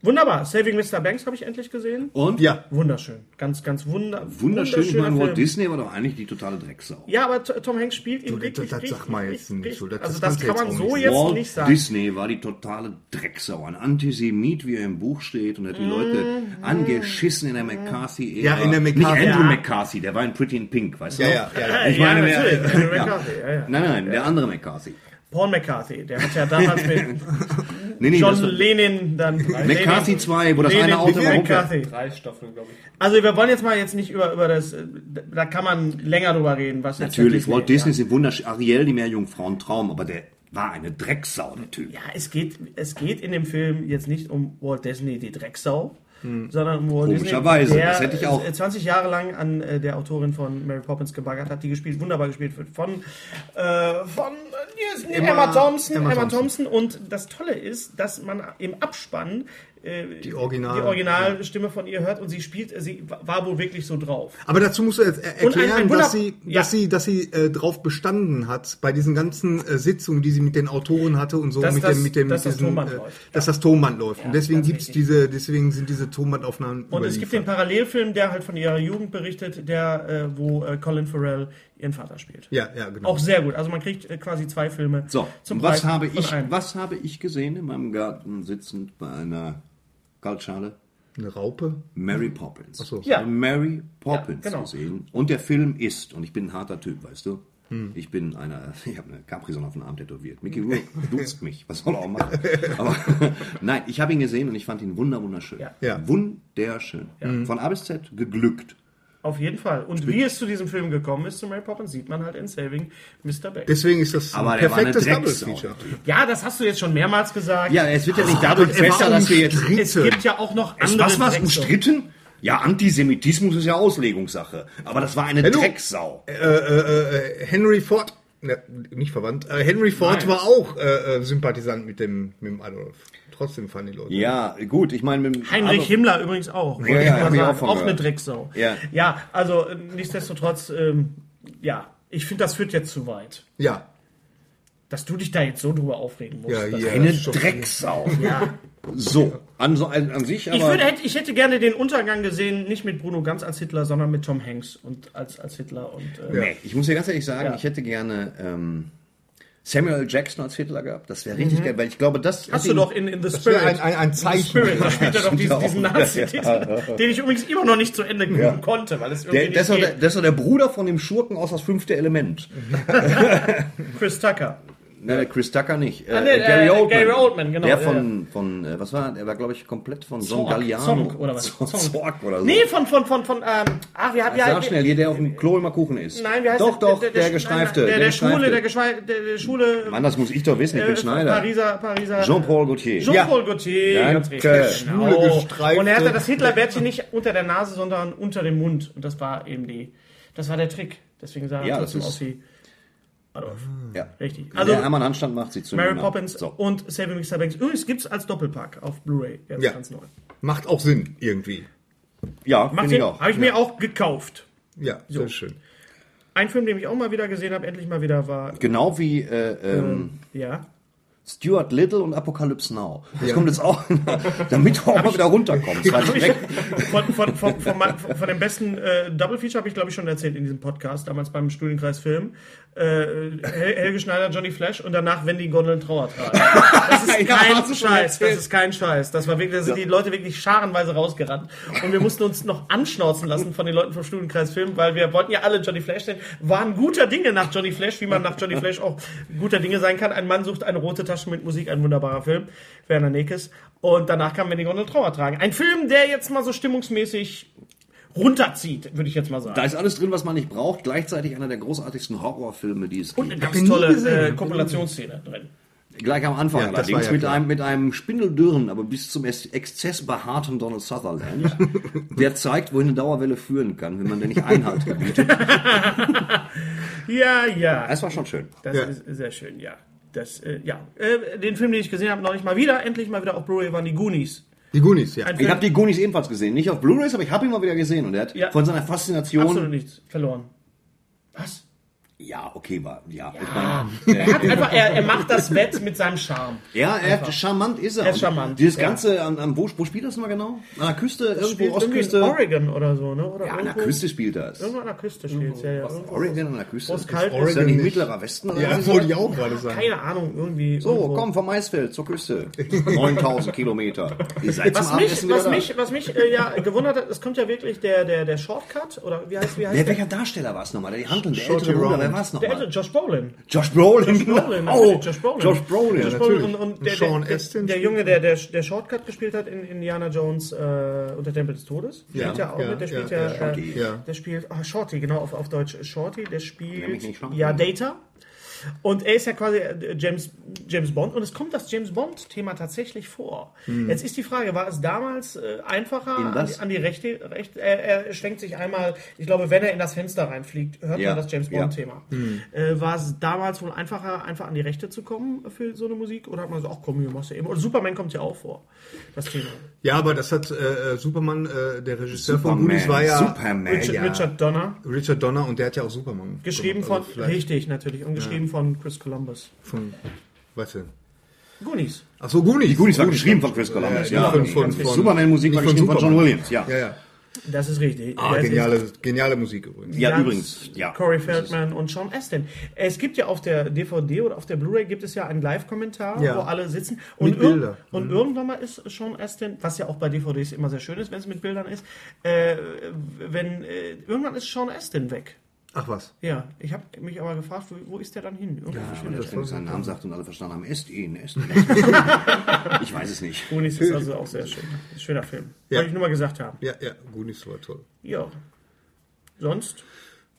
Speaker 2: Wunderbar. Saving Mr. Banks habe ich endlich gesehen.
Speaker 3: Und?
Speaker 1: Ja,
Speaker 2: Wunderschön. Ganz, ganz wunder
Speaker 3: Wunderschön. Ich meine,
Speaker 2: wunderschöner
Speaker 3: Walt
Speaker 2: Film.
Speaker 3: Disney war doch eigentlich die totale Drecksau.
Speaker 2: Ja, aber T- Tom Hanks spielt ihn
Speaker 1: das-
Speaker 2: wirklich
Speaker 1: das
Speaker 2: richtig-
Speaker 1: sag mal jetzt
Speaker 2: richtig-
Speaker 1: nicht so. Das-
Speaker 2: also
Speaker 1: das
Speaker 2: das kann
Speaker 1: kannst du jetzt
Speaker 2: man so
Speaker 1: auch
Speaker 2: jetzt
Speaker 3: Walt
Speaker 2: nicht sagen.
Speaker 3: Disney war die totale Drecksau, ein Antisemit, wie er im Buch steht, und hat die Leute
Speaker 2: Mhm.
Speaker 3: angeschissen in der McCarthy-Ära.
Speaker 1: Ja, in der McCarthy-
Speaker 3: Nicht Andrew
Speaker 2: Ja.
Speaker 3: McCarthy, der war in Pretty in Pink, weißt
Speaker 1: ja,
Speaker 3: du?
Speaker 1: ja. ja.
Speaker 2: Äh,
Speaker 3: Ich meine,
Speaker 2: ja,
Speaker 3: wer-
Speaker 2: natürlich. Andrew
Speaker 3: ja.
Speaker 2: McCarthy, ja, ja.
Speaker 3: Nein, nein, der andere McCarthy.
Speaker 2: Paul McCarthy, der hat ja damals mit
Speaker 3: Nee, nee, das
Speaker 2: John
Speaker 3: war-
Speaker 2: Lenin dann.
Speaker 3: McCarthy 2, wo das
Speaker 2: Lenin,
Speaker 3: eine Auto
Speaker 2: Lenin,
Speaker 3: war
Speaker 2: McCarthy.
Speaker 5: Drei Staffeln, glaube ich.
Speaker 2: Also wir wollen jetzt mal jetzt nicht über, über das, äh, da kann man länger drüber reden, was jetzt
Speaker 3: Natürlich,
Speaker 2: der
Speaker 3: Walt Disney sind wunderschön. Ariel, die Meerjungfrau, ein Traum, aber der war eine Drecksau, der Typ.
Speaker 2: Ja, es geht, es geht in dem Film jetzt nicht um Walt Disney, die Drecksau, sondern um Walt Disney,
Speaker 3: Hm. Komischerweise,
Speaker 2: der
Speaker 3: das hätte ich auch.
Speaker 2: äh, 20 Jahre lang an äh, der Autorin von Mary Poppins gebaggert hat, die gespielt, wunderbar gespielt wird von, äh, von äh, hier ist Emma, Thompson. Emma,
Speaker 1: Emma
Speaker 2: Thompson. Und das Tolle ist, dass man im Abspann äh,
Speaker 1: Die Original-
Speaker 2: die Originalstimme von ihr hört und sie spielt, äh, sie war wohl wirklich so drauf.
Speaker 1: Aber dazu musst du jetzt er
Speaker 2: Und ein-
Speaker 1: erklären,
Speaker 2: ein Wunder-
Speaker 1: dass sie,
Speaker 2: Ja.
Speaker 1: dass sie, dass sie äh, drauf bestanden hat bei diesen ganzen äh, Sitzungen, die sie mit den Autoren hatte und so
Speaker 2: Dass
Speaker 1: mit
Speaker 2: das-
Speaker 1: dem, mit dem,
Speaker 2: dass das
Speaker 1: mit diesem,
Speaker 2: Tonband
Speaker 1: äh,
Speaker 2: läuft.
Speaker 1: dass das Tonband läuft. und deswegen
Speaker 2: ganz
Speaker 1: gibt's
Speaker 2: wichtig.
Speaker 1: diese, deswegen sind diese Tonbandaufnahmen
Speaker 2: Und es gibt den Parallelfilm, der halt von ihrer Jugend berichtet, der, äh, wo äh, Colin Farrell ihren Vater spielt.
Speaker 1: ja, ja, genau.
Speaker 2: Auch sehr gut. Also man kriegt äh, quasi zwei Filme.
Speaker 3: So,
Speaker 2: zum
Speaker 3: und was
Speaker 2: Preis
Speaker 3: habe
Speaker 2: von
Speaker 3: ich,
Speaker 2: einem.
Speaker 3: was habe ich gesehen in meinem Garten sitzend bei einer Kaltschale?
Speaker 1: Eine Raupe.
Speaker 3: Mary Poppins. Ach so.
Speaker 2: Ja.
Speaker 3: Mary Poppins
Speaker 2: Ja, genau.
Speaker 3: gesehen. Und der Film ist, und ich bin ein harter Typ, weißt du? Ich bin einer, ich habe eine Capri-Sonne auf den Arm tätowiert. Mickey Rourke duzt mich, was soll er auch machen? Aber nein, ich habe ihn gesehen und ich fand ihn wunder- wunderschön.
Speaker 2: Ja.
Speaker 1: Ja.
Speaker 3: Wunderschön. Von A bis Z geglückt.
Speaker 2: Auf jeden Fall. Und wie es zu diesem Film gekommen ist, zu Mary Poppins, sieht man halt in Saving Mr. Beck.
Speaker 1: Deswegen ist das
Speaker 3: Aber
Speaker 1: ein
Speaker 3: der war eine
Speaker 1: perfektes
Speaker 3: Drecksau.
Speaker 1: Double-Feature.
Speaker 2: Ja, das hast du jetzt schon mehrmals gesagt.
Speaker 3: Ja, es wird ja nicht dadurch
Speaker 1: er war
Speaker 3: besser, dass wir jetzt
Speaker 2: es
Speaker 1: umstritten.
Speaker 2: gibt ja auch noch
Speaker 3: Es
Speaker 2: andere
Speaker 3: was was
Speaker 2: Drecksau-
Speaker 3: umstritten? Ja, Antisemitismus ist ja Auslegungssache. Aber das war eine
Speaker 1: Hallo.
Speaker 3: Drecksau.
Speaker 1: äh, äh, Henry Ford, ne, nicht verwandt, äh, Henry Ford war auch äh, äh, Sympathisant mit dem, mit dem Adolf. Trotzdem fanden die Leute.
Speaker 3: Ja, gut, ich meine, mit dem
Speaker 2: Heinrich
Speaker 3: Adolf-
Speaker 2: Himmler übrigens auch. wollte
Speaker 3: ja,
Speaker 2: ich mal
Speaker 3: hab ich
Speaker 2: sagen.
Speaker 3: auch von
Speaker 2: auch
Speaker 3: gehört.
Speaker 2: eine Drecksau.
Speaker 3: Ja.
Speaker 2: ja also äh, nichtsdestotrotz, ähm, ja, ich finde, das führt jetzt zu weit.
Speaker 1: Ja.
Speaker 2: Dass du dich da jetzt so drüber aufregen musst.
Speaker 1: Ja,
Speaker 2: das-
Speaker 1: hier.
Speaker 3: Eine
Speaker 1: Schock-
Speaker 3: Drecksau.
Speaker 2: ja.
Speaker 3: So, an, so- an, an sich aber.
Speaker 2: Ich, würde, hätte, ich hätte gerne den Untergang gesehen, nicht mit Bruno Ganz als Hitler, sondern mit Tom Hanks und als, als Hitler. Und, äh,
Speaker 3: Nee, ich muss dir ganz ehrlich sagen,
Speaker 2: Ja.
Speaker 3: ich hätte gerne ähm, Samuel L. Jackson als Hitler gehabt. Das wäre richtig geil, weil ich glaube, das.
Speaker 2: Mhm. Hast
Speaker 3: hätte
Speaker 2: du
Speaker 3: ihn-
Speaker 2: doch in, in The
Speaker 1: Das wäre
Speaker 2: Spirit.
Speaker 1: ein, ein, ein Zeichen.
Speaker 2: Spirit, da spielt er doch diesen, diesen Nazi, diesen, den ich übrigens immer noch nicht zu Ende gucken konnte, weil es irgendwie
Speaker 3: Der, das, ist doch
Speaker 2: nicht
Speaker 3: der,
Speaker 2: geht.
Speaker 3: das ist doch der Bruder von dem Schurken aus das fünfte Element.
Speaker 2: Mhm. Chris Tucker.
Speaker 3: Ne, Chris Tucker nicht. Äh,
Speaker 2: nee,
Speaker 3: äh, Gary,
Speaker 2: äh,
Speaker 3: Oldman.
Speaker 2: Gary Oldman, genau,
Speaker 3: Der
Speaker 2: ja,
Speaker 3: von, von äh, was war, er war glaube ich komplett von John
Speaker 2: Zorg,
Speaker 3: Galliano.
Speaker 2: Zorg oder was?
Speaker 3: Zorg,
Speaker 2: Zorg.
Speaker 3: Zorg oder so.
Speaker 2: Nee, von, von, von, von, ähm, ach, wir hatten ja...
Speaker 3: Also Sag schnell, hier der auf dem Klo immer Kuchen ist.
Speaker 2: Nein, wie heißt
Speaker 3: Doch,
Speaker 2: der,
Speaker 3: doch, der,
Speaker 2: der, nein,
Speaker 3: Gestreifte.
Speaker 2: Der, der, der
Speaker 3: Gestreifte.
Speaker 2: Schwule, der, Geschwei- der, der Schwule...
Speaker 3: Mann, das muss ich doch wissen, ich bin Schneider.
Speaker 2: Pariser, Pariser...
Speaker 3: Jean-Paul Gaultier.
Speaker 2: Jean-Paul Gaultier,
Speaker 3: Danke.
Speaker 2: ganz richtig.
Speaker 1: Schwule
Speaker 2: Genau.
Speaker 1: gestreifte.
Speaker 2: Und er hatte das Hitlerbärtchen nicht unter der Nase, sondern unter dem Mund. Und das war eben die, das war der Trick. Deswegen sah er
Speaker 3: Ja, das
Speaker 2: trotzdem
Speaker 3: ist-
Speaker 2: aus wie Adolf.
Speaker 3: Ja.
Speaker 2: Richtig.
Speaker 3: Also,
Speaker 2: Also
Speaker 3: der einmal einen Handstand macht, sieht zu
Speaker 2: Mary
Speaker 3: mir an.
Speaker 2: Poppins
Speaker 3: Genau. So.
Speaker 2: und Saving Mr. Banks. Übrigens gibt's als Doppelpack auf Blu-ray. Jetzt
Speaker 1: Ja.
Speaker 2: ganz neu.
Speaker 1: Macht auch Sinn, irgendwie.
Speaker 3: Ja,
Speaker 2: Mach
Speaker 3: finde
Speaker 2: den,
Speaker 3: ich auch.
Speaker 2: habe ich mir auch gekauft.
Speaker 1: Ja, so. sehr schön.
Speaker 2: Ein Film, den ich auch mal wieder gesehen habe, endlich mal wieder war.
Speaker 3: Genau wie äh,
Speaker 2: Hm.
Speaker 3: ähm,
Speaker 2: Ja.
Speaker 3: Stuart Little und Apocalypse Now. Das kommt jetzt auch, damit du auch mal wieder
Speaker 2: Genau.
Speaker 3: runterkommst. Weil ich weg,
Speaker 2: Von, von, von, von, mein- von dem besten äh, Double Feature habe ich, glaube ich, schon erzählt in diesem Podcast, damals beim Studienkreis Film. Äh, Hel Helge Schneider, Johnny Flash und danach Wendy Gondeln Trauer Das ist kein Scheiß. Das ist kein Scheiß. Das war wirklich, da sind die Leute wirklich scharenweise rausgerannt. Und wir mussten uns noch anschnauzen lassen von den Leuten vom Studienkreis Film, weil wir wollten ja alle Johnny Flash sehen. Waren guter Dinge nach Johnny Flash, wie man nach Johnny Flash auch guter Dinge sein kann. Ein Mann sucht eine rote Tasche mit Musik, ein wunderbarer Film. Werner Nekes. Und danach kam Wendy Gondeln Trauer tragen. Ein Film, der jetzt mal so stimmungsmäßig runterzieht, würde ich jetzt mal sagen.
Speaker 3: da ist alles drin, was man nicht braucht. Gleichzeitig einer der großartigsten Horrorfilme, die es
Speaker 2: und eine
Speaker 3: gibt.
Speaker 2: ganz
Speaker 1: nie
Speaker 2: tolle
Speaker 1: gesehen.
Speaker 2: äh, Kompilationsszene drin.
Speaker 3: Gleich am Anfang
Speaker 1: Ja, das war
Speaker 3: allerdings
Speaker 1: ja
Speaker 3: mit,
Speaker 1: klar.
Speaker 3: einem, mit einem spindeldürren, aber bis zum Ex- Exzess behaarten Donald Sutherland, der zeigt, wohin eine Dauerwelle führen kann, wenn man denn nicht Einhalt gebietet.
Speaker 2: Ja, ja.
Speaker 3: Das war schon schön.
Speaker 2: Das
Speaker 1: Ja.
Speaker 2: ist sehr schön, ja. Das, äh, ja. Äh, den Film, den ich gesehen habe, noch nicht mal wieder, endlich mal wieder auf Blu-ray, waren die Goonies.
Speaker 1: Die Goonies, ja.
Speaker 2: Ein
Speaker 3: Ich
Speaker 2: Film,
Speaker 3: habe die Goonies ebenfalls gesehen. Nicht auf Blu-rays, aber ich habe ihn mal wieder gesehen. Und er hat
Speaker 2: Ja.
Speaker 3: von seiner Faszination.
Speaker 2: absolut nichts verloren. Was?
Speaker 3: Ja, okay, war. Ja, ich meine.
Speaker 2: Er, hat einfach, er, er macht das Bett mit seinem Charme.
Speaker 3: Ja, er hat, charmant ist er.
Speaker 2: Er ist
Speaker 3: Und
Speaker 2: charmant,
Speaker 3: Dieses
Speaker 2: ja.
Speaker 3: Ganze, an, an, wo, wo spielt das mal genau? An der Küste, irgendwo
Speaker 2: irgendwie in
Speaker 3: Ostküste.
Speaker 2: Oregon oder so, ne? Oder
Speaker 3: ja, an der
Speaker 2: irgendwo-
Speaker 3: Küste spielt das.
Speaker 2: Irgendwo an der Küste steht's, ja, ja. irgendwo.
Speaker 3: Oregon an der Küste.
Speaker 2: Wo es kalt
Speaker 3: Ist
Speaker 2: ist.
Speaker 3: das nicht
Speaker 1: nicht.
Speaker 3: mittlerer Westen? Oder
Speaker 1: Ja,
Speaker 2: also,
Speaker 3: was?
Speaker 1: wollte ich auch gerade sagen.
Speaker 2: Keine Ahnung, irgendwie.
Speaker 3: So,
Speaker 2: irgendwo.
Speaker 3: Oh, komm, vom Maisfeld zur Küste. 9000 Kilometer. Ihr seid
Speaker 2: Was
Speaker 3: zum
Speaker 2: mich,
Speaker 3: Abendessen
Speaker 2: was
Speaker 3: wieder
Speaker 2: mich, was mich äh, ja gewundert hat, es kommt ja wirklich der, der, der Shortcut, oder wie heißt, wie
Speaker 3: da. Wer,
Speaker 2: heißt der?
Speaker 3: welcher Darsteller war es nochmal? Der Handel, der
Speaker 1: Shorty
Speaker 3: ältere Bruder,
Speaker 1: Round.
Speaker 3: wer war es
Speaker 2: Der ältere
Speaker 3: nochmal?
Speaker 2: Josh Brolin.
Speaker 3: Josh
Speaker 2: Brolin,
Speaker 3: Brolin. genau.
Speaker 2: natürlich, Josh Brolin.
Speaker 3: Josh Brolin.
Speaker 2: Josh Brolin
Speaker 1: natürlich.
Speaker 2: und, und der,
Speaker 1: Sean
Speaker 2: der, der,
Speaker 1: Astin
Speaker 2: der
Speaker 1: spielt-
Speaker 2: Junge, der, der der Shortcut gespielt hat in Indiana Jones äh, und der Tempel des Todes, spielt ja, auch
Speaker 1: ja,
Speaker 2: mit. Der
Speaker 1: ja,
Speaker 2: spielt ja,
Speaker 1: ja,
Speaker 2: äh,
Speaker 1: ja.
Speaker 2: der spielt ah, Shorty, genau auf, auf Deutsch Shorty. Der spielt
Speaker 3: Nämlich nicht Shorty.
Speaker 2: ja Data. Und er ist ja quasi äh, James, James Bond und es kommt das James Bond-Thema tatsächlich vor.
Speaker 1: Hm.
Speaker 2: Jetzt ist die Frage, war es damals äh, einfacher
Speaker 3: In
Speaker 2: an
Speaker 3: was?
Speaker 2: die, an die Rechte? Recht, er, er schwenkt sich einmal, ich glaube, wenn er in das Fenster reinfliegt, hört
Speaker 3: Ja,
Speaker 2: man das James
Speaker 3: ja.
Speaker 2: Bond-Thema. Äh, war es damals wohl einfacher, einfach an die Rechte zu kommen für so eine Musik? Oder hat man so, ach komm, hier machst du eben. Und Superman kommt ja auch vor, das Thema.
Speaker 1: Ja, aber das hat äh, äh, Superman, äh, der Regisseur von
Speaker 3: Superman,
Speaker 1: Goonies war ja
Speaker 3: Superman.
Speaker 2: Richard,
Speaker 1: ja.
Speaker 2: Richard Donner,
Speaker 1: Richard Donner und der hat ja auch Superman.
Speaker 2: geschrieben
Speaker 1: gemacht,
Speaker 2: von,
Speaker 1: also vielleicht
Speaker 2: richtig natürlich, und geschrieben von Chris Columbus.
Speaker 1: von was denn?
Speaker 2: Goonies.
Speaker 1: Ach so, Goonies.
Speaker 3: Die Goonies war geschrieben von Chris Columbus.
Speaker 1: Ja,
Speaker 3: Ja,
Speaker 1: von- von-
Speaker 3: Die
Speaker 1: von-
Speaker 3: Superman-Musik war
Speaker 1: nicht von
Speaker 3: geschrieben von John
Speaker 1: Superman.
Speaker 3: Williams. Ja,
Speaker 1: Ja, ja.
Speaker 2: Das ist richtig.
Speaker 1: Ah,
Speaker 2: Das ist-
Speaker 1: geniale, geniale Musik übrigens.
Speaker 3: ja
Speaker 2: Ganz
Speaker 3: übrigens. Ja.
Speaker 2: Corey Feldman und Sean Astin. Es gibt ja auf der DVD oder auf der Blu-ray gibt es ja einen Live-Kommentar,
Speaker 1: Ja.
Speaker 2: wo alle sitzen. Und,
Speaker 1: Mit Mhm.
Speaker 2: irg-
Speaker 1: Bilder.
Speaker 2: und irgendwann mal ist Sean Astin, was ja auch bei DVDs immer sehr schön ist, wenn es mit Bildern ist, äh, wenn äh, irgendwann ist Sean Astin weg.
Speaker 1: Ach was.
Speaker 2: Ja, ich habe mich aber gefragt, wo, wo ist der dann hin? Irgendwo verschwindet
Speaker 3: Wenn es seinen Namen sagt und alle verstanden haben, esst ihn, esst ihn. ich weiß es nicht.
Speaker 2: er. Goonies ist also auch sehr schön. Ist ein Schöner Film.
Speaker 1: Ja.
Speaker 2: Wollte ich nur mal gesagt haben.
Speaker 1: Ja, ja, Goonies war toll.
Speaker 2: Ja. Sonst?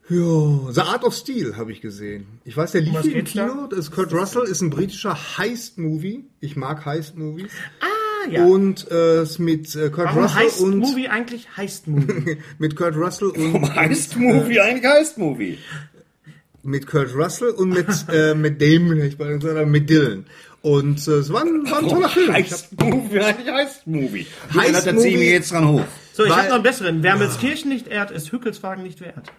Speaker 1: Jo, The Art of Steel habe ich gesehen. Ich weiß, der lief
Speaker 2: Um was
Speaker 1: hier im
Speaker 2: geht's da?
Speaker 1: Kino. Das ist Kurt Russell, ist ein britischer Heist-Movie. Ich mag Heist-Movies.
Speaker 2: Ah, ja.
Speaker 1: Und äh, ist mit äh, Kurt
Speaker 2: Warum heißt
Speaker 1: Russell und
Speaker 2: Movie eigentlich heißt Movie?
Speaker 1: mit Kurt Russell und
Speaker 3: Heist-Movie, ein Geist-Movie.
Speaker 1: mit Kurt Russell und mit äh, mit Damon, hätte ich bei sondern mit Dylan. Und äh, es war ein, war ein
Speaker 3: Oh,
Speaker 1: toller Film. Ich hab-
Speaker 3: Heist-Movie, ein Geist-Movie.
Speaker 1: Heist-Movie.
Speaker 3: Heist-Movie. ziehe ich mir jetzt dran hoch.
Speaker 2: So, ich
Speaker 1: Weil-
Speaker 2: habe noch einen besseren. Wer Melskirchen nicht ehrt, ist Hückelswagen nicht wert.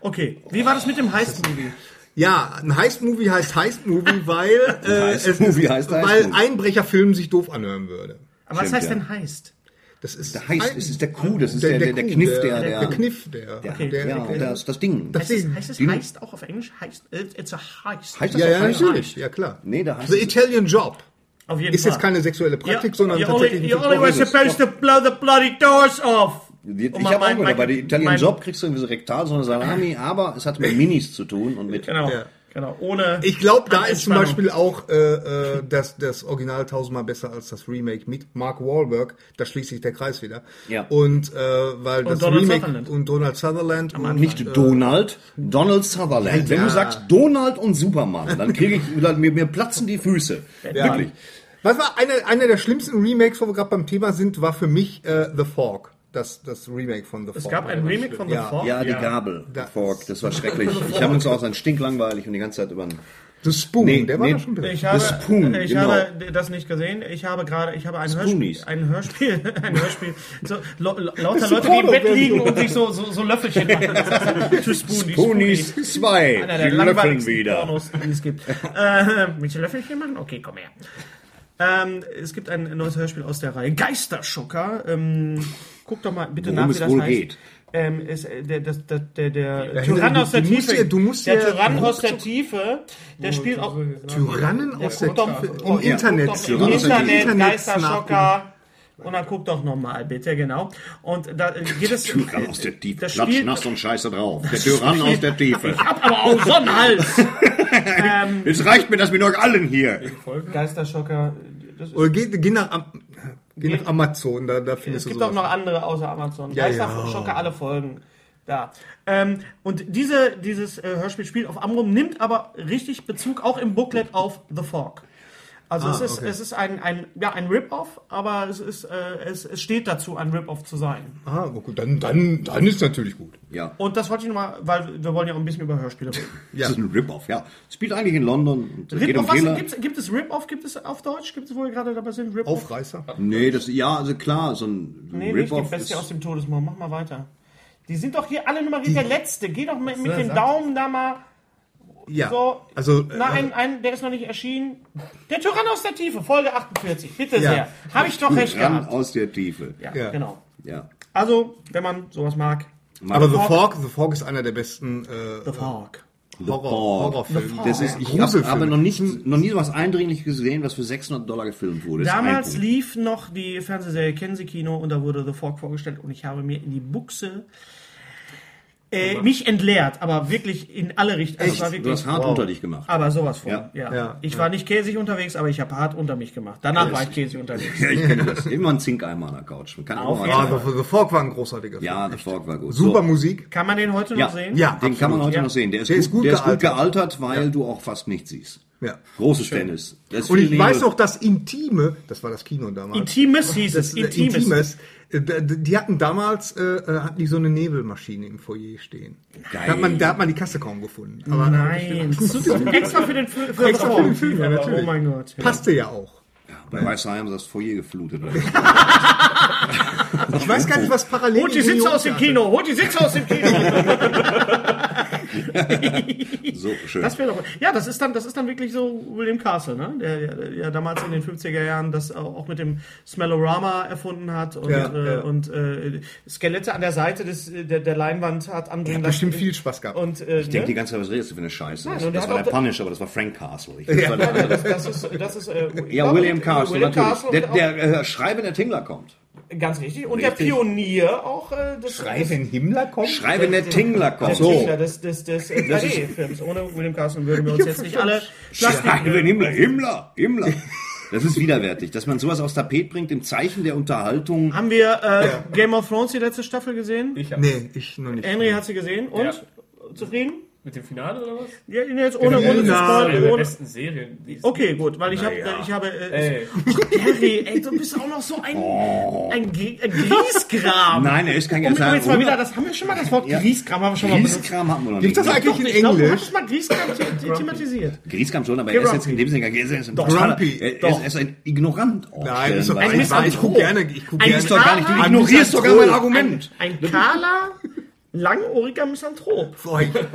Speaker 2: Okay, wie war das mit dem Heist-Movie?
Speaker 1: Ja, ein Heist-Movie heißt Heist-Movie, weil, äh, es ist,
Speaker 3: Heist-Movie heißt
Speaker 1: weil
Speaker 3: Heist-Movie.
Speaker 1: Einbrecherfilm sich doof anhören würde.
Speaker 2: Aber was
Speaker 3: Stimmt,
Speaker 2: heißt
Speaker 3: ja.
Speaker 2: denn heißt?
Speaker 1: Das ist
Speaker 3: Der Heist,
Speaker 1: ein-
Speaker 3: es ist der Coup, das ist der,
Speaker 1: der,
Speaker 3: der, der,
Speaker 1: Kuh,
Speaker 3: Kniff, der,
Speaker 1: der,
Speaker 3: der,
Speaker 1: der Kniff, der, der,
Speaker 3: ja, das, das Ding.
Speaker 1: das
Speaker 2: Heißt es,
Speaker 1: Ding.
Speaker 2: heißt es
Speaker 3: Die-
Speaker 2: heißt auch auf Englisch? Heißt, äh, it's a heist.
Speaker 3: heißt das
Speaker 1: Ja,
Speaker 3: auch
Speaker 1: ja,
Speaker 3: Heist?
Speaker 1: natürlich, ja klar.
Speaker 3: Nee, der heißt
Speaker 1: The Italian Job
Speaker 2: Auf jeden
Speaker 1: ist jetzt keine sexuelle Praktik, sondern
Speaker 2: you
Speaker 1: tatsächlich
Speaker 2: only,
Speaker 1: ein
Speaker 2: you only were
Speaker 1: Verbrauch.
Speaker 2: supposed to blow the bloody doors off.
Speaker 3: Ich
Speaker 2: Und
Speaker 3: habe
Speaker 2: Oh
Speaker 3: auch
Speaker 2: mein-
Speaker 3: gedacht,
Speaker 2: mein-
Speaker 3: bei dem Italian
Speaker 2: mein-
Speaker 3: Job kriegst du irgendwie so rektal, so eine Salami, aber es hat mit Minis zu tun und mit.
Speaker 2: Genau,
Speaker 1: Ja.
Speaker 2: genau. Ohne.
Speaker 1: Ich glaube, da ist zum
Speaker 2: Entspannung.
Speaker 1: Beispiel auch äh, äh, das, das Original tausendmal besser als das Remake mit Mark Wahlberg. Da schließt sich der Kreis wieder.
Speaker 3: Ja.
Speaker 1: Und äh, weil das
Speaker 2: Donald
Speaker 1: Remake
Speaker 2: Sutherland.
Speaker 1: und Donald Sutherland und
Speaker 2: Äh,
Speaker 3: Nicht Donald, Donald Sutherland. Wenn du sagst Donald und Superman, dann kriege ich, dann, mir, mir platzen die Füße. Wirklich.
Speaker 1: Was war einer eine der schlimmsten Remakes, wo wir gerade beim Thema sind, war für mich äh, The Fork. Das, das Remake von The Fork.
Speaker 2: Es gab ein Remake von The
Speaker 1: Ja.
Speaker 2: Fork.
Speaker 3: Ja, die Gabel,
Speaker 1: Da-
Speaker 3: Fork, das war schrecklich. Ich habe uns auch sein stinklangweilig und die ganze Zeit über den
Speaker 1: The Spoon,
Speaker 3: Nee,
Speaker 1: der war
Speaker 3: nee.
Speaker 1: doch schon besser.
Speaker 2: Ich habe,
Speaker 3: Spoon,
Speaker 2: ich
Speaker 3: genau.
Speaker 2: habe das nicht gesehen. Ich habe gerade, ich habe ein Hörspiel,
Speaker 3: Spoonies.
Speaker 2: ein Hörspiel, ein Hörspiel. So, lo, lo, lauter Leute, die im Bett liegen und sich so, so, so Löffelchen machen. Das heißt, zu Spoonies.
Speaker 3: Punis 2.
Speaker 2: Einer der
Speaker 3: Die löffeln
Speaker 2: langweiligsten
Speaker 3: wieder.
Speaker 2: Pornos, die es gibt. Äh, willst du Löffelchen machen? Okay, komm her. Ähm, es gibt ein neues Hörspiel aus der Reihe Geisterschocker. Ähm, guck doch mal bitte
Speaker 3: Worum
Speaker 2: nach,
Speaker 3: es
Speaker 2: wie das
Speaker 3: wohl
Speaker 2: heißt.
Speaker 3: geht.
Speaker 2: Ähm, ist, äh, der, das, das, der, der Tyrann
Speaker 1: du-
Speaker 2: aus der
Speaker 1: du musst
Speaker 2: Tiefe.
Speaker 1: hier- du musst
Speaker 2: der
Speaker 1: hier-
Speaker 2: Tyrann aus der Tiefe,
Speaker 3: Oh,
Speaker 2: der spielt
Speaker 5: Oh.
Speaker 2: auch
Speaker 1: Tyrannen aus der
Speaker 2: guckt doch-
Speaker 1: Tiefe.
Speaker 2: guckt
Speaker 1: Im
Speaker 2: doch-
Speaker 1: Internet.
Speaker 2: guckt doch-
Speaker 1: Im
Speaker 2: Im
Speaker 1: Internet
Speaker 2: Internet,
Speaker 1: nachgucken.
Speaker 2: Geisterschocker. Und dann guck doch nochmal, bitte, genau. Und da äh, geht es.
Speaker 3: Tyrann aus der Tiefe.
Speaker 2: Das
Speaker 3: Platsch,
Speaker 2: Spiel-
Speaker 3: nass und scheiße drauf. Der Tyrann aus der Tiefe.
Speaker 2: Hab aber auch Sonnenhals!
Speaker 3: Jetzt reicht mir das mit euch allen hier.
Speaker 2: Geisterschocker. Das ist,
Speaker 1: Oder geh, geh, nach, Am- geh nach Amazon, da, da findest du
Speaker 2: es gibt
Speaker 1: sowas.
Speaker 2: auch noch andere außer Amazon.
Speaker 1: Ja, ja.
Speaker 2: Geisterschocker, alle Folgen. Da. Ähm, und diese, dieses äh, Hörspiel spielt auf Amrum, nimmt aber richtig Bezug auch im Booklet auf The Fork. Also
Speaker 1: Ah,
Speaker 2: es ist, es ist ein, ein, ja, ein Rip-Off, aber es, ist, äh, es, es steht dazu, ein Rip-Off zu sein.
Speaker 1: Ah, gut, dann, dann, dann ist natürlich gut.
Speaker 3: Ja.
Speaker 2: Und das wollte ich nochmal, weil wir wollen ja auch ein bisschen über Hörspiele reden.
Speaker 3: Das ist ein Rip-Off, ja. Spielt eigentlich in London. und geht um
Speaker 2: Rip-Off, was,
Speaker 3: Killer.
Speaker 2: gibt's, gibt es Rip-Off, gibt es auf Deutsch? Gibt es, wo wir gerade dabei sind? Rip-Off?
Speaker 1: Aufreißer.
Speaker 3: Nee, das, ja, also klar, so ein
Speaker 2: Nee, nicht die
Speaker 3: Rip-Off.
Speaker 2: Bestie aus
Speaker 3: ist-
Speaker 2: dem Todesmaul. Mach mal weiter. Die sind doch hier alle nummeriert. Der letzte. Geh doch mit, mit dem Daumen da mal.
Speaker 1: Ja.
Speaker 2: So.
Speaker 1: Also,
Speaker 2: Nein, ein, der ist noch nicht erschienen. Der Tyrann aus der Tiefe, Folge 48. Bitte
Speaker 1: Ja.
Speaker 2: sehr. Habe ich doch recht
Speaker 3: Tyrann
Speaker 2: gehabt.
Speaker 3: aus der Tiefe.
Speaker 2: Ja,
Speaker 1: Ja.
Speaker 2: genau.
Speaker 3: Ja.
Speaker 2: Also, wenn man sowas mag.
Speaker 1: aber The
Speaker 2: Fork-
Speaker 1: Fork, The Fork ist einer der besten äh,
Speaker 2: The Fork.
Speaker 1: Horror,
Speaker 3: Fork.
Speaker 2: Oh,
Speaker 1: Horrorfilme.
Speaker 3: Das ist, ich habe
Speaker 1: Gruselfilm.
Speaker 3: aber noch nicht, noch nie was eindringlich gesehen, was für 600 Dollar gefilmt wurde. Das ist ein
Speaker 2: Damals
Speaker 3: Punkt.
Speaker 2: lief noch die Fernsehserie Kenzie Kino und da wurde The Fork vorgestellt und ich habe mir in die Buchse äh, nicht entleert, aber wirklich in alle Richtungen. Also es war
Speaker 3: Du
Speaker 2: wirklich,
Speaker 3: hast hart unter dich gemacht.
Speaker 2: aber sowas von. Ja.
Speaker 3: Ja.
Speaker 1: Ja.
Speaker 2: ich war nicht käsig unterwegs, aber ich habe hart unter mich gemacht. Danach war ich käsig unterwegs.
Speaker 3: Ja, ich kenne das. Immer ein Zinkeimer an der Couch. Man kann
Speaker 2: Auf
Speaker 3: immer mal-
Speaker 2: jeden
Speaker 1: Ah, The, The Fork war ein großartiger Film.
Speaker 3: Ja, The Fork war gut.
Speaker 1: Super
Speaker 3: So.
Speaker 1: Musik.
Speaker 2: Kann man den heute noch
Speaker 3: Ja.
Speaker 2: sehen?
Speaker 1: Ja,
Speaker 3: Den kann man heute
Speaker 2: Ja.
Speaker 3: noch sehen. Der ist,
Speaker 1: Der
Speaker 3: gut,
Speaker 1: ist gut
Speaker 3: der ist gut
Speaker 1: gealtert.
Speaker 3: gealtert, weil du auch fast nichts siehst.
Speaker 1: Ja.
Speaker 3: Großes Tennis. Da ist
Speaker 1: Und
Speaker 3: viel
Speaker 1: ich weiß
Speaker 3: Nebel.
Speaker 1: auch, dass Intime, das war das Kino damals.
Speaker 2: Intimes hieß
Speaker 1: das
Speaker 2: es.
Speaker 1: äh,
Speaker 2: Intimes.
Speaker 1: Intimes. äh, d- d- Die hatten damals äh, äh, hatten die so eine Nebelmaschine im Foyer stehen. Da
Speaker 3: Geil.
Speaker 1: hat, man, da hat man die Kasse kaum gefunden. Aber
Speaker 2: Nein. Extra für den Film. Für
Speaker 1: Extra für den Film, ja,
Speaker 2: Oh
Speaker 1: natürlich.
Speaker 2: mein Gott.
Speaker 1: passte ja auch.
Speaker 3: Bei Weißheim ist das Foyer geflutet. Oder?
Speaker 1: Ich weiß gar nicht, was parallel
Speaker 2: Holt die Sitze aus dem Kino. Holt die Sitze aus dem Kino.
Speaker 3: so schön.
Speaker 2: Das wäre doch. Ja, das ist dann, das ist dann wirklich so William Castle, ne? Der, der ja damals in den 50er Jahren das auch mit dem Smellorama erfunden hat und,
Speaker 1: Ja,
Speaker 2: äh,
Speaker 1: ja.
Speaker 2: und äh, Skelette an der Seite des, der, der Leinwand hat anbringen lassen.
Speaker 1: Bestimmt viel Spaß gehabt.
Speaker 2: Und, äh,
Speaker 3: ich denke die ganze Zeit, was redest du für eine Scheiße?
Speaker 2: und
Speaker 3: Das,
Speaker 2: der
Speaker 3: das
Speaker 2: hat
Speaker 3: war
Speaker 2: auch
Speaker 3: der
Speaker 2: da-
Speaker 3: Punish, aber das war Frank Castle. Ich das war der
Speaker 2: ne?
Speaker 3: andere.
Speaker 2: das, das ist, das ist äh, ich
Speaker 3: Ja,
Speaker 2: glaube,
Speaker 3: William Castle,
Speaker 2: William
Speaker 3: natürlich.
Speaker 2: Castle
Speaker 3: der
Speaker 2: und
Speaker 3: der äh, schreibende Tingler kommt.
Speaker 2: auch, ganz richtig. Und der
Speaker 3: Richtig.
Speaker 2: Pionier auch äh, des, des,
Speaker 1: wenn Himmler kommt.
Speaker 3: Schreibende Tingler kommt.
Speaker 2: des, Tischler, des, des, des äh, 3D-Films. Ohne William Castle würden wir uns jetzt nicht alle
Speaker 3: Schreibende
Speaker 2: Plastik.
Speaker 3: Himmler. Himmler. Himmler. Das ist widerwärtig, dass man sowas aufs Tapet bringt im Zeichen der Unterhaltung.
Speaker 2: Haben wir äh, Game of Thrones die letzte Staffel gesehen?
Speaker 5: Ich hab
Speaker 1: Nee, ich noch nicht.
Speaker 2: Henry hat sie gesehen und zufrieden?
Speaker 5: mit dem Finale oder was?
Speaker 2: Ja, nee, jetzt ohne,
Speaker 1: Ja,
Speaker 2: ohne zu
Speaker 1: na,
Speaker 5: Eine der
Speaker 2: spoilern. Ohne.
Speaker 5: besten Serien. Die es
Speaker 2: Okay, gut, weil ich habe, ich habe, äh,
Speaker 5: Oh. Ey,
Speaker 2: Henry, ey, du bist auch noch so ein, ein, Ge- ein Griesgram.
Speaker 3: Nein, er ist kein
Speaker 2: Um
Speaker 3: Gesang.
Speaker 2: übrigens mal wieder, das haben wir schon mal, das Wort
Speaker 3: Ja.
Speaker 2: Griesgram haben wir schon mal benutzt.
Speaker 3: Grieskram hatten wir noch
Speaker 1: Gibt
Speaker 3: nicht.
Speaker 1: das
Speaker 3: ne?
Speaker 1: eigentlich in
Speaker 2: Ich glaube, du
Speaker 1: Englisch?
Speaker 2: hattest mal Griesgram the- the- thematisiert.
Speaker 3: Grieskram schon, aber er ist jetzt in dem Sinne gar- er ist ein totaler-
Speaker 1: Grumpy.
Speaker 3: Er er ist, er ist ein Ignorant. auch
Speaker 1: Nein, ist doch
Speaker 3: stellenweise.
Speaker 1: ich, ich guck gerne, ich guck
Speaker 2: Ein
Speaker 1: gerne.
Speaker 3: Du ignorierst sogar mein Argument.
Speaker 2: Ein kahler, Langohriger Misanthrop.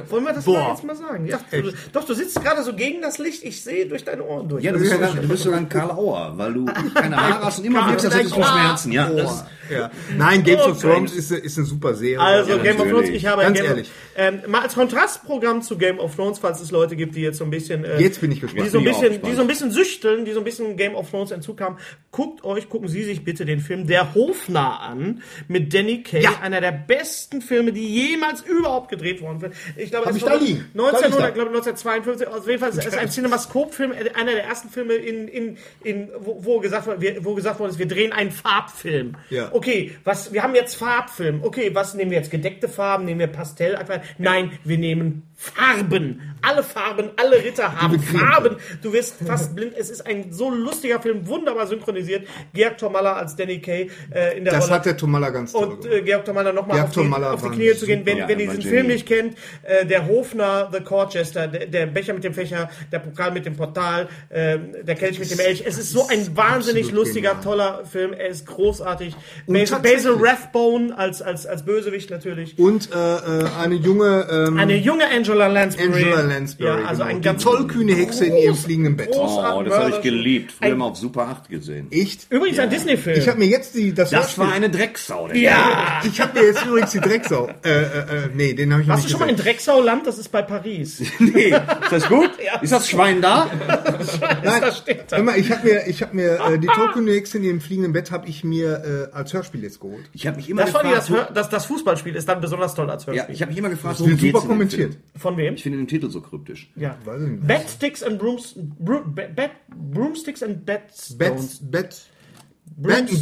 Speaker 2: Wollen wir das mal
Speaker 1: Boah.
Speaker 2: jetzt mal sagen? Ja, du, doch, du sitzt gerade so gegen das Licht. Ich sehe durch deine Ohren durch.
Speaker 3: Ja, du bist sogar, du bist sogar ein Karl Auer, weil du keine Haare hast und immer wirkst, als hättest du Schmerzen.
Speaker 2: Ah.
Speaker 3: Ja, das ist
Speaker 1: Ja. Nein, Games
Speaker 2: Oh,
Speaker 1: of Thrones
Speaker 2: geil.
Speaker 1: ist, ist eine super Serie.
Speaker 2: Also
Speaker 3: Ja,
Speaker 2: Game of
Speaker 3: natürlich.
Speaker 2: Thrones, ich habe
Speaker 1: Ganz
Speaker 2: Game
Speaker 1: ehrlich.
Speaker 2: Of, ähm, mal als Kontrastprogramm zu Game of Thrones, falls es Leute gibt, die jetzt so ein bisschen äh,
Speaker 1: Jetzt bin ich gespannt.
Speaker 2: die so ein
Speaker 3: Bin ich auch
Speaker 2: bisschen,
Speaker 3: gespannt.
Speaker 2: die so ein bisschen süchteln, die so ein bisschen Game of Thrones Entzug haben, guckt euch, gucken Sie sich bitte den Film Der Hofnarr an mit Danny Kaye, einer der besten Filme, die jemals überhaupt gedreht worden sind. Ich glaube, das
Speaker 1: ich
Speaker 2: ist
Speaker 1: da
Speaker 2: von
Speaker 1: liegen. Da
Speaker 2: 1900,
Speaker 1: liegt
Speaker 2: glaube 1952, auf jeden Fall ist es ein Cinemascope-Film, äh, einer der ersten Filme in, in, in wo, wo gesagt wurde, wir- wo gesagt worden ist, wir drehen einen Farbfilm.
Speaker 1: Ja.
Speaker 2: Okay, was, wir haben jetzt Farbfilm. Okay, was nehmen wir jetzt? Gedeckte Farben? Nehmen wir Pastell? Aquarell? Nein, wir nehmen Farben. Alle Farben, alle Ritter haben Farben. Du wirst fast blind. Es ist ein so lustiger Film, wunderbar synchronisiert. Georg Tormalla als Danny Kay äh, in der
Speaker 1: Das
Speaker 2: Rolle.
Speaker 1: hat der Tomalla ganz toll
Speaker 2: und
Speaker 1: gemacht.
Speaker 2: äh, Georg Tormalla nochmal
Speaker 1: Georg
Speaker 2: auf, die-
Speaker 1: Thomalla
Speaker 2: auf die
Speaker 1: war
Speaker 2: Knie zu gehen. Wenn,
Speaker 3: super,
Speaker 2: wenn
Speaker 3: ja,
Speaker 2: ihr diesen
Speaker 3: war
Speaker 2: Film
Speaker 3: Genie.
Speaker 2: nicht kennt, äh, der Hofner, The Corchester, der, der Becher mit dem Fächer, der Pokal mit dem Portal, äh, der Kelch mit dem Elch. Es ist so ein wahnsinnig
Speaker 1: absolut
Speaker 2: lustiger,
Speaker 1: genial.
Speaker 2: toller Film. Er ist großartig. Basil,
Speaker 1: tatsächlich-
Speaker 2: Basil Rathbone als, als, als Bösewicht natürlich.
Speaker 1: Und äh, äh, eine junge ähm,
Speaker 2: Eine junge Angela Lansbury.
Speaker 1: Angela Lansbury.
Speaker 2: Ja, also
Speaker 1: genau.
Speaker 2: ein
Speaker 1: die
Speaker 2: ganz
Speaker 1: tollkühne Hexe in ihrem fliegenden Bett.
Speaker 2: groß-
Speaker 3: oh, das habe ich geliebt. Früher
Speaker 2: Ein-
Speaker 3: mal auf Super 8 gesehen.
Speaker 1: Echt?
Speaker 2: Übrigens ein Disney-Film.
Speaker 1: Ich habe mir jetzt die das,
Speaker 3: Das
Speaker 1: Hörspiel-
Speaker 3: war eine Drecksau. Der
Speaker 2: ja!
Speaker 1: Ich habe mir jetzt übrigens die Drecksau. Äh, äh, äh, nee, den habe ich noch
Speaker 2: Warst
Speaker 1: nicht
Speaker 2: du schon mal in
Speaker 1: gesehen.
Speaker 2: Drecksau-Land? Das ist bei Paris.
Speaker 3: Nee, ist das gut? Ist das Schwein da?
Speaker 1: Nein,
Speaker 2: das steht da.
Speaker 1: hör mal, ich habe mir, ich hab mir äh, die tollkühne Hexe in ihrem fliegenden Bett habe ich mir äh, als Hörspiel jetzt geholt.
Speaker 3: Ich habe mich immer
Speaker 2: Das fand ich,
Speaker 3: gefragt.
Speaker 2: das, Hör- das, das Fußballspiel ist dann besonders toll als
Speaker 3: wo- ja,
Speaker 2: Hörspiel.
Speaker 3: ich habe mich immer gefragt,
Speaker 1: Wird
Speaker 3: geht's
Speaker 1: super
Speaker 3: in dem Film?
Speaker 1: kommentiert.
Speaker 2: Von wem?
Speaker 3: Ich finde den Titel so kryptisch.
Speaker 2: Ja.
Speaker 1: Weiß ich nicht.
Speaker 2: Badsticks and brooms, bro, Bad- Bad- broomsticks and
Speaker 1: Bett,
Speaker 2: bedstones.
Speaker 1: Bett,
Speaker 2: Brooms-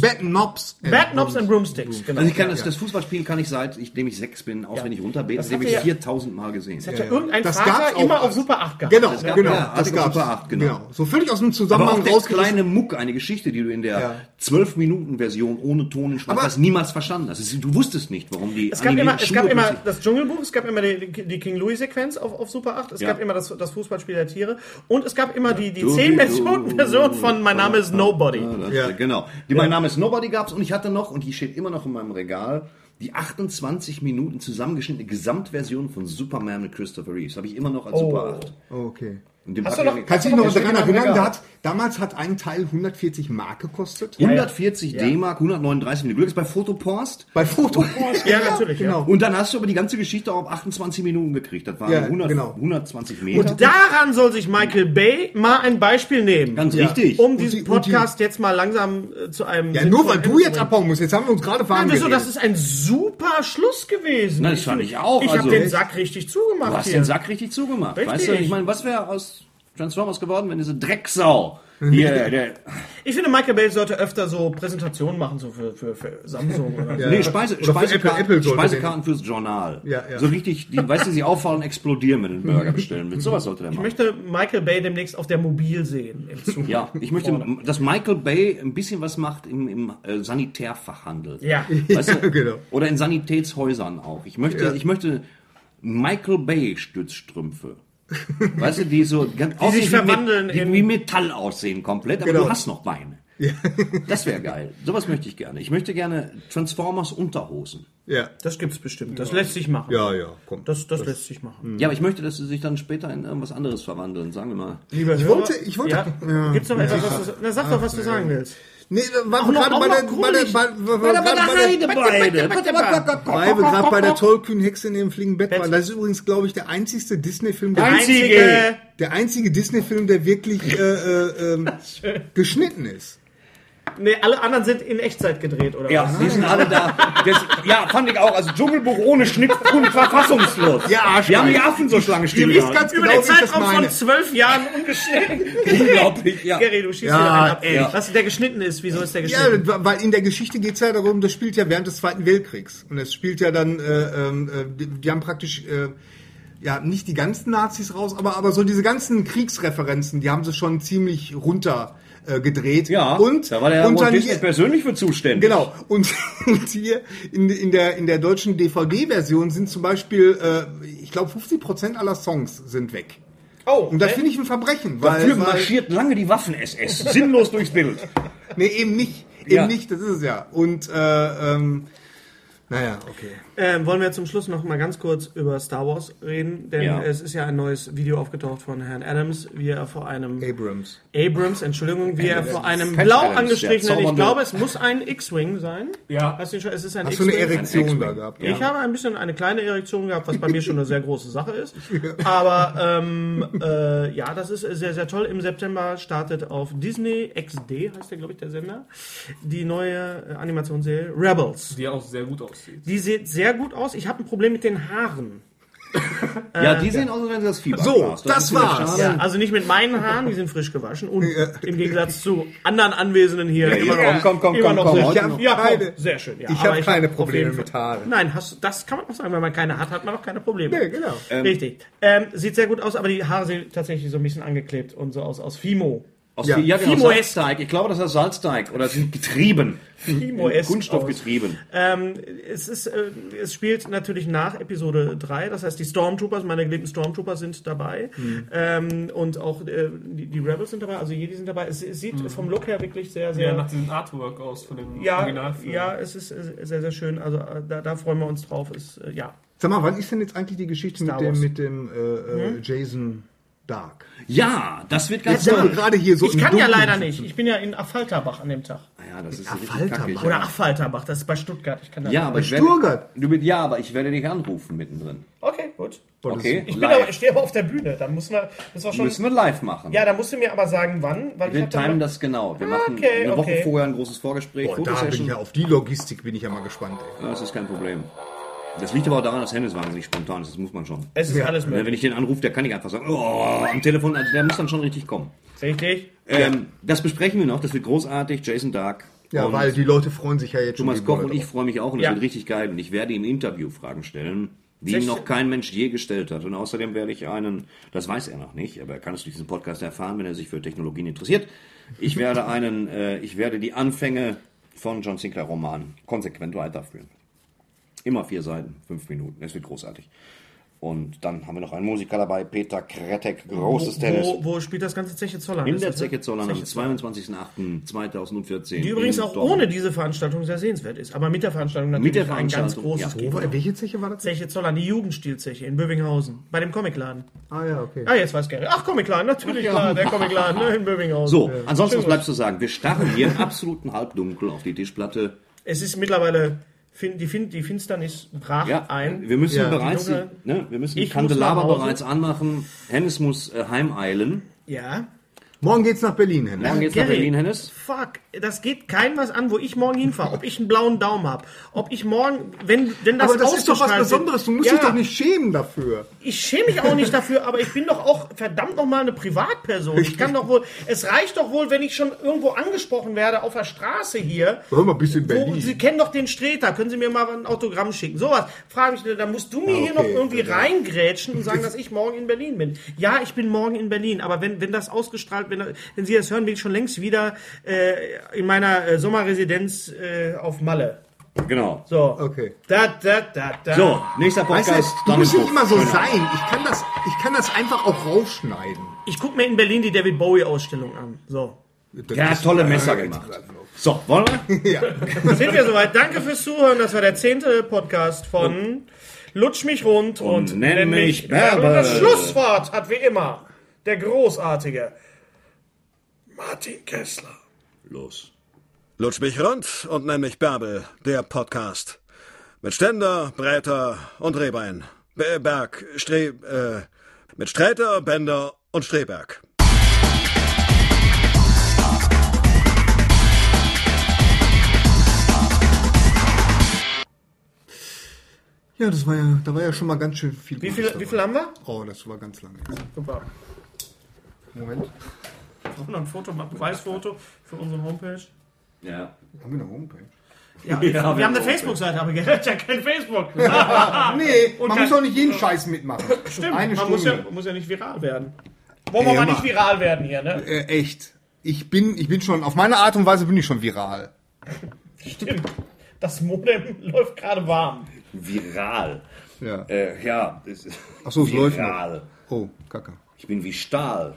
Speaker 1: Bett, Bett, Knobs.
Speaker 2: Bad knobs and broomsticks. Genau.
Speaker 3: Also ich kann das, das Fußballspiel kann ich seit, ich, dem ich sechs bin, auswendig runterbeten. Das
Speaker 2: hat
Speaker 3: habe ich
Speaker 2: ja-
Speaker 3: 4000 Mal gesehen.
Speaker 2: Hat ja irgendein
Speaker 1: Das
Speaker 2: Vater
Speaker 1: gab's auch
Speaker 2: immer auf
Speaker 1: als-
Speaker 2: Super 8 gehabt.
Speaker 1: Genau,
Speaker 3: gab-
Speaker 1: genau,
Speaker 3: ja,
Speaker 1: das
Speaker 3: Artikel
Speaker 1: gab's.
Speaker 3: Super 8, genau.
Speaker 1: So völlig aus dem
Speaker 3: Aber
Speaker 1: Zusammenhang
Speaker 3: auch der
Speaker 1: rausgerissen.
Speaker 3: kleine Muck, eine Geschichte, die du in
Speaker 1: Ja.
Speaker 3: der zwölf minuten version ohne Ton in Schwarz
Speaker 1: Aber-
Speaker 3: hast, niemals verstanden hast. Es ist- Du wusstest nicht, warum die
Speaker 2: Es gab, immer, es gab immer
Speaker 3: plötzlich-
Speaker 2: das Dschungelbuch, es gab immer die, die King Louis-Sequenz auf, auf Super 8, es
Speaker 3: Ja.
Speaker 2: gab immer das, das Fußballspiel der Tiere und es gab immer die, die
Speaker 3: Du-
Speaker 2: 10-Version von Mein Name ist Nobody.
Speaker 3: Ja, das,
Speaker 1: Ja.
Speaker 3: Genau. Die, Mein Name ist Nobody gab's und ich hatte noch, und die steht immer noch in meinem Regal, die 28 Minuten zusammengeschnittene Gesamtversion von Superman mit Christopher Reeves. Habe ich immer noch als Super 8.
Speaker 1: Oh, okay.
Speaker 3: Und dem
Speaker 2: Hast
Speaker 3: hat
Speaker 2: du
Speaker 3: mir-
Speaker 2: noch-
Speaker 1: Kannst du dich
Speaker 2: Aber
Speaker 1: noch
Speaker 2: das steht
Speaker 1: daran
Speaker 2: in meinem
Speaker 1: erinnern, da
Speaker 2: Regal.
Speaker 1: hat, damals hat ein Teil 140 Mark gekostet?
Speaker 3: 140 D-Mark, 139 Minuten. Glück ist bei Fotopost.
Speaker 1: Bei Foto.
Speaker 2: Ja, natürlich.
Speaker 1: Genau.
Speaker 3: Und dann hast du aber die ganze Geschichte auch auf 28 Minuten gekriegt. Das waren
Speaker 1: Ja,
Speaker 3: 100,
Speaker 1: genau.
Speaker 3: 120 Meter.
Speaker 2: Ja. Daran soll sich Michael Bay mal ein Beispiel nehmen.
Speaker 3: Ganz richtig.
Speaker 2: Um
Speaker 1: die-
Speaker 2: diesen
Speaker 1: und die-
Speaker 2: Podcast jetzt mal langsam äh, zu einem.
Speaker 1: Ja, nur weil
Speaker 2: sinnvollen
Speaker 1: du jetzt
Speaker 2: Ende zu bringen.
Speaker 1: abhauen musst. Jetzt haben wir uns gerade
Speaker 2: Nein,
Speaker 1: verhandelt.
Speaker 2: wieso? Das ist ein super Schluss gewesen.
Speaker 3: Na, das fand ich auch,
Speaker 2: Ich
Speaker 3: also-
Speaker 2: habe den Sack richtig zugemacht.
Speaker 3: Du hast
Speaker 2: hier.
Speaker 3: den Sack richtig zugemacht.
Speaker 2: Richtig.
Speaker 3: Weißt du, ich meine, was wäre aus Transformers geworden, wenn diese Drecksau hier, der,
Speaker 2: Ich finde, Michael Bay sollte öfter so Präsentationen machen, so für, für, für Samsung oder so.
Speaker 3: nee, Speise,
Speaker 1: Oder für
Speaker 3: Speisekarten,
Speaker 1: Apple- Apple sollte
Speaker 3: Speisekarten fürs Journal.
Speaker 1: Ja, ja.
Speaker 3: So richtig, die, weißt du, sie auffallen und explodieren, wenn du einen Burger bestellen willst. Sowas sollte der
Speaker 2: Ich
Speaker 3: machen.
Speaker 2: möchte Michael Bay demnächst auf der Mobil sehen. Im Zug.
Speaker 3: ja, ich möchte, dass Michael Bay ein bisschen was macht im, im äh, Sanitärfachhandel.
Speaker 2: Ja.
Speaker 3: Weißt du?
Speaker 1: Ja, genau.
Speaker 3: Oder in Sanitätshäusern auch. Ich möchte, ich möchte Michael Bay Stützstrümpfe. Weißt du, die so ganz die
Speaker 2: sich verwandeln
Speaker 3: wie,
Speaker 2: in-
Speaker 3: wie Metall aussehen komplett, aber
Speaker 1: Genau.
Speaker 3: du hast noch Beine. Das wäre geil. Sowas möchte ich gerne. Ich möchte gerne Transformers Unterhosen.
Speaker 1: ja.
Speaker 2: Das gibt's bestimmt. Das lässt sich machen.
Speaker 1: ja, ja, komm.
Speaker 2: Das, das, lässt sich machen.
Speaker 3: Ja, aber ich möchte, dass sie sich dann später in irgendwas anderes verwandeln, sagen wir mal.
Speaker 2: Lieber ich
Speaker 1: wollte- ich wollte-
Speaker 2: Ja.
Speaker 1: Ja. Ah,
Speaker 2: Gibt's noch etwas, was du. Na, sag doch, was du sagen willst.
Speaker 1: Nee, da waren wir
Speaker 2: noch-
Speaker 1: gerade
Speaker 2: auch
Speaker 1: bei der,
Speaker 2: noch
Speaker 1: bei der,
Speaker 2: gruselig.
Speaker 1: bei, bei, bei, bei, der, weil wir gerade bei der tollkühnen Hexe in dem fliegenden Bett waren. Das ist übrigens, glaube ich, der einzigste Disney-Film, der,
Speaker 2: Einzige.
Speaker 1: der einzige Disney-Film, der wirklich äh, äh, ähm, geschnitten ist.
Speaker 2: Nee, alle anderen sind in Echtzeit gedreht, oder?
Speaker 3: Ja, die sind alle da. Das, ja, fand ich auch. Also Dschungelbuch ohne Schnitt und verfassungslos.
Speaker 1: Ja, Arschgeil.
Speaker 3: Wir haben die Affen so Schlange stehen.
Speaker 1: Ihr wisst ganz
Speaker 2: Über
Speaker 1: genau,
Speaker 2: den
Speaker 1: wie ich das
Speaker 2: Zeitraum von
Speaker 1: meine.
Speaker 2: zwölf Jahren ungeschnitten.
Speaker 3: unglaublich. Ja.
Speaker 2: Gary, du schießt
Speaker 1: Ja,
Speaker 2: wieder einen ab.
Speaker 1: ey.
Speaker 2: Was der geschnitten ist, wieso ist der
Speaker 1: Ja,
Speaker 2: geschnitten?
Speaker 1: weil in der Geschichte geht's ja darum, das spielt ja während des Zweiten Weltkriegs. Und es spielt ja dann, äh, ähm, äh, die, die haben praktisch, äh, ja, nicht die ganzen Nazis raus, aber, aber so diese ganzen Kriegsreferenzen, die haben sie schon ziemlich runter äh, gedreht.
Speaker 3: Ja,
Speaker 1: und,
Speaker 3: da war der
Speaker 1: und dann,
Speaker 3: Walt Disney persönlich für zuständig.
Speaker 1: Genau. Und, und hier in, in, der, in der deutschen DVD-Version sind zum Beispiel, äh, ich glaube, 50% aller Songs sind weg.
Speaker 2: Oh,
Speaker 1: Und das
Speaker 2: ne?
Speaker 1: finde ich ein Verbrechen. Weil,
Speaker 3: Dafür
Speaker 1: weil,
Speaker 3: marschiert lange die Waffen-SS sinnlos durchs Bild.
Speaker 1: Nee, eben nicht. Eben
Speaker 3: Ja.
Speaker 1: nicht, das ist es ja. Und äh, ähm, Naja, okay.
Speaker 2: Ähm, wollen wir zum Schluss noch mal ganz kurz über Star Wars reden, denn
Speaker 3: Ja.
Speaker 2: es ist ja ein neues Video aufgetaucht von Herrn Adams, wie er vor einem
Speaker 1: Abrams.
Speaker 2: Abrams, Entschuldigung, wie er vor einem
Speaker 3: Patch
Speaker 2: blau
Speaker 3: Adams, der
Speaker 2: angestrichenen, ich
Speaker 3: zaubernde-
Speaker 2: glaube, es muss ein X-Wing sein.
Speaker 5: Ja.
Speaker 2: Hast du schon, es ist ein
Speaker 1: Hast du eine
Speaker 2: X-Wing.
Speaker 1: Erektion da gehabt?
Speaker 2: Ich habe ein bisschen eine kleine Erektion gehabt, was bei mir schon eine sehr große Sache ist. Aber ähm, äh, ja, das ist sehr, sehr toll. Im September startet auf Disney XD, heißt der, glaube ich, der Sender, die neue äh, Animationsserie Rebels.
Speaker 5: Die auch sehr gut aussieht.
Speaker 2: Die sieht sehr gut aus. Ich habe ein Problem mit den Haaren.
Speaker 3: Ja, die sehen aus, als wenn sie das Fieber
Speaker 1: So,
Speaker 3: haben.
Speaker 1: das
Speaker 3: ist wieder
Speaker 1: war's.
Speaker 3: schade.
Speaker 2: Ja, also nicht mit meinen Haaren, die sind frisch gewaschen. Und im Gegensatz zu anderen Anwesenden hier immer noch.
Speaker 3: komm, komm, komm,
Speaker 2: immer
Speaker 3: komm,
Speaker 2: noch
Speaker 3: komm,
Speaker 2: sehr
Speaker 3: heute
Speaker 2: schön.
Speaker 1: noch.
Speaker 2: ja, komm,
Speaker 1: Keine-
Speaker 2: sehr schön. Ja,
Speaker 1: Ich
Speaker 2: aber
Speaker 1: habe keine
Speaker 2: auf
Speaker 1: Probleme
Speaker 2: jeden Fall-
Speaker 1: mit Haaren.
Speaker 2: Nein, hast, du- das kann man auch sagen. Wenn man keine hat, hat man auch keine Probleme.
Speaker 1: Nee, genau.
Speaker 2: Richtig. Ähm, sieht sehr gut aus, aber die Haare sind tatsächlich so ein bisschen angeklebt und so aus, aus Fimo.
Speaker 3: Aus
Speaker 1: Ja.
Speaker 3: ja. Ja, genau,
Speaker 2: Fimo
Speaker 3: Salzteig. Ich glaube, das ist Salzteig. Oder sind getrieben.
Speaker 2: Fimo-esque
Speaker 3: äh, Kunststoff
Speaker 2: aus.
Speaker 3: getrieben.
Speaker 2: Ähm, es, ist, äh, es spielt natürlich nach Episode 3, das heißt, die Stormtroopers, meine geliebten Stormtroopers sind dabei. Ähm, und auch äh, die, die Rebels sind dabei, also Jedi sind dabei. Es, es sieht vom Look her wirklich sehr, sehr.
Speaker 5: Ja, nach diesem Artwork aus von dem
Speaker 2: Ja,
Speaker 5: Originalfilm.
Speaker 2: ja, es ist äh, sehr, sehr schön. Also äh, da, da freuen wir uns drauf. Es, äh, ja.
Speaker 1: Sag mal, wann ist denn jetzt eigentlich die Geschichte mit
Speaker 2: Star
Speaker 1: dem,
Speaker 2: Wars.
Speaker 1: mit dem äh, äh, Jason Dark?
Speaker 3: Ja, das wird ganz
Speaker 1: Jetzt sind wir gerade hier so
Speaker 2: Ich
Speaker 1: im
Speaker 2: kann ja
Speaker 1: Dunkeln
Speaker 2: leider
Speaker 1: sitzen.
Speaker 2: nicht. Ich bin ja in Affalterbach an dem Tag.
Speaker 3: Ja, das ist
Speaker 1: Falter machen.
Speaker 2: Oder Affalterbach, das ist bei Stuttgart. Ich kann da
Speaker 3: Ja, aber ich werde,
Speaker 1: Stuttgart.
Speaker 3: Du, bist- ja, aber ich werde dich anrufen mittendrin.
Speaker 2: Okay, gut.
Speaker 1: Oh,
Speaker 3: Okay,
Speaker 2: Oh, Ich, bin aber, ich
Speaker 3: live.
Speaker 2: stehe aber auf der Bühne. Dann müssen wir, müssen wir schon.
Speaker 3: Müssen wir live machen.
Speaker 2: ja, da musst du mir aber sagen, wann. Weil
Speaker 3: Wir
Speaker 2: hab dann-
Speaker 3: timen das genau. Wir machen
Speaker 2: Okay,
Speaker 3: eine Woche
Speaker 2: okay. Oh,
Speaker 3: vorher ein großes Vorgespräch.
Speaker 1: Boah, da bin ich
Speaker 3: Fotosession.
Speaker 1: ja auf die Logistik bin ich ja mal gespannt. Ey.
Speaker 3: Ja, das ist kein Problem. Das liegt aber auch daran, dass Hennes wahnsinnig spontan ist. Das muss man schon.
Speaker 2: Es ist alles möglich.
Speaker 3: Wenn ich den anrufe, der kann nicht einfach sagen, oh, am Telefon, also der muss dann schon richtig kommen.
Speaker 2: Richtig.
Speaker 3: Ähm, das besprechen wir noch, das wird großartig. Jason Dark.
Speaker 1: Ja,
Speaker 3: und
Speaker 1: weil die Leute freuen sich ja jetzt schon.
Speaker 3: Thomas
Speaker 1: wie
Speaker 3: Koch
Speaker 1: blöd
Speaker 3: und ich
Speaker 1: auf.
Speaker 3: freuen mich auch und es
Speaker 2: Ja.
Speaker 3: wird richtig geil. Und ich werde ihm Interviewfragen stellen, die ihm
Speaker 2: Sehr
Speaker 3: noch
Speaker 2: schön.
Speaker 3: kein Mensch je gestellt hat. Und außerdem werde ich einen, das weiß er noch nicht, aber er kann es durch diesen Podcast erfahren, wenn er sich für Technologien interessiert. Ich werde einen, äh, ich werde die Anfänge von John Sinclair Roman konsequent weiterführen. Immer vier Seiten, fünf Minuten. Es wird großartig. Und dann haben wir noch einen Musiker dabei, Peter Kretek, großes Tennis.
Speaker 2: Wo, wo spielt das ganze Zeche Zollern?
Speaker 3: In
Speaker 2: Ist
Speaker 3: der
Speaker 2: das-
Speaker 3: Zeche Zollern am 22.08.2014.
Speaker 2: Die übrigens
Speaker 3: in
Speaker 2: auch
Speaker 3: Dortmund.
Speaker 2: ohne diese Veranstaltung sehr sehenswert ist. Aber mit der Veranstaltung natürlich
Speaker 3: der
Speaker 2: ein ganz
Speaker 3: Veranstaltung,
Speaker 2: großes
Speaker 3: ja. genau.
Speaker 2: Kino.
Speaker 1: Wo war- Welche Zeche war das?
Speaker 2: Zeche Zollern, die Jugendstilzeche in Bövinghausen. Bei dem Comicladen.
Speaker 1: Ah ja, okay.
Speaker 2: Ah, jetzt weiß Gary. Ach, Comicladen, natürlich, klar, der Comicladen ne, in Bövinghausen.
Speaker 3: So, ansonsten was bleibt zu sagen? Wir starren hier im absoluten Halbdunkel auf die Tischplatte.
Speaker 2: Es ist mittlerweile, fin die, fin die Finsternis brach
Speaker 3: Ja,
Speaker 2: ein.
Speaker 3: wir müssen
Speaker 1: Ja.
Speaker 3: bereits, die,
Speaker 2: Dunkel.
Speaker 3: ne, wir müssen die
Speaker 2: Ich muss nach
Speaker 3: Kandelaber
Speaker 2: Hause.
Speaker 3: bereits anmachen. Hennes muss äh, heimeilen.
Speaker 2: ja.
Speaker 1: Morgen geht's nach Berlin hin.
Speaker 3: Morgen geht's nach
Speaker 2: Gerrit.
Speaker 3: Berlin, Hennes.
Speaker 2: Fuck, das geht kein was an, wo ich morgen hinfahre. Ob ich einen blauen Daumen habe. Ob ich morgen, wenn, wenn das
Speaker 1: Aber das ist doch was
Speaker 2: ausgestrahlt wird-
Speaker 1: Besonderes. Du musst
Speaker 2: ja,
Speaker 1: dich doch nicht schämen dafür.
Speaker 2: Ich schäme mich auch nicht dafür, aber ich bin doch auch verdammt nochmal eine Privatperson. Ich kann doch wohl, es reicht doch wohl, wenn ich schon irgendwo angesprochen werde auf der Straße hier.
Speaker 1: Hör mal, bist du in
Speaker 2: Wo,
Speaker 1: Berlin?
Speaker 2: Sie kennen doch den Streter, können Sie mir mal ein Autogramm schicken? Sowas. Frage mich, da musst du mir hier noch
Speaker 1: Ah, okay, genau.
Speaker 2: irgendwie reingrätschen und sagen, dass ich morgen in Berlin bin. Ja, ich bin morgen in Berlin, aber wenn, wenn das ausgestrahlt, wenn, wenn Sie das hören, bin ich schon längst wieder äh, in meiner äh, Sommerresidenz äh, auf Malle.
Speaker 3: Genau. So,
Speaker 2: So.
Speaker 1: Okay.
Speaker 2: Da, da, da, da.
Speaker 3: nächster
Speaker 1: Weißt du,
Speaker 3: Podcast.
Speaker 1: du
Speaker 3: dann
Speaker 1: musst
Speaker 3: im
Speaker 1: nicht immer so
Speaker 3: Buch. Schönen
Speaker 1: sein. Ich kann das, ich kann das einfach auch rausschneiden.
Speaker 2: Ich gucke mir in Berlin die David Bowie-Ausstellung an. So.
Speaker 3: Abend. Der hat tolle Messer gemacht. So, wollen wir?
Speaker 2: Sind wir soweit? Danke fürs Zuhören. Das war der zehnte Podcast von Lutsch mich rund und,
Speaker 3: Und nenn mich Bärbel.
Speaker 2: Und das Schlusswort hat wie immer der großartige Martin Kessler.
Speaker 3: Los.
Speaker 8: Lutsch mich rund und nenn mich Bärbel, der Podcast. Mit Ständer, Breiter und Rehbein. Be- Berg, Stre... Äh, mit Sträter, Bender und Streberg.
Speaker 1: Ja, das war ja, da war ja schon mal ganz schön viel.
Speaker 2: Wie
Speaker 1: Gutes
Speaker 2: viel,
Speaker 1: dabei.
Speaker 2: wie viel haben wir?
Speaker 1: Oh, das war ganz lange.
Speaker 2: Super.
Speaker 1: Moment.
Speaker 2: Brauchen wir ein Foto, ein Beweisfoto für unsere Homepage?
Speaker 3: Ja.
Speaker 1: Haben wir eine Homepage?
Speaker 2: Ja,
Speaker 3: wir
Speaker 2: wir,
Speaker 3: haben
Speaker 2: haben
Speaker 3: eine
Speaker 2: eine Facebook-Seite, aber Gerrit hat ja kein Facebook.
Speaker 1: Nee, man
Speaker 2: Und dann-
Speaker 1: muss doch nicht jeden Scheiß mitmachen.
Speaker 2: Stimmt,
Speaker 1: Eine
Speaker 2: man
Speaker 1: Stunde.
Speaker 2: muss ja, muss ja nicht viral werden. Wollen wir
Speaker 1: Ey,
Speaker 2: mal
Speaker 1: Mann.
Speaker 2: nicht viral werden hier, ne?
Speaker 1: Äh, echt. Ich bin, ich bin schon, auf meine Art und Weise bin ich schon viral.
Speaker 2: Stimmt. Das Modem läuft gerade warm.
Speaker 3: Viral.
Speaker 1: Ja.
Speaker 3: Äh, ja. es-
Speaker 1: Ach so, es läuft noch.
Speaker 3: Viral.
Speaker 1: Oh, kacke.
Speaker 3: Ich bin wie Stahl.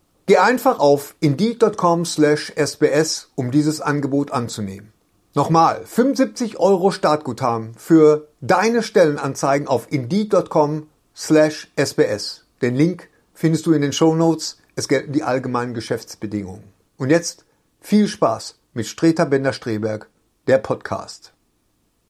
Speaker 7: Geh einfach auf indeed.com slash sbs, um dieses Angebot anzunehmen. Nochmal, 75 Euro Startguthaben für deine Stellenanzeigen auf indeed.com slash sbs. Den Link findest du in den Shownotes. Es gelten die allgemeinen Geschäftsbedingungen. Und jetzt viel Spaß mit Streter Bender-Streberg, der Podcast.